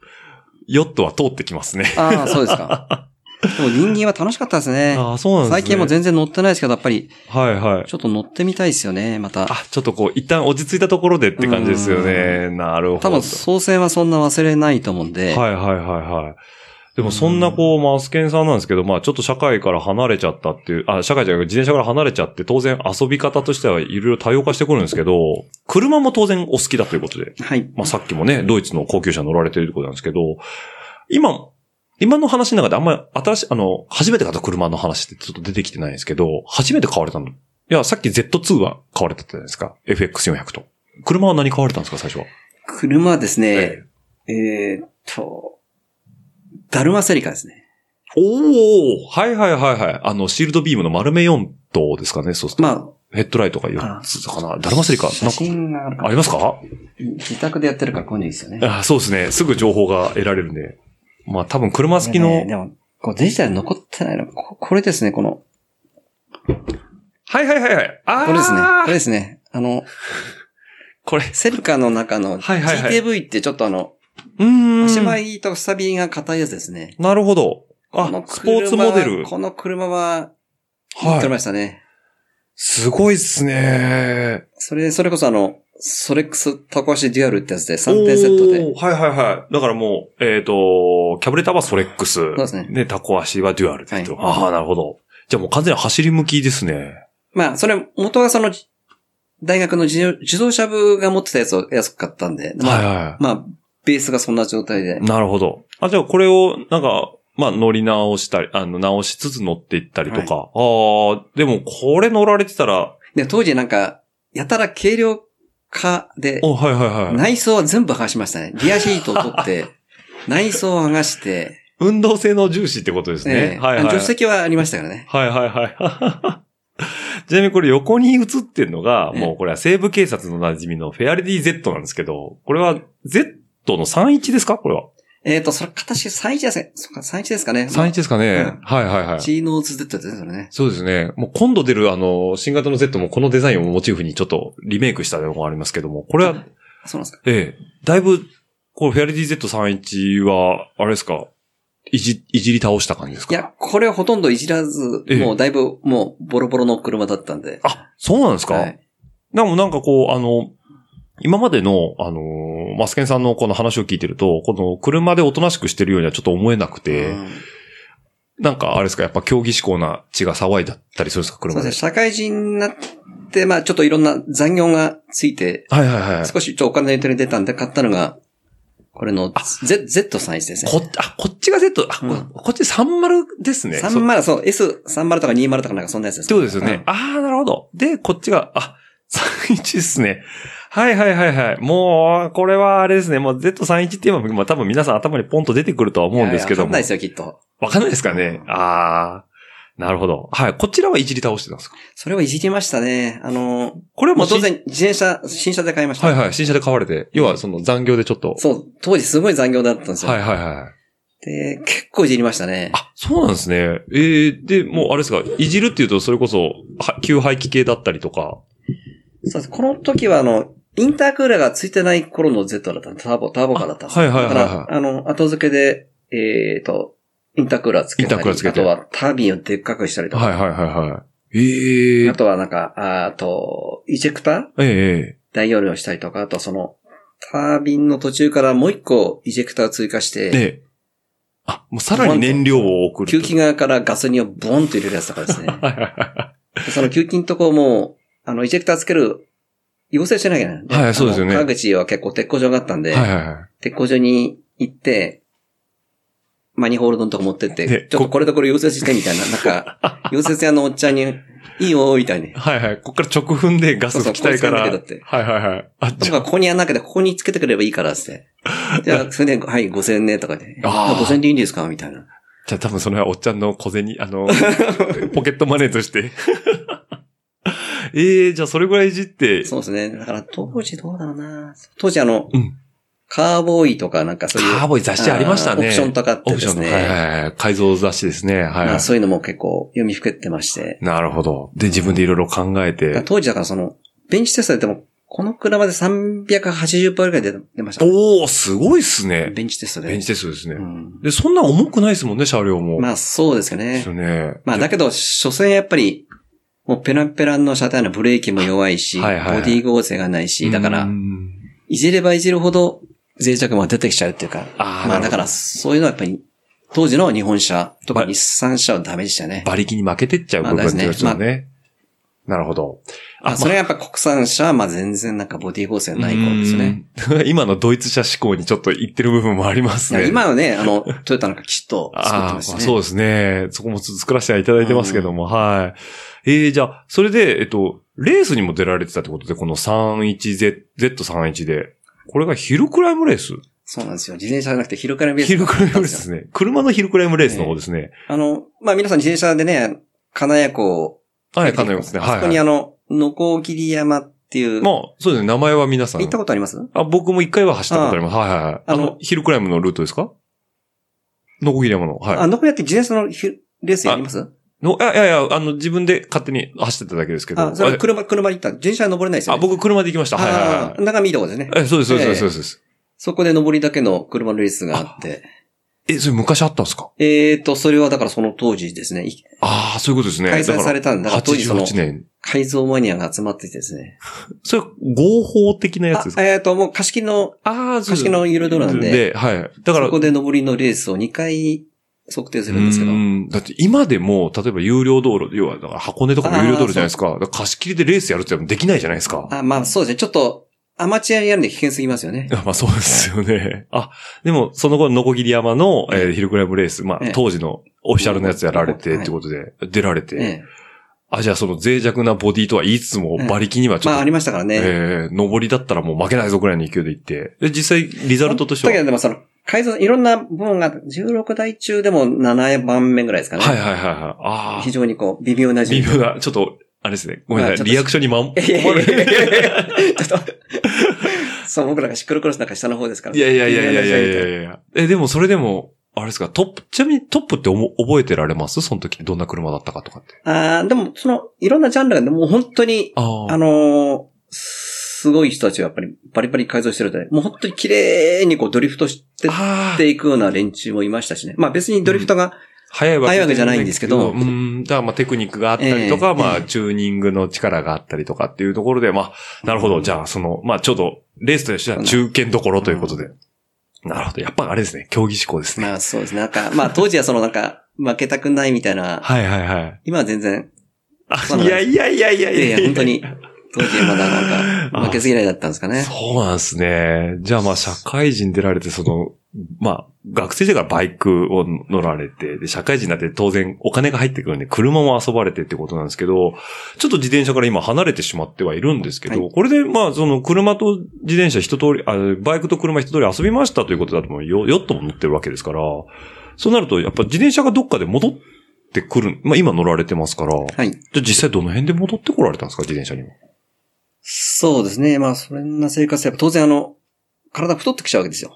[SPEAKER 1] ヨットは通ってきますね。
[SPEAKER 2] ああ、そうで
[SPEAKER 1] (laughs)
[SPEAKER 2] すか。でも、人間は楽しかったですね。
[SPEAKER 1] ああ、そうなんですね。
[SPEAKER 2] 最近もう全然乗ってないですけど、やっぱり、
[SPEAKER 1] はいはい。
[SPEAKER 2] ちょっと乗ってみたいですよね、また。
[SPEAKER 1] あ、ちょっとこう、一旦落ち着いたところでって感じですよね。なるほど。
[SPEAKER 2] 多分、総選はそんな忘れないと思うんで。
[SPEAKER 1] はいはいはいはい。でもそんなこう、マスケンさんなんですけど、まあちょっと社会から離れちゃったっていう、あ、社会じゃなくて自転車から離れちゃって、当然遊び方としてはいろいろ多様化してくるんですけど、車も当然お好きだということで。
[SPEAKER 2] はい。
[SPEAKER 1] まあ、さっきもね、ドイツの高級車乗られてるってことなんですけど、今、今の話の中であんまり新しい、あの、初めて買った車の話ってちょっと出てきてないんですけど、初めて買われたのいや、さっき Z2 は買われたってじゃないですか。FX400 と。車は何買われたんですか、最初は。
[SPEAKER 2] 車はですね
[SPEAKER 1] え、
[SPEAKER 2] えーっと、ダルマセリカですね。
[SPEAKER 1] おおはいはいはいはい。あの、シールドビームの丸目4灯ですかね、そうすると。
[SPEAKER 2] ま
[SPEAKER 1] ヘッドライトが4
[SPEAKER 2] あ
[SPEAKER 1] つかな。
[SPEAKER 2] あ、
[SPEAKER 1] ダルマスリカ、
[SPEAKER 2] 写
[SPEAKER 1] なんか、
[SPEAKER 2] 真があるか
[SPEAKER 1] ありますか
[SPEAKER 2] 自宅でやってるからこういうのいいですよね。
[SPEAKER 1] あそうですね。すぐ情報が得られるんで。まあ多分車好き
[SPEAKER 2] これ
[SPEAKER 1] の
[SPEAKER 2] ね。でも、こうデジタルに残ってないの、ここれですね、この、
[SPEAKER 1] はいはいはいはい。あー
[SPEAKER 2] これですね。これですね。あの、
[SPEAKER 1] これ。
[SPEAKER 2] セリカの中の
[SPEAKER 1] はいはいはい
[SPEAKER 2] GTV ってちょっとあの、
[SPEAKER 1] うーん。
[SPEAKER 2] 足前とサビが硬いやつですね。
[SPEAKER 1] なるほど。あ
[SPEAKER 2] この、
[SPEAKER 1] スポーツモデル
[SPEAKER 2] 車は。この車は、乗っ
[SPEAKER 1] は
[SPEAKER 2] て
[SPEAKER 1] い。
[SPEAKER 2] ましたね。
[SPEAKER 1] すごいっすね。
[SPEAKER 2] それ、それこそあの、ソレックスタコ足デュアルってやつで3点セットで。
[SPEAKER 1] おー。はいはいはい。だからもう、えっ、と、キャブレターはソレックス。そう
[SPEAKER 2] ですね
[SPEAKER 1] タコ足はデュアルでと。
[SPEAKER 2] はい
[SPEAKER 1] ああ、なるほど。じゃあもう完全に走り向きですね。
[SPEAKER 2] まあ、それ、元はその、大学の自動自動車部が持ってたやつを安く買ったんで、まあ、
[SPEAKER 1] はいは
[SPEAKER 2] まあ、ベースがそんな状態で
[SPEAKER 1] い。。なるほど。あ、じゃあこれを、なんか、まあ乗り直したり、あの、直しつつ乗っていったりとか。ああ、でもこれ乗られてたら、
[SPEAKER 2] で、当時なんか、やたら軽量化で、
[SPEAKER 1] お、はいはいはい。
[SPEAKER 2] 内装は全部剥がしましたね。リアシートを取
[SPEAKER 1] (laughs)
[SPEAKER 2] って、内装を剥がして、
[SPEAKER 1] 運動性の重視ってことですね。
[SPEAKER 2] ええ
[SPEAKER 1] はいはい。
[SPEAKER 2] 助手席はありましたからね。
[SPEAKER 1] はいはいはい。 (laughs) ちなみにこれ横に映ってるのが、
[SPEAKER 2] ええ
[SPEAKER 1] もうこれは西部警察の馴染みのフェアレディ Z なんですけど、これは Z の31ですかこれは。
[SPEAKER 2] えっ、と、それ、形3-1ですね。そっか、3-1ですかね。
[SPEAKER 1] 31ですかね
[SPEAKER 2] うん
[SPEAKER 1] はいはいは
[SPEAKER 2] まあ。。G ノーズ Z ですね、それね。
[SPEAKER 1] そうですね。もう今度出るあの、新型の Z もこのデザインをモチーフにちょっとリメイクしたのがありますけども、これは、
[SPEAKER 2] あそうなんですか。
[SPEAKER 1] ええ、だいぶ、このフェアレディ Z31 は、あれですかいじ、いじり倒した感じです
[SPEAKER 2] い
[SPEAKER 1] か
[SPEAKER 2] や、これはほとんどいじらず、
[SPEAKER 1] ええ
[SPEAKER 2] もうだいぶ、もう、ボロボロの車だったんで。
[SPEAKER 1] あ、そうなんですか、
[SPEAKER 2] はい
[SPEAKER 1] でもなんかこう、あの、今までの、あのーマスケンさんのこの話を聞いてると、この車でおとなしくしてるようにはちょっと思えなくて、
[SPEAKER 2] うん
[SPEAKER 1] なんかあれですか、やっぱ競技志向な血が騒いだったりするんですか、
[SPEAKER 2] そう
[SPEAKER 1] 車
[SPEAKER 2] で
[SPEAKER 1] で。
[SPEAKER 2] すね、社会人になって、まあ、ちょっといろんな残業がついて、
[SPEAKER 1] はいはいはい。
[SPEAKER 2] 少しちょっとお金のゆとり出たんで買ったのが、これの Z、Z31 ですね。
[SPEAKER 1] こっち、あ、こっちが Z、あ、こ
[SPEAKER 2] うん
[SPEAKER 1] こっち30ですね。そ
[SPEAKER 2] 30、そう、S30 とか20とかなんかそんなやつです
[SPEAKER 1] ってことですよね。
[SPEAKER 2] うん
[SPEAKER 1] ああ、なるほど。で、こっちが、あ、31ですね。はいはいはいはい。もう、これはあれですね。もう Z31 って言えば、まあ多分皆さん頭にポンと出てくるとは思うんですけど
[SPEAKER 2] いやいやわかん
[SPEAKER 1] も
[SPEAKER 2] ない。ですよ、きっと。
[SPEAKER 1] わかんないですかね。ああ。なるほど。はい。こちらはいじり倒してたんですか
[SPEAKER 2] それはいじりましたね。あの、
[SPEAKER 1] これはも
[SPEAKER 2] もう
[SPEAKER 1] う
[SPEAKER 2] 当
[SPEAKER 1] 新、
[SPEAKER 2] 然、自転車、新車で買いました。
[SPEAKER 1] はいはい。新車で買われて。要はその残業でちょっと。
[SPEAKER 2] そう、当時すごい残業だったんですよ。
[SPEAKER 1] はいはいはい。
[SPEAKER 2] で、結構いじりましたね。
[SPEAKER 1] あ、そうなんですね。ええで、もうあれですか、いじるっていうとそれこそ、は、旧排気系だったりとか。
[SPEAKER 2] そうです。この時は、あの、インタークーラーが付いてない頃の Z だったんで、ターボ、ターボカーだったんですよ
[SPEAKER 1] あはいはいはいはい
[SPEAKER 2] だから、あの、後付けで、えっ、と、インタークーラーつけ
[SPEAKER 1] イ
[SPEAKER 2] た
[SPEAKER 1] ンター
[SPEAKER 2] り、
[SPEAKER 1] クーラーつけ
[SPEAKER 2] あ
[SPEAKER 1] て
[SPEAKER 2] とはタービンをでっかくしたりとか、
[SPEAKER 1] はいはいはいはい。ええ
[SPEAKER 2] あとはなんか、ああと、イジェクター
[SPEAKER 1] えええ
[SPEAKER 2] 大容量したりとか、あとその、タービンの途中からもう一個イジェクター追加し
[SPEAKER 1] え
[SPEAKER 2] て、
[SPEAKER 1] で、あ、もうさらに燃料を送ると。
[SPEAKER 2] 吸気側からガソリンをボンと入れるやつとかですね。
[SPEAKER 1] (laughs) はいはいは
[SPEAKER 2] でその吸気のとこも、あの、イジェクターつける、要請しなきゃいけないん
[SPEAKER 1] はい
[SPEAKER 2] あの
[SPEAKER 1] そうですよね
[SPEAKER 2] 川口は結構鉄工場があったんで、
[SPEAKER 1] い。はいはいはい。
[SPEAKER 2] 鉄工場に行って、マニホールドのとこ持ってって、
[SPEAKER 1] で
[SPEAKER 2] ちょっとこれとこれ溶接してみたいな、な
[SPEAKER 1] (laughs)
[SPEAKER 2] んか、溶接屋のおっちゃんに、いいよ、みたいに。
[SPEAKER 1] はいはい。こっから直噴でガス
[SPEAKER 2] そうそう
[SPEAKER 1] 吹きたいから。
[SPEAKER 2] こ
[SPEAKER 1] は
[SPEAKER 2] れ
[SPEAKER 1] い
[SPEAKER 2] 使うんだけどって
[SPEAKER 1] はいはい。あ、
[SPEAKER 2] と
[SPEAKER 1] じゃ
[SPEAKER 2] か、ここにやんなくて、ここにつけてくればいいから、っつって。
[SPEAKER 1] (laughs)
[SPEAKER 2] じゃあ、それで、はい、5000ね、とかで。
[SPEAKER 1] あ
[SPEAKER 2] あ
[SPEAKER 1] ー
[SPEAKER 2] 5000でいいんですかみたいな。
[SPEAKER 1] じゃあ多分それはおっちゃんの小銭、あ
[SPEAKER 2] (laughs)
[SPEAKER 1] の、ポケットマネーとして。ええじゃあそれぐらいいじって。
[SPEAKER 2] そうですね。だから、当時どうだろうな。当時、あの、
[SPEAKER 1] うん
[SPEAKER 2] カーボーイとか、なんかそういう。
[SPEAKER 1] カーボーイ雑誌ありましたね
[SPEAKER 2] あーオプションとかって
[SPEAKER 1] オ
[SPEAKER 2] で
[SPEAKER 1] プショ
[SPEAKER 2] す
[SPEAKER 1] ンの、
[SPEAKER 2] ね。
[SPEAKER 1] はいはいはい。改造雑誌ですね。はい。
[SPEAKER 2] まあ、そういうのも結構読みふけってまして。
[SPEAKER 1] なるほど。で、自分でいろいろ考え
[SPEAKER 2] だから
[SPEAKER 1] て。
[SPEAKER 2] 当時だからその、ベンチテストでも、この車で380パーぐらい出出ました。
[SPEAKER 1] おー、すごいっすね。
[SPEAKER 2] ベンチテストで。
[SPEAKER 1] ベンチテストですね。
[SPEAKER 2] うん
[SPEAKER 1] で、そんな重くないですもんね、車両も。
[SPEAKER 2] まあ、そうですよ
[SPEAKER 1] で
[SPEAKER 2] ね
[SPEAKER 1] す。よね。
[SPEAKER 2] まあ、だけど、所詮やっぱり、もうペランペランの車体のブレーキも弱いし、
[SPEAKER 1] はいはいはい
[SPEAKER 2] ボディ剛性がないし、だか
[SPEAKER 1] う
[SPEAKER 2] ら
[SPEAKER 1] ー、ん
[SPEAKER 2] いじればいじるほど脆弱も出てきちゃうっていうか、
[SPEAKER 1] あーなるほ
[SPEAKER 2] まあ
[SPEAKER 1] ど
[SPEAKER 2] だからそういうのはやっぱり、当時の日本車、特
[SPEAKER 1] まあ
[SPEAKER 2] に日産車はダメでしたね。
[SPEAKER 1] 馬力に負けてっちゃう部分っていうですよね。なるほど。
[SPEAKER 2] まあ、それがやっぱ国産車はまあ全然なんかボディ剛性ない頃ですね。
[SPEAKER 1] うーん。 (laughs) 今のドイツ車志向にちょっと言ってる部分もあります
[SPEAKER 2] いや
[SPEAKER 1] ね。
[SPEAKER 2] 今はね、あの、トヨタなんかきっと作って
[SPEAKER 1] ああ、
[SPEAKER 2] ますね。
[SPEAKER 1] そうですね。そこも作らせていただいてますけども、はい。えー、じゃあ、それで、えっと、レースにも出られてたってことで、この 31Z、Z31 で。これがヒルクライムレース
[SPEAKER 2] そうなんですよ。自転車じゃなくてヒルクライムレース。
[SPEAKER 1] ヒルクライムレースですね。車のヒルクライムレースの方ですね。
[SPEAKER 2] あの、まあ皆さん自転車でね、金谷湖
[SPEAKER 1] はい、かなりますね。
[SPEAKER 2] あ
[SPEAKER 1] は
[SPEAKER 2] そ
[SPEAKER 1] い、
[SPEAKER 2] こ
[SPEAKER 1] はい
[SPEAKER 2] に。あの、のこぎり山っていう、
[SPEAKER 1] まあ、そうですね。名前は皆さん。
[SPEAKER 2] 行ったことあります
[SPEAKER 1] あ、僕も一回は走ったことあります。はいはいはい。あ
[SPEAKER 2] あの
[SPEAKER 1] の、ヒルクライムのルートですかノコギリ山の。は
[SPEAKER 2] あ、
[SPEAKER 1] い。
[SPEAKER 2] のこやって自転車のヒルレースやります
[SPEAKER 1] の、あいやいや、あの、自分で勝手に走ってただけですけど。
[SPEAKER 2] あ、それ車、車で行った。自転車は登れないですよ、
[SPEAKER 1] あ、
[SPEAKER 2] ね。
[SPEAKER 1] 僕車で行きました。はいはい
[SPEAKER 2] あ
[SPEAKER 1] は
[SPEAKER 2] あ、中身いいとこですね。
[SPEAKER 1] い。え、そうです、そうです、そうですそうです。
[SPEAKER 2] そこで登りだけの車のレースがあって。
[SPEAKER 1] え、それ昔あったんですか
[SPEAKER 2] えーと、それはだからその当時ですね。い
[SPEAKER 1] ああ、そういうことですね。
[SPEAKER 2] 開催されたんだ
[SPEAKER 1] だ
[SPEAKER 2] か、
[SPEAKER 1] からら
[SPEAKER 2] 当時その
[SPEAKER 1] 88年。
[SPEAKER 2] 改造マニアが集まっててですね。
[SPEAKER 1] それ、合法的なやつです
[SPEAKER 2] あ
[SPEAKER 1] か
[SPEAKER 2] えーと、もう貸し切りの、
[SPEAKER 1] ああ、
[SPEAKER 2] 貸し切りのユーロドルなんで、
[SPEAKER 1] で、はい。だから、
[SPEAKER 2] そこで登りのレースを2回測定するんですけど
[SPEAKER 1] う。んだって今でも、例えば有料道路、要は、だから箱根とかも有料道路じゃないですか。だから貸し切りでレースやるってできないじゃないですか。
[SPEAKER 2] あ、まあそうですね。ちょっと、アマチュアにやるんで危険すぎます
[SPEAKER 1] (laughs)
[SPEAKER 2] よね。
[SPEAKER 1] まあそうですよね。あ、でも、その後、ノコギリ山の、えーヒルクライムレース、まあ
[SPEAKER 2] ええ
[SPEAKER 1] 当時のオフィシャルのやつやられてってことで、出られて、
[SPEAKER 2] ええ。
[SPEAKER 1] あ、じゃあその脆弱なボディとは言いつつも
[SPEAKER 2] ええ
[SPEAKER 1] 馬力にはちょっ
[SPEAKER 2] まあ
[SPEAKER 1] と
[SPEAKER 2] ありましたからね。
[SPEAKER 1] ええ上りだったらもう負けないぞぐらいの勢いで行って。で、実際、リザルトとして
[SPEAKER 2] だけ
[SPEAKER 1] は。
[SPEAKER 2] どでもその、改造、いろんな部門が、16台中でも7番目ぐらいですかね。
[SPEAKER 1] はいはいはいはい。ああ
[SPEAKER 2] 非。常にこう、微妙な
[SPEAKER 1] 微
[SPEAKER 2] 順位
[SPEAKER 1] 妙な、ちょっと、あれですね。ごめんな
[SPEAKER 2] まあち
[SPEAKER 1] さ
[SPEAKER 2] ょ
[SPEAKER 1] い。
[SPEAKER 2] っと
[SPEAKER 1] リアクションにまん、困
[SPEAKER 2] いやいやいやいやいやい
[SPEAKER 1] る。
[SPEAKER 2] や
[SPEAKER 1] (laughs)
[SPEAKER 2] ちょっと。そう、僕らがシクロクロスなんか下の方ですから。
[SPEAKER 1] いやいや (laughs) いやいやいやい
[SPEAKER 2] 微妙な順位
[SPEAKER 1] やいや。え、でもそれでも、あれですか、トップ、ちなみにトップっておも覚えてられますその時どんな車だったかとかって。
[SPEAKER 2] ああ、でも、その、いろんなジャンルが、もう本当に、
[SPEAKER 1] あ
[SPEAKER 2] あのーすごい人たちがやっぱりバリバリ改造してるので、もう本当に綺麗にこうドリフトして
[SPEAKER 1] あ
[SPEAKER 2] っ
[SPEAKER 1] ー
[SPEAKER 2] ていくような連中もいましたしね。まあ別にドリフトが、
[SPEAKER 1] 早いわけ
[SPEAKER 2] 早いわけじゃないんですけど
[SPEAKER 1] うん。だからまあテクニックがあったりと
[SPEAKER 2] え
[SPEAKER 1] か、
[SPEAKER 2] え
[SPEAKER 1] ま
[SPEAKER 2] え
[SPEAKER 1] あ
[SPEAKER 2] え
[SPEAKER 1] チューニングの力があったりとかっていうところで、まあ、なるほど。じゃあ、その、まあちょうど、レースとしては中堅どころということで。なるほど。やっぱあれですね。競技志向ですね。
[SPEAKER 2] まあそうですね。なんか、 (laughs) まあ当時はそのなんか、負けたくないみたいな、
[SPEAKER 1] はいはいはい
[SPEAKER 2] 今は全然、そう
[SPEAKER 1] あ。
[SPEAKER 2] なん
[SPEAKER 1] い
[SPEAKER 2] で
[SPEAKER 1] や
[SPEAKER 2] す
[SPEAKER 1] いやいやいや
[SPEAKER 2] いやいや、本当。に、当時はまだなんか、負けず嫌いだったんですかね。
[SPEAKER 1] そうなんですね。じゃあまあ社会人出られて、その、まあ学生時代からバイクを乗られて、で社会人になって当然お金が入ってくるんで車も遊ばれてってことなんですけど、ちょっと自転車から今離れてしまってはいるんですけど、
[SPEAKER 2] は
[SPEAKER 1] これでまあその車と自転車一通り、あバイクと車一通り遊びましたということだともうヨヨットも乗ってるわけですから、そうなるとやっぱ自転車がどっかで戻っってくる。まあ、今乗られてますから。じゃ
[SPEAKER 2] はい。
[SPEAKER 1] あ実際どの辺で戻ってこられたんですか、自転車にも。
[SPEAKER 2] そうですね。まあ、そんな生活やっぱ当然あの、体太ってきちゃうわけですよ。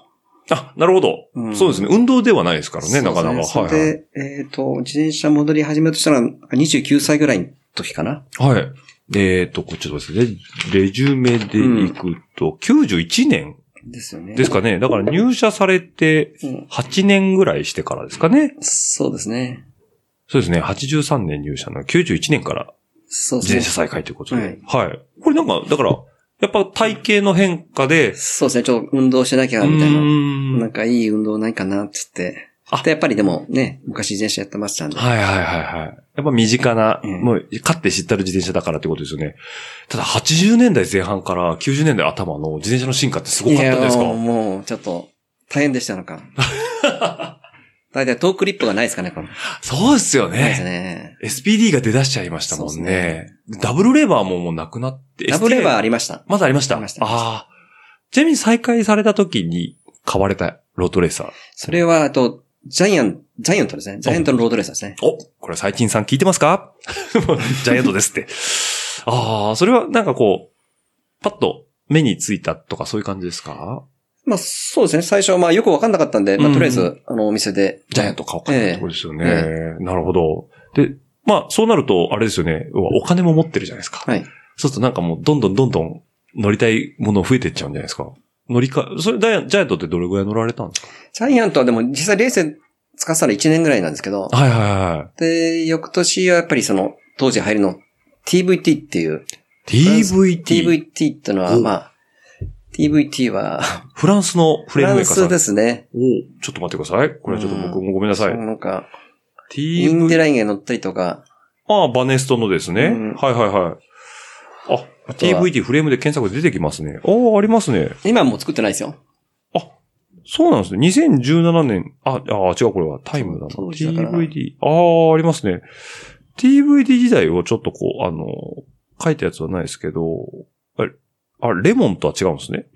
[SPEAKER 1] あ、なるほど。
[SPEAKER 2] うん
[SPEAKER 1] そうですね。運動ではないですからね、なかなか。
[SPEAKER 2] そう
[SPEAKER 1] は
[SPEAKER 2] です
[SPEAKER 1] い、
[SPEAKER 2] ねそれで、えっ、と、自転車戻り始めるとしたら、29歳ぐらいの時かな。
[SPEAKER 1] はい。はい。えっ、と、こっちですね。レジュメでいくと、91年
[SPEAKER 2] ですよね。
[SPEAKER 1] ですかね。だから入社されて
[SPEAKER 2] うん
[SPEAKER 1] 8年ぐらいしてからですかね。
[SPEAKER 2] そうですね。
[SPEAKER 1] そうですね。83年入社の91年から
[SPEAKER 2] そう
[SPEAKER 1] 自
[SPEAKER 2] で
[SPEAKER 1] 転車
[SPEAKER 2] すね。
[SPEAKER 1] 再開ということで。はい。これなんか、だから、やっぱ体型の変化で、
[SPEAKER 2] そうですね。ちょっと運動しなきゃ、みたいな。
[SPEAKER 1] ーん
[SPEAKER 2] なんかいい運動ないかな、っつって。
[SPEAKER 1] あ
[SPEAKER 2] で、やっぱりでもね、昔自転車やってましたんで。
[SPEAKER 1] はいはいはいはい。やっぱ身近な、
[SPEAKER 2] うん
[SPEAKER 1] もう、かって知ったる自転車だからってことですよね。ただ、80年代前半から90年代頭の自転車の進化ってすごかったんですか
[SPEAKER 2] いやもう、ちょっと、大変でした
[SPEAKER 1] (laughs)
[SPEAKER 2] のか。大体トークリップがないですかね、この。
[SPEAKER 1] そうですよ
[SPEAKER 2] ないです
[SPEAKER 1] ね。
[SPEAKER 2] ね。
[SPEAKER 1] SPD が出だしちゃいましたもん
[SPEAKER 2] そうで
[SPEAKER 1] ね。ダブルレバーももうなくなって。
[SPEAKER 2] ダブルレバーあ
[SPEAKER 1] STA
[SPEAKER 2] りました。
[SPEAKER 1] まだありました。
[SPEAKER 2] あ
[SPEAKER 1] あ
[SPEAKER 2] りました
[SPEAKER 1] あー。ちなみに再開された時に買われたロートレーサー。
[SPEAKER 2] それは、あと、ジャイアン、ジャイアントですね。ジャイアントのロードレースですね。
[SPEAKER 1] おこれ最近さん聞いてますか (laughs) ジャイアントですって。ああ、それはなんかこう、パッと目についたとかそういう感じですか
[SPEAKER 2] まあ、そうですね。最初、まあ、よくわかんなかったんで、
[SPEAKER 1] う
[SPEAKER 2] まあ、
[SPEAKER 1] ん
[SPEAKER 2] とりあえず、あの、お店で。
[SPEAKER 1] ジャイアント買おうかなってことですよね。
[SPEAKER 2] え
[SPEAKER 1] なるほど。で、まあそうなると、あれですよね。うわお金も持ってるじゃないですか。
[SPEAKER 2] はい。
[SPEAKER 1] そうするとなんかもうどんどんどんどん乗りたいもの増えてっちゃうんじゃないですか。乗りか、それジャイアンジャイアントってどれぐらい乗られたんですか
[SPEAKER 2] ジャイアントはでも、実際、レース使ってたら1年ぐらいなんですけど、
[SPEAKER 1] はいはいはいはい。
[SPEAKER 2] で、翌年はやっぱりその、当時入るの、TVT っていう、
[SPEAKER 1] TVT。
[SPEAKER 2] TVT ってのは、
[SPEAKER 1] お
[SPEAKER 2] まあ、TVT は、
[SPEAKER 1] フランスのフ
[SPEAKER 2] フ
[SPEAKER 1] レー
[SPEAKER 2] ラ
[SPEAKER 1] ムメ
[SPEAKER 2] ン
[SPEAKER 1] ーカーさ
[SPEAKER 2] ス
[SPEAKER 1] ん。
[SPEAKER 2] ですね。
[SPEAKER 1] おちょっと待ってください。これはちょっと僕もごめんなさい。
[SPEAKER 2] なんか、イン
[SPEAKER 1] TV
[SPEAKER 2] デラインが乗ったりとか、
[SPEAKER 1] ああ、バネストのですね。
[SPEAKER 2] うん
[SPEAKER 1] はいはいはい。あ、
[SPEAKER 2] とは
[SPEAKER 1] TVT フレームで検索で出てきますね。ああ、ありますね。
[SPEAKER 2] 今はもう作ってないですよ。
[SPEAKER 1] あ、そうなんですね。2017年。あ、ああ違う、これはタイムだな。
[SPEAKER 2] 当時だから
[SPEAKER 1] TVD。ああ、ありますね。TVD 時代をちょっとこう、あの、書いたやつはないですけど、あれあ、レモンとは違うんですね。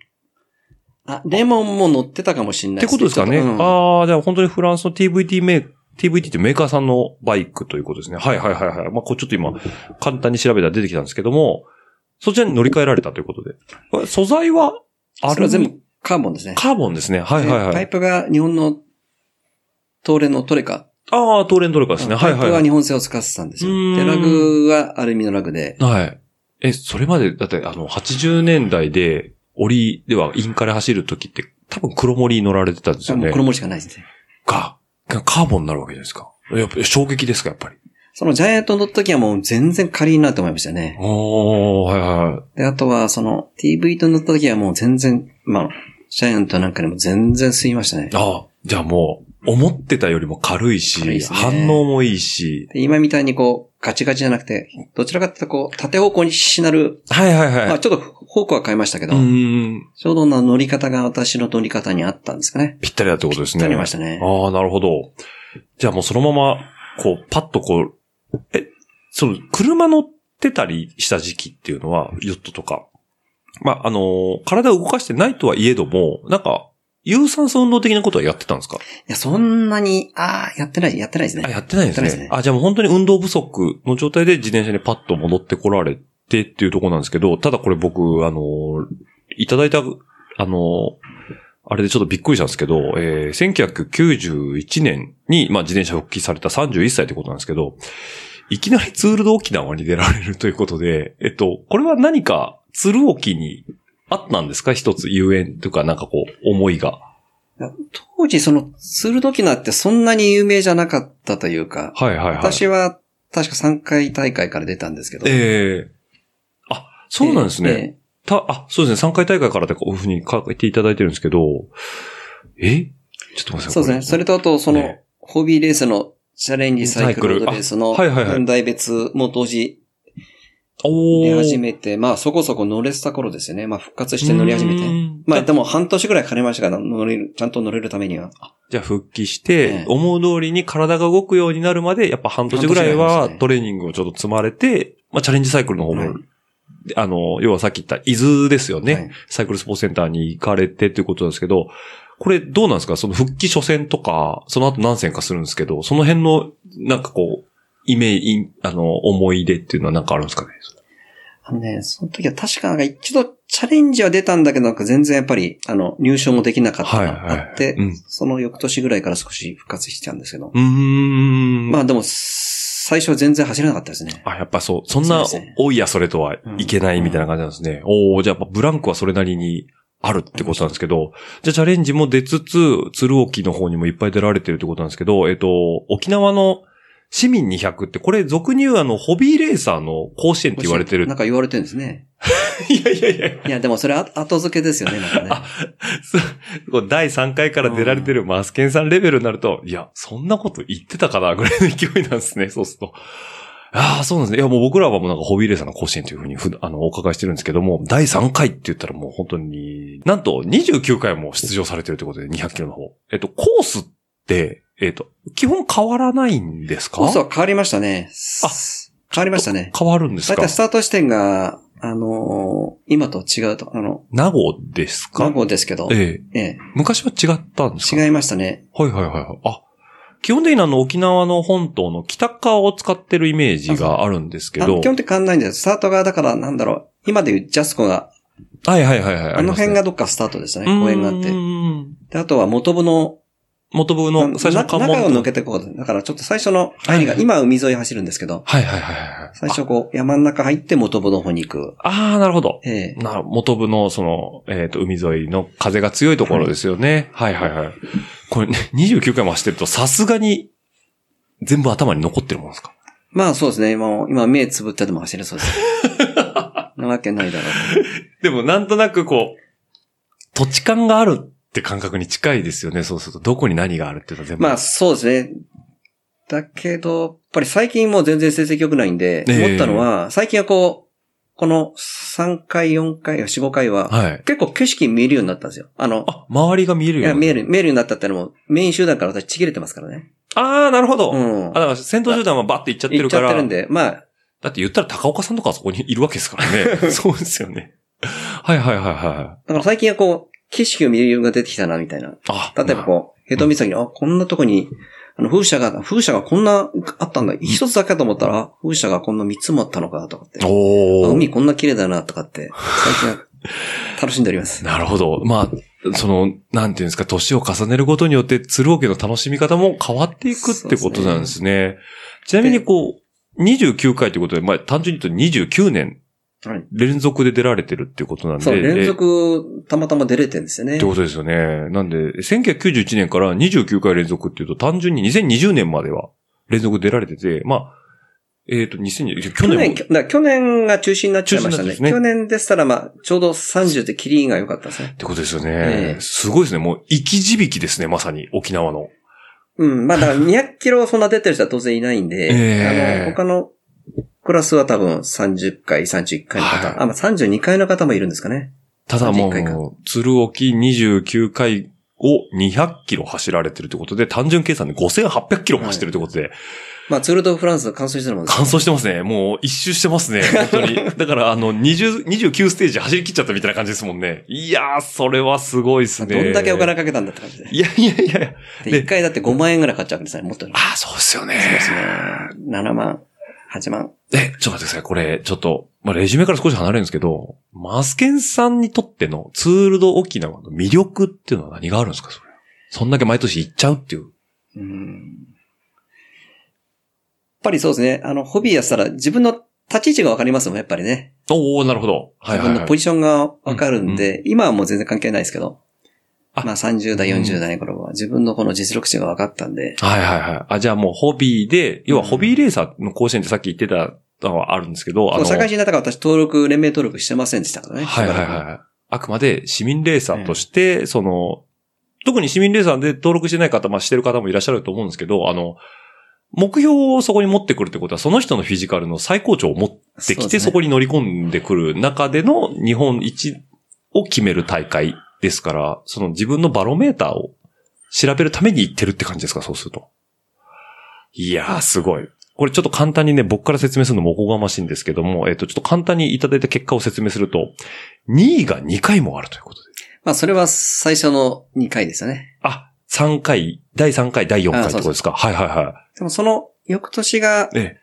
[SPEAKER 2] あ、レモンも乗ってたかもしれ
[SPEAKER 1] っ
[SPEAKER 2] ない
[SPEAKER 1] てことですかね。
[SPEAKER 2] ちょっとうん
[SPEAKER 1] ああ、じゃあ本当にフランスの TVT メー TVT ってメーカーさんのバイクということですね。はいはいはいはい。まあ、これちょっと今、簡単に調べたら出てきたんですけども、そちらに乗り換えられたということで。これ素材は、あ
[SPEAKER 2] それ
[SPEAKER 1] れ
[SPEAKER 2] は全部カーボンですね。
[SPEAKER 1] カーボンですね。はいはい
[SPEAKER 2] で
[SPEAKER 1] は
[SPEAKER 2] パイ
[SPEAKER 1] い。
[SPEAKER 2] プが日本の、東レのトレカ。
[SPEAKER 1] ああ、トーレンドレカですね。は
[SPEAKER 2] パ
[SPEAKER 1] い
[SPEAKER 2] イプ
[SPEAKER 1] はい
[SPEAKER 2] は
[SPEAKER 1] はい。
[SPEAKER 2] 日本製を使ってたんですよ
[SPEAKER 1] うーん。
[SPEAKER 2] で、ラグはアルミのラグで。
[SPEAKER 1] はい。え、それまで、だってあの、80年代で、折りではインカレ走るときって、多分黒森に乗られてたんですよ
[SPEAKER 2] もう
[SPEAKER 1] ね。
[SPEAKER 2] 衣しかないですね。
[SPEAKER 1] が、がカーボンになるわけじゃないですか。やっぱ衝撃ですか、やっぱり。
[SPEAKER 2] そのジャイアントの時はもう全然軽いなと思いましたね。
[SPEAKER 1] おー、はいはい。
[SPEAKER 2] で、あとはその TV と乗った時はもう全然、まあ、ジャイアントなんかでも全然吸いましたね。
[SPEAKER 1] ああ、じゃあもう、思ってたよりも軽いし、
[SPEAKER 2] 軽いですね
[SPEAKER 1] 反応もいいし。
[SPEAKER 2] で今みたいにこう、ガチガチじゃなくて、どちらかっていうとこう、縦方向にしなる、
[SPEAKER 1] はいはいはい。
[SPEAKER 2] まあちょっと方向は変えましたけ
[SPEAKER 1] う
[SPEAKER 2] ど、
[SPEAKER 1] ーん。
[SPEAKER 2] ちょうどの乗り方が私の乗り方にあったんですかね。
[SPEAKER 1] ぴったりだってことですね。
[SPEAKER 2] なりましたね。
[SPEAKER 1] ああ、なるほど。じゃあもうそのまま、こう、パッとこう、え、その、車乗ってたりした時期っていうのは、ヨットとか。まあ、あのー体を動かしてないとはいえども、なんか、有酸素運動的なことはやってたんですか
[SPEAKER 2] いや、そんなに、ああ、やってない、やってないです
[SPEAKER 1] あ、
[SPEAKER 2] ね。
[SPEAKER 1] やってないんですね。
[SPEAKER 2] やってないですね
[SPEAKER 1] あ、じゃあもう本当に運動不足の状態で自転車にパッと戻ってこられてっていうところなんですけど、ただこれ僕、あの、いただいた、あの、あれでちょっとびっくりしたんですけど、えー、1991年に、まあ、自転車復帰された31歳ってことなんですけど、いきなりツールド沖縄に出られるということで、えっと、これは何かツル沖にあったんですか一つ遊園というか、なんかこう、思いが。
[SPEAKER 2] 当時、その、ツールドキナってそんなに有名じゃなかったというか、
[SPEAKER 1] はいはいはい。
[SPEAKER 2] 私は、確か3回大会から出たんですけど。
[SPEAKER 1] ええあ、そうなんですね。
[SPEAKER 2] え
[SPEAKER 1] た、あ、そうですね。3回大会からってこういうふうに書いていただいてるんですけど、えちょっと待っ
[SPEAKER 2] え
[SPEAKER 1] てください。
[SPEAKER 2] そうですね。それとあと、その
[SPEAKER 1] ね、
[SPEAKER 2] ホビーレースのチャレンジサイクルロードレースの
[SPEAKER 1] サイクルあはいはいはい
[SPEAKER 2] 年代別も同時
[SPEAKER 1] お
[SPEAKER 2] 出始
[SPEAKER 1] め
[SPEAKER 2] めて、まあそこそこ乗れてた頃ですよね。まあ復活して乗り始めて。まあでも半年ぐらいかかりましたから、乗れる、ちゃんと乗れるためには。
[SPEAKER 1] じゃあ復帰し
[SPEAKER 2] え
[SPEAKER 1] て
[SPEAKER 2] え、
[SPEAKER 1] 思う通りに体が動くようになるまで、やっぱ半年ぐらい
[SPEAKER 2] 半年ぐらい
[SPEAKER 1] は
[SPEAKER 2] ですね
[SPEAKER 1] トレーニングをちょっと積まれて、まあチャレンジサイクルの方も、
[SPEAKER 2] はい
[SPEAKER 1] であの、要はさっき言った伊豆ですよね。
[SPEAKER 2] はい
[SPEAKER 1] サイクルスポーツセンターに行かれてっていうことなんですけど、これどうなんですかその復帰初戦とか、その後何戦かするんですけど、その辺の、なんかこう、イメージ、いあの、思い出っていうのはなんかあるんですかね
[SPEAKER 2] あのね、その時は確かなんか一度チャレンジは出たんだけど、なんか全然やっぱり、あの、入賞もできなかったのがあって、
[SPEAKER 1] うん。
[SPEAKER 2] その翌年ぐらいから少し復活してたんですけど。
[SPEAKER 1] うーん。
[SPEAKER 2] ま
[SPEAKER 1] ま
[SPEAKER 2] あでも、最初は全然走れなかったですね。
[SPEAKER 1] あ、やっぱそう。そんな
[SPEAKER 2] そうですね、
[SPEAKER 1] おいやそれとはいけないみたいな感じなんですね。おおじゃあやっぱブランクはそれなりにあるってことなんですけど、じゃあチャレンジも出つつ、鶴沖の方にもいっぱい出られてるってことなんですけど、えっと、沖縄の市民200って、これ俗に言うあの、ホビーレーサーの甲子園って言われてる
[SPEAKER 2] な。んか言われてるんですね。
[SPEAKER 1] (laughs) いやいやいや
[SPEAKER 2] いや、でもそれは後付け
[SPEAKER 1] (laughs)
[SPEAKER 2] ですよね、なんかね。
[SPEAKER 1] そう第3回から出られてるマスケンさんレベルになると、いや、そんなこと言ってたかなぐらいの勢いなんです
[SPEAKER 2] (laughs)
[SPEAKER 1] ね、そうすると。ああ、そうなんですね。いや、もう僕らはもうなんかホビーレーサーの甲子園というふうにふ (laughs) あの、お伺いしてるんですけども、第3回って言ったらもう本当に、なんと29回も出場されてるということで、200キロの方。えっと、コースって、えっと、基本変わらないんですか
[SPEAKER 2] コースは変わりましたね。
[SPEAKER 1] あ
[SPEAKER 2] 変わりましたね。
[SPEAKER 1] 変わるんです
[SPEAKER 2] だい
[SPEAKER 1] か
[SPEAKER 2] たいスタート地点が、あのー今と違うと、あの、
[SPEAKER 1] 名護ですか
[SPEAKER 2] 名護ですけど、え
[SPEAKER 1] ええ。
[SPEAKER 2] え、
[SPEAKER 1] 昔は違ったんですか
[SPEAKER 2] 違いましたね。
[SPEAKER 1] はいはいはいはい。あ、基本的にあの沖縄の本島の北側を使ってるイメージがあるんですけ
[SPEAKER 2] あ
[SPEAKER 1] ど。
[SPEAKER 2] 基本的に変わんないんです。スタートが、だからなんだろう、今で言うジャスコが、
[SPEAKER 1] はいはいはいはい。
[SPEAKER 2] あの辺が
[SPEAKER 1] あ
[SPEAKER 2] どっかスタートでしたね、
[SPEAKER 1] りますね
[SPEAKER 2] 公園があっ。
[SPEAKER 1] う
[SPEAKER 2] て。
[SPEAKER 1] ーん
[SPEAKER 2] であとは元部の、
[SPEAKER 1] 元部
[SPEAKER 2] な
[SPEAKER 1] の最初の
[SPEAKER 2] 中
[SPEAKER 1] 関
[SPEAKER 2] を
[SPEAKER 1] 門。
[SPEAKER 2] 抜けてこう。だからちょっと最初の入りが、
[SPEAKER 1] はい
[SPEAKER 2] 今は海沿い走るんですけど、
[SPEAKER 1] はいはいはいはい。
[SPEAKER 2] 最初こう、山の中入って元部の方に行く。
[SPEAKER 1] ああー、なるほど。
[SPEAKER 2] ええ
[SPEAKER 1] な、元部の、その、えっ、と、海沿いの風が強いところですよね。はい、はい、はい。これ、ね、29回も走ってると、さすがに、全部頭に残ってるもんですか
[SPEAKER 2] まあそうですね、もう今目つぶってでも走れそう
[SPEAKER 1] (laughs)
[SPEAKER 2] です。なわけないだろう
[SPEAKER 1] でもなんとなくこう、土地感があるって感覚に近いですよね。そうすると、どこに何があるっていうのは全
[SPEAKER 2] と。
[SPEAKER 1] 部。
[SPEAKER 2] まあそうですね。だけど、やっぱり最近もう全然成績良くないんで、
[SPEAKER 1] ええ
[SPEAKER 2] 思ったのは、最近はこう、この3回、4回、4、5回は、
[SPEAKER 1] はい。
[SPEAKER 2] 結構景色見えるようになったんですよ。あの、
[SPEAKER 1] あ、周りが見える
[SPEAKER 2] い
[SPEAKER 1] よう
[SPEAKER 2] や
[SPEAKER 1] に
[SPEAKER 2] 見える、見えるようになったってのも、メイン集団から私ちぎれてますからね。
[SPEAKER 1] ああ、なるほど。
[SPEAKER 2] う
[SPEAKER 1] あ、
[SPEAKER 2] ん。
[SPEAKER 1] だから先頭集団はバッて行っちゃって
[SPEAKER 2] 行っ
[SPEAKER 1] る
[SPEAKER 2] ち
[SPEAKER 1] か
[SPEAKER 2] ゃっ
[SPEAKER 1] ら。
[SPEAKER 2] てるんで、まあ、
[SPEAKER 1] だって言ったら高岡さんとかはそこにいるわけですから
[SPEAKER 2] (laughs)
[SPEAKER 1] ね。そうですよね。はいはいはいは
[SPEAKER 2] だから最近はこう、景色を見れるようが出てきたな、みたいな。
[SPEAKER 1] い。あ、
[SPEAKER 2] 例えばこう、ヘト岬の、あ、こんなとこに、あの、風車が、風車がこんなあったんだ。一つだけかと思ったら、あ風車がこんな三つもあったのか、とかって。
[SPEAKER 1] お
[SPEAKER 2] あ
[SPEAKER 1] ー
[SPEAKER 2] 海こんな綺麗だな、とかって、最近は楽しんでおります。
[SPEAKER 1] なるほど。まあ、その、なんていうんですか、年を重ねることによって、鶴岡の楽しみ方も変わっていくってことなんですね。ちなみにこう、29回ということで、まあ、単純に言うと29年
[SPEAKER 2] はい。
[SPEAKER 1] 連続で出られてるっていうことなんで。
[SPEAKER 2] そう、連続、たまたま出れてるんですよね
[SPEAKER 1] って。ことですよね。なんで、1991年から29回連続っていうと、単純に2020年までは連続出られてて、まあ、えっ、と、2020、去
[SPEAKER 2] 去
[SPEAKER 1] 年
[SPEAKER 2] 年、
[SPEAKER 1] も
[SPEAKER 2] きょだから去年が中止になっちゃいました
[SPEAKER 1] 中止になってで
[SPEAKER 2] ね。
[SPEAKER 1] すね
[SPEAKER 2] 去年でしたら、まあ、ちょうど30でキリンが良かったですね
[SPEAKER 1] っ。てことですよね。
[SPEAKER 2] ええ
[SPEAKER 1] すごいですね。もう、生き字引きですね、まさに、沖縄の。
[SPEAKER 2] うん、まあ、だから200キロそんな出てる人は当然いないんで、
[SPEAKER 1] ええ
[SPEAKER 2] あの、他のクラスは多分30回、31回の方、
[SPEAKER 1] はい
[SPEAKER 2] あ、まあ、32回の方もいるんですかね。
[SPEAKER 1] ただも
[SPEAKER 2] 31回か
[SPEAKER 1] う、鶴沖29回を200キロ走られてるってことで、単純計算で5800キロも走ってるってことで、
[SPEAKER 2] まあ、ツールドフランス完走してるもんです
[SPEAKER 1] 完走してますね。もう一周してますね。本当
[SPEAKER 2] (laughs)
[SPEAKER 1] に。だから、あの、20、29ステージ走り切っちゃったみたいな感じですもんね。いやー、それはすごいですね。
[SPEAKER 2] どんだけお金かけたんだって感じで。
[SPEAKER 1] いやいやいや。
[SPEAKER 2] で、
[SPEAKER 1] で
[SPEAKER 2] 1回だって5万円ぐらい買っちゃうんですね、もっと。そう
[SPEAKER 1] ああ、そうですよね。
[SPEAKER 2] ですね。7万、8万。
[SPEAKER 1] え、ちょっと待ってください。これ、ちょっと、まあ、レジュメから少し離れるんですけど、マスケンさんにとってのツールド沖縄の魅力っていうのは何があるんですかそれ。そんだけ毎年行っちゃうっていう。
[SPEAKER 2] うん。やっぱりそうですね。あの、ホビーやってたら自分の立ち位置がわかりますもん、やっぱりね。
[SPEAKER 1] おおなるほど。はいは
[SPEAKER 2] 自
[SPEAKER 1] い、
[SPEAKER 2] 分
[SPEAKER 1] は
[SPEAKER 2] の
[SPEAKER 1] い
[SPEAKER 2] ポ。ジションがわかるんで、今はもう全然関係ないですけど、
[SPEAKER 1] あ
[SPEAKER 2] まあ30代、
[SPEAKER 1] うん
[SPEAKER 2] 40代の頃は自分のこの実力値が分かったんで、
[SPEAKER 1] はいはいはい。あ、じゃあもうホビーで、要はホビーレーサーの甲子園ってさっき言ってたのはあるんですけど、あ
[SPEAKER 2] そう
[SPEAKER 1] の、
[SPEAKER 2] 社会人になったから私登録、連盟登録してませんでしたからね。
[SPEAKER 1] はいはい
[SPEAKER 2] しばらく
[SPEAKER 1] はい。あくまで市民レーサーとして、その、特に市民レーサーで登録してない方、まあしてる方もいらっしゃると思うんですけど、あの、目標をそこに持ってくるってことは、その人のフィジカルの最高潮を持って
[SPEAKER 2] そ
[SPEAKER 1] き
[SPEAKER 2] うです
[SPEAKER 1] て、
[SPEAKER 2] ね
[SPEAKER 1] そこに乗り込んでくる中での日本一を決める大会ですから、その自分のバロメーターを調べるために行ってるって感じですか、そうすると。いやー、すごい。これちょっと簡単にね、僕から説明するのもおこがましいんですけども、えっ、と、ちょっと簡単にいただいた結果を説明すると、2位が2回もあるということで。
[SPEAKER 2] まあそれは最初の2回ですよね。
[SPEAKER 1] あ、3回、第3回、第4回
[SPEAKER 2] あ
[SPEAKER 1] ってことですか。はいはいはい。
[SPEAKER 2] でもその翌年が、
[SPEAKER 1] え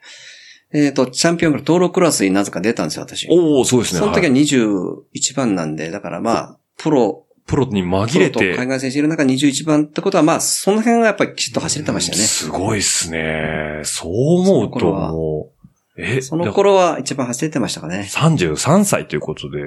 [SPEAKER 2] えっ、と、チャンピオンから登録クラスになぜか出たんですよ、私。
[SPEAKER 1] え。おおそうですね。
[SPEAKER 2] その時
[SPEAKER 1] はい
[SPEAKER 2] は21番なんで、だからまあ、プロ、
[SPEAKER 1] プロに紛
[SPEAKER 2] プ
[SPEAKER 1] れ
[SPEAKER 2] ロと海
[SPEAKER 1] て。
[SPEAKER 2] 外選手いる中21番ってことは、まあ、その辺がやっぱりきちっと走ってましたよ
[SPEAKER 1] うん
[SPEAKER 2] ね。
[SPEAKER 1] すごいっすね。そう思うともう、え、
[SPEAKER 2] その
[SPEAKER 1] だか
[SPEAKER 2] 頃は一番走れてましたかね。
[SPEAKER 1] ら33歳ということで、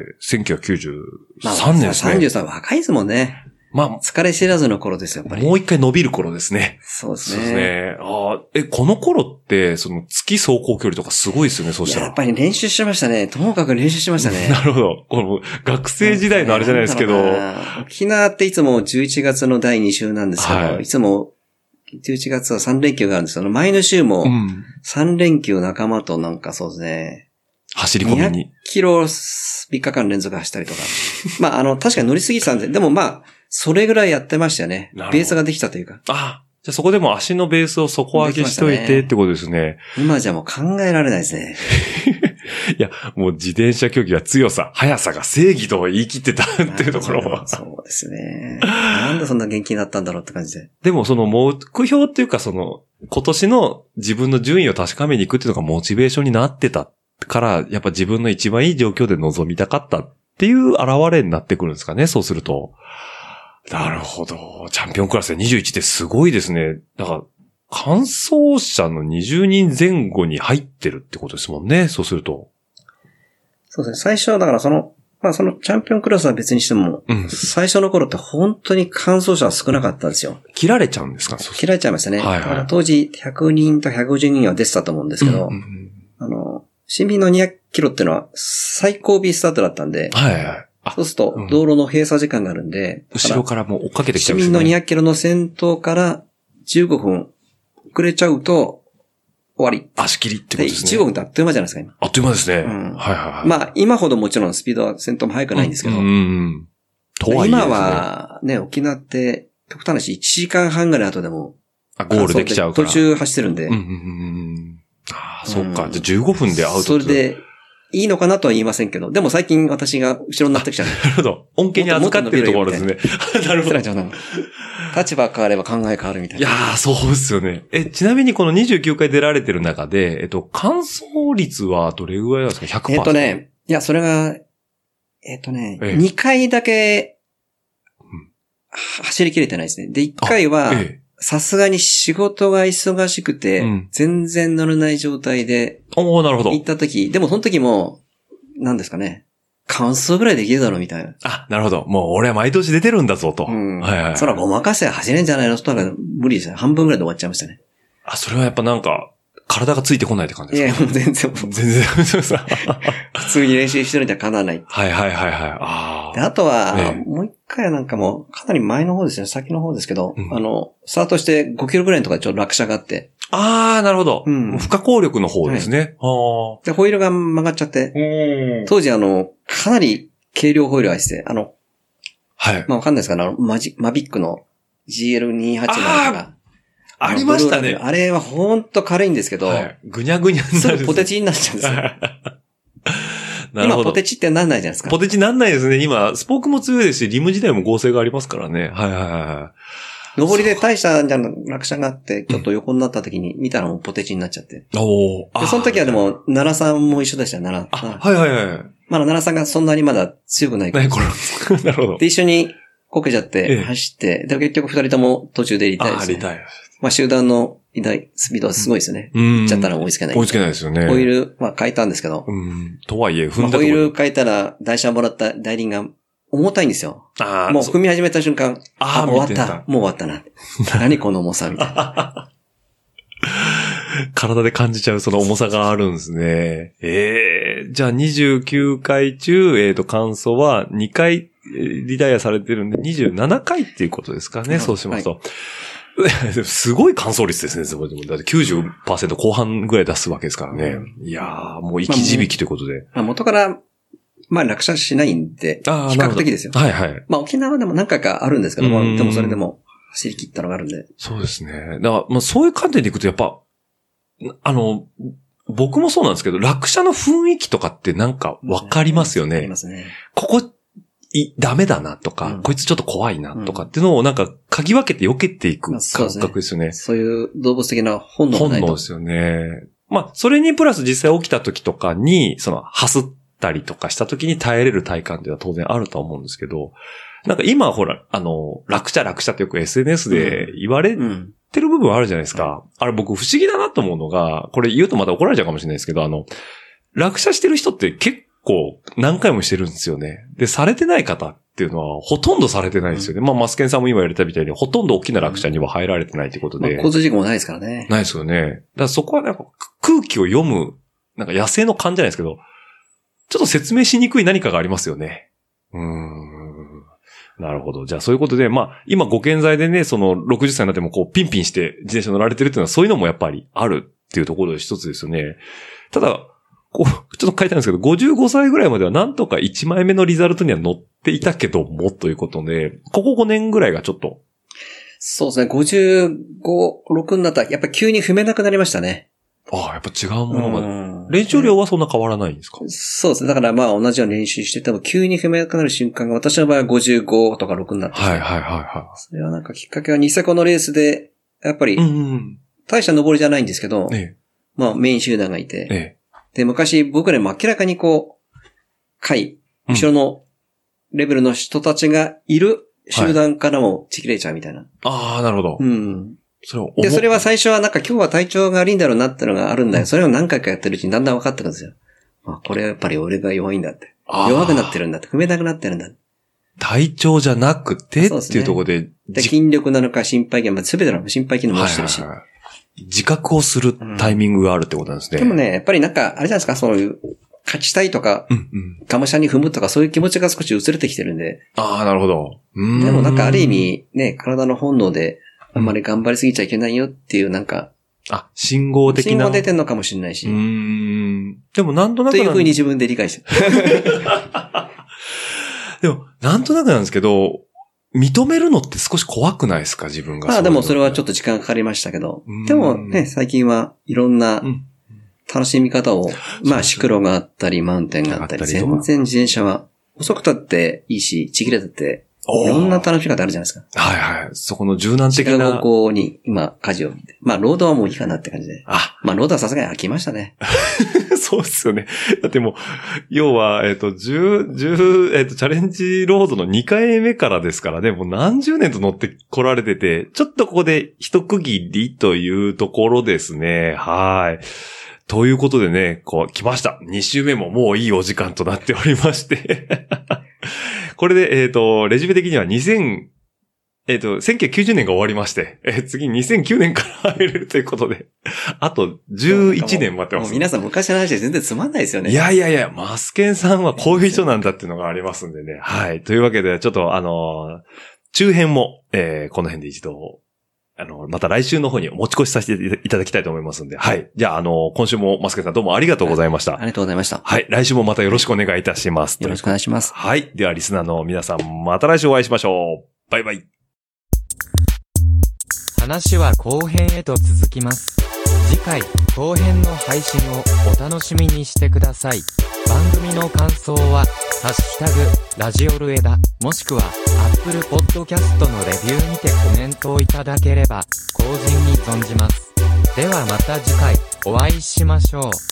[SPEAKER 1] 1993年ですね。
[SPEAKER 2] 33若いですもんね。
[SPEAKER 1] まあ、
[SPEAKER 2] 疲れ知らずの頃ですよ、やっぱり。
[SPEAKER 1] もう一回伸びる頃ですね。
[SPEAKER 2] そうで
[SPEAKER 1] そ
[SPEAKER 2] す
[SPEAKER 1] うです
[SPEAKER 2] ね。
[SPEAKER 1] ね。ああ、え、この頃って、その月走行距離とかすごいですよね、そう
[SPEAKER 2] い
[SPEAKER 1] した
[SPEAKER 2] や
[SPEAKER 1] ら。
[SPEAKER 2] やっぱり練習してましたね。ともかく練習してましたね。
[SPEAKER 1] なるほど。この学生時代のあれじゃないですけど、
[SPEAKER 2] んだろうな。沖縄っていつも11月の第2週なんですけど、
[SPEAKER 1] はい
[SPEAKER 2] い、つも11月は3連休があるんですよ。前の週も
[SPEAKER 1] うん。
[SPEAKER 2] 3連休仲間となんかそうですね、
[SPEAKER 1] 走り込みに。
[SPEAKER 2] キロ3日間連続走っ
[SPEAKER 1] (laughs)
[SPEAKER 2] たりとか。まああの、確かに乗りすぎてたんで、でもまあ、それぐらいやってましたよね
[SPEAKER 1] なるほ。ど
[SPEAKER 2] ベースができたというか。
[SPEAKER 1] ああ、じゃあそこでも足のベースを底上げしといてってことですね。
[SPEAKER 2] 今じゃもう考えられないですね。
[SPEAKER 1] もう自転車競技は強さ、速さが正義と言い切ってた (laughs) っていうところは。
[SPEAKER 2] そうですね。なんでそんな元気になったんだろうって感じで。
[SPEAKER 1] でもその目標っていうかその、今年の自分の順位を確かめに行くっていうのがモチベーションになってたから、やっぱ自分の一番いい状況で臨みたかったっていう現れになってくるんですかね、そうすると。なるほど。チャンピオンクラスで21ってすごいですね。だから、完走者の20人前後に入ってるってことですもんね、そうすると。
[SPEAKER 2] そうですね。最初はだからその、まあそのチャンピオンクラスは別にしても、
[SPEAKER 1] うん。
[SPEAKER 2] 最初の頃って本当に乾燥者は少なかったんですよ。
[SPEAKER 1] 切られちゃうんですかそうする
[SPEAKER 2] 切られちゃいましたね。
[SPEAKER 1] はいはい
[SPEAKER 2] だから当時100人と150人は出てたと思うんです
[SPEAKER 1] と
[SPEAKER 2] けど、
[SPEAKER 1] うんうんうん
[SPEAKER 2] あの、新品の200キロっていうのは最後尾スタートだったんで、
[SPEAKER 1] はいはい。あ
[SPEAKER 2] そうすると
[SPEAKER 1] うん
[SPEAKER 2] 道路の閉鎖時間があるんで、
[SPEAKER 1] 後ろからもう追っかけてきちゃう
[SPEAKER 2] 市
[SPEAKER 1] んです
[SPEAKER 2] 民
[SPEAKER 1] ね。
[SPEAKER 2] の200キロの先頭から15分遅れちゃうと終わり。
[SPEAKER 1] 足切りってこと
[SPEAKER 2] で、
[SPEAKER 1] ですね。
[SPEAKER 2] 15分ってあっという間じゃないですか、今。
[SPEAKER 1] あっという間ですね。
[SPEAKER 2] ん
[SPEAKER 1] はいはいはい。
[SPEAKER 2] まあ、今ほどもちろんスピードは先頭も速くないんですけど、
[SPEAKER 1] うんうん。とはいえ、
[SPEAKER 2] 今、はね、沖縄って、極端な話、1時間半ぐらい後でも、
[SPEAKER 1] あゴールできちゃうから。
[SPEAKER 2] 途中走ってるんで、
[SPEAKER 1] うんうんうんうん。ああ、そっ
[SPEAKER 2] う
[SPEAKER 1] か。
[SPEAKER 2] ん
[SPEAKER 1] じゃあ15分でアウト。
[SPEAKER 2] それ。で、いいのかなとは言いませんけど、でも最近私が後ろになってきちゃう。
[SPEAKER 1] (laughs) なるほど。恩恵に預かってるところですね。 (laughs) なるほ
[SPEAKER 2] 失
[SPEAKER 1] ど。
[SPEAKER 2] 礼じゃない立場変われば考え変わるみたい
[SPEAKER 1] い
[SPEAKER 2] な。
[SPEAKER 1] やー、そうですよね。え、ちなみにこの29回出られてる中で、えっと、乾燥率はどれぐらいなんですか ?100%?
[SPEAKER 2] えっと。ね、いや、それが、えっとね、
[SPEAKER 1] ええ
[SPEAKER 2] 2回だけ
[SPEAKER 1] ん、
[SPEAKER 2] は走り切れてないですね。で、1回は、
[SPEAKER 1] え
[SPEAKER 2] さすがに仕事が忙しくて、
[SPEAKER 1] うん
[SPEAKER 2] 全然乗れない状態で、
[SPEAKER 1] え。おー、なるほど
[SPEAKER 2] 行。った時、でもその時も、何ですかね、感想ぐらいできるだろうみたいな。
[SPEAKER 1] あ、なるほど。もう俺は毎年出てるんだぞと。
[SPEAKER 2] うん。
[SPEAKER 1] はいはい。
[SPEAKER 2] そらごまかせば走れんじゃないのとか無理でした。半分ぐらいで終わっちゃいましたね。
[SPEAKER 1] あ、それはやっぱなんか、体がついてこないって感じ
[SPEAKER 2] い
[SPEAKER 1] で
[SPEAKER 2] や、
[SPEAKER 1] すか
[SPEAKER 2] もう全然、もう
[SPEAKER 1] 全然、 (laughs)
[SPEAKER 2] 普通に練習してるんじゃかなわない。
[SPEAKER 1] はいはいはいはい。あ
[SPEAKER 2] で、
[SPEAKER 1] あ。
[SPEAKER 2] あとは、
[SPEAKER 1] ええ
[SPEAKER 2] もう一回はなんかもう、かなり前の方ですね、先の方ですけど、
[SPEAKER 1] うん
[SPEAKER 2] あの、スタートして5キロぐらいのところでちょっと落車があって、
[SPEAKER 1] ああ、なるほど。
[SPEAKER 2] うん
[SPEAKER 1] 不可抗力の方ですね。
[SPEAKER 2] で、ホイールが曲がっちゃって、
[SPEAKER 1] ああ。
[SPEAKER 2] 当時あの、かなり軽量ホイールがしてて、あの、
[SPEAKER 1] はい。
[SPEAKER 2] まあ、わかんないですかね、あの、マジ、マビックの GL280 とか。
[SPEAKER 1] ありましたね
[SPEAKER 2] のブルーラベルあれはほんと軽いんですけど、
[SPEAKER 1] はいぐにゃぐにゃに
[SPEAKER 2] す
[SPEAKER 1] な
[SPEAKER 2] ぐ
[SPEAKER 1] る。
[SPEAKER 2] ポテ。チになっちゃうんですよ。
[SPEAKER 1] (laughs) なる
[SPEAKER 2] 今
[SPEAKER 1] ほ
[SPEAKER 2] ポ
[SPEAKER 1] ど
[SPEAKER 2] テ。チってなんないじゃないですか。
[SPEAKER 1] ポテチなんないですね。今、スポークも強いですし、リム自体も合成がありますからね。はいはいは
[SPEAKER 2] 上りで大したじゃん落車があって、ちょっと横になった時に見たらもうポテチになっちゃって。
[SPEAKER 1] い。お
[SPEAKER 2] で、その時はで、も、奈良さんも一緒でしたよ、奈良。
[SPEAKER 1] あ、はいはいはい。
[SPEAKER 2] まだ奈良さんがそんなにまだ強くないから。
[SPEAKER 1] 何これ。 (laughs) なるほど。
[SPEAKER 2] で、一緒にこけちゃっ
[SPEAKER 1] ええ
[SPEAKER 2] て、走って、で、結局二人とも途中でリタイ
[SPEAKER 1] あ
[SPEAKER 2] ア
[SPEAKER 1] あ、
[SPEAKER 2] して、
[SPEAKER 1] リタイア。
[SPEAKER 2] まあ集団の偉大スピードはすごいですよね。
[SPEAKER 1] うん
[SPEAKER 2] 行っちゃったら追いつけない。
[SPEAKER 1] 追いつけないですよね。
[SPEAKER 2] ホイールは変えたんですけど、
[SPEAKER 1] うん。とはいえ、踏
[SPEAKER 2] ま
[SPEAKER 1] ん
[SPEAKER 2] あ
[SPEAKER 1] だとこ
[SPEAKER 2] ホイ
[SPEAKER 1] ろ
[SPEAKER 2] ール変えたら、台車もらった大輪が重たいんですよ。
[SPEAKER 1] ああ、
[SPEAKER 2] もう
[SPEAKER 1] そ
[SPEAKER 2] 踏み始めた瞬間、
[SPEAKER 1] あー
[SPEAKER 2] あ、終わ
[SPEAKER 1] 見
[SPEAKER 2] っ
[SPEAKER 1] てた
[SPEAKER 2] た。もう終わったな。何この重さみたいな。
[SPEAKER 1] 体で感じちゃうその重さがあるんですね。ええじゃあ29回中、えっ、と、感想は2回えーリタイアされてるんで、27回っていうことですかね、
[SPEAKER 2] はい
[SPEAKER 1] そうしますと。すごい乾燥率ですね、でもでもだって90%後半ぐらい出すわけですからね。いやー、もう生き字引きということで。
[SPEAKER 2] まあ元から、まあ落車しないんで、比
[SPEAKER 1] あーなる
[SPEAKER 2] 較
[SPEAKER 1] ほど
[SPEAKER 2] 的ですよ。
[SPEAKER 1] はいはい。
[SPEAKER 2] まあ沖縄でも何回かあるんですけど
[SPEAKER 1] う
[SPEAKER 2] も、
[SPEAKER 1] ん
[SPEAKER 2] でもそれでも走り切ったのがあるんで。
[SPEAKER 1] そうですね。だから、まあそういう観点でいくと、やっぱ、あの、僕もそうなんですけど、落車の雰囲気とかってなんかわかりますよ
[SPEAKER 2] あ
[SPEAKER 1] ね
[SPEAKER 2] りま。すね。
[SPEAKER 1] ここ、い、ダメだなとか、
[SPEAKER 2] うん
[SPEAKER 1] こいつちょっと怖いなとかっていうのをなんか、嗅ぎ分けて避けていく
[SPEAKER 2] まあそう
[SPEAKER 1] 感
[SPEAKER 2] ですね
[SPEAKER 1] 覚ですよね。
[SPEAKER 2] そういう動物的な本能がな
[SPEAKER 1] 本
[SPEAKER 2] い
[SPEAKER 1] 能
[SPEAKER 2] と
[SPEAKER 1] で。すよね。まあ、それにプラス実際起きた時とかに、その、はすったりとかした時に耐えれる体感っていうのは当然あるとは思うんですけど、なんか今ほら、あの、楽ちゃ楽ちゃってよく SNS で言われ
[SPEAKER 2] うん。
[SPEAKER 1] ってる部分あるじゃないですか。あれ僕不思議だなと思うのが、これ言うとまた怒られちゃうかもしれないですけど、あの、落車してる人って結構何回もしてるんですよね。で、されてない方っていうのはほとんどされてないですよね。まあ、マスケンさんも今言われたみたいに、ほとんど大きな落車には入られてないってこと
[SPEAKER 2] まあ
[SPEAKER 1] で。
[SPEAKER 2] 交通事故もないですからね。
[SPEAKER 1] ないですよね。だからそこはなんか空気を読む、なんか野生の勘じゃないですけど、ちょっと説明しにくい何かがありますよね。うーん。なるほど。じゃあそういうことで、まあ、今ご健在でね、その60歳になってもこうピンピンして自転車乗られてるっていうのはそういうのもやっぱりあるっていうところで一つですよね。ただ、こう、ちょっと書いてあるんですけど、55歳ぐらいまではなんとか1枚目のリザルトには乗っていたけどもということで、ここ5年ぐらいがちょっと、
[SPEAKER 2] そうですね。55、6になったら、やっぱり急に踏めなくなりましたね。
[SPEAKER 1] ああ、やっぱ違うものが、
[SPEAKER 2] うん
[SPEAKER 1] 練習量はそんな変わらないんですか
[SPEAKER 2] そうですね。だからまあ同じように練習してても急に踏めなくなる瞬間が私の場合は55とか6になって、
[SPEAKER 1] はいはいはいは
[SPEAKER 2] それはなんかきっかけはニセコのレースで、やっぱり
[SPEAKER 1] い。ん、
[SPEAKER 2] 大した登りじゃないんですけど、
[SPEAKER 1] え
[SPEAKER 2] まあメイン集団がい
[SPEAKER 1] え、
[SPEAKER 2] て、
[SPEAKER 1] え
[SPEAKER 2] で、昔僕らも明らかにこう、回、
[SPEAKER 1] うん
[SPEAKER 2] 後ろのレベルの人たちがいる集団からもちぎれちゃうみたいな。
[SPEAKER 1] ああ、なるほど
[SPEAKER 2] う。ん。
[SPEAKER 1] それを
[SPEAKER 2] で、それは
[SPEAKER 1] さ、
[SPEAKER 2] 最初はなんか今日は体調が悪いんだろうなってのがあるんだよ。それを何回かやってるうちにだんだん分かってくるんですよ。あ、これはやっぱり俺が弱いんだって。弱くなって
[SPEAKER 1] る。
[SPEAKER 2] るんだって。踏めなくなってるんだって。
[SPEAKER 1] 体調じゃなくてって
[SPEAKER 2] そうです
[SPEAKER 1] い
[SPEAKER 2] ね
[SPEAKER 1] うところで、
[SPEAKER 2] で
[SPEAKER 1] じ
[SPEAKER 2] 筋力なのか心肺機能、まあ、全ての心肺機能も
[SPEAKER 1] は
[SPEAKER 2] 落
[SPEAKER 1] い
[SPEAKER 2] ちてるし。
[SPEAKER 1] はいはい自覚をするタイミングがあるってことなんですね。
[SPEAKER 2] でも。ね、やっぱりなんか、あれじゃないですか、そういう、勝ちたいとか、
[SPEAKER 1] うんうん。
[SPEAKER 2] がむしゃらに踏むとか、そういう気持ちが少し薄れてきてるんで、
[SPEAKER 1] ああ、なるほど。
[SPEAKER 2] で
[SPEAKER 1] で
[SPEAKER 2] もなんかある意、味、ね、体の本能で、あんまり頑張りすぎちゃいけないよっていう、なんか、
[SPEAKER 1] あ、信号的な。
[SPEAKER 2] 信号出てんのかもしれないうし、
[SPEAKER 1] ーん。でもなんとなく
[SPEAKER 2] と
[SPEAKER 1] ないん
[SPEAKER 2] うふうに自分で理解してる。
[SPEAKER 1] でも、なんとなくなんですけど、認めるのって少し怖くないですか自分が。
[SPEAKER 2] まあでもそれはちょっ
[SPEAKER 1] っ
[SPEAKER 2] と時間かかりましたけど
[SPEAKER 1] うん、
[SPEAKER 2] でもね、最近はいろんな
[SPEAKER 1] うん
[SPEAKER 2] 楽しみ方を、まあシクロがあったり、マウンテンがあった
[SPEAKER 1] あ
[SPEAKER 2] り、
[SPEAKER 1] ったりとか
[SPEAKER 2] 全然自転車は、遅くたっていいし、ちぎれたって、
[SPEAKER 1] と
[SPEAKER 2] いろんな楽しみ方あるじゃないですか。
[SPEAKER 1] はいはい。そこの柔軟
[SPEAKER 2] 違
[SPEAKER 1] 的
[SPEAKER 2] う
[SPEAKER 1] な
[SPEAKER 2] 方。向に今、舵を見て。まあ、ロードはもういいかなって感じで。
[SPEAKER 1] あ、
[SPEAKER 2] まあ、ロードはさすがに飽きましたね。
[SPEAKER 1] (laughs) そうですよね。だってもう、要は、えっ、と、十、十、えっ、と、チャレンジロードの2回目からですからね、もう何十年と乗って来られてて、ちょっとここで一区切りというところですね。はい。ということでね、こう、来ました。2週目ももういいお時間となっておりまして。 (laughs) これで、えっ、と、レジュメ的には2000、えっ、と、1990年が終わりまして、えー次2009年から入れるということで、あと11年待ってま
[SPEAKER 2] もう
[SPEAKER 1] す。
[SPEAKER 2] 皆さん昔の話で全然つまんないですよね。
[SPEAKER 1] いやいやいや、マスケンさんはこういう人なんだっていうのがありますんでね。はい。というわけで、ちょっとあのー中編も、えーこの辺で一度、あの、また来週の方にお持ち越しさせていただきたいと思いますんで。はい。じゃあ、あのー今週もマスケンさんどうもありがとうございまし
[SPEAKER 2] あ
[SPEAKER 1] た。
[SPEAKER 2] りがとうございました。
[SPEAKER 1] はい。来週もまたよろしくお願いいたします。
[SPEAKER 2] よろしくお願いします。
[SPEAKER 1] はい。では、リスナーの皆さん、また来週お会いしましょう。バイバイ。
[SPEAKER 3] 話は後編へと続きます次回後編の配信をお楽しみにしてください番組の感想は「ハッシュタグラジオルエダ」もしくは Apple Podcast のレビューにてコメントをいただければ後人に存じますではまた次回お会いしましょう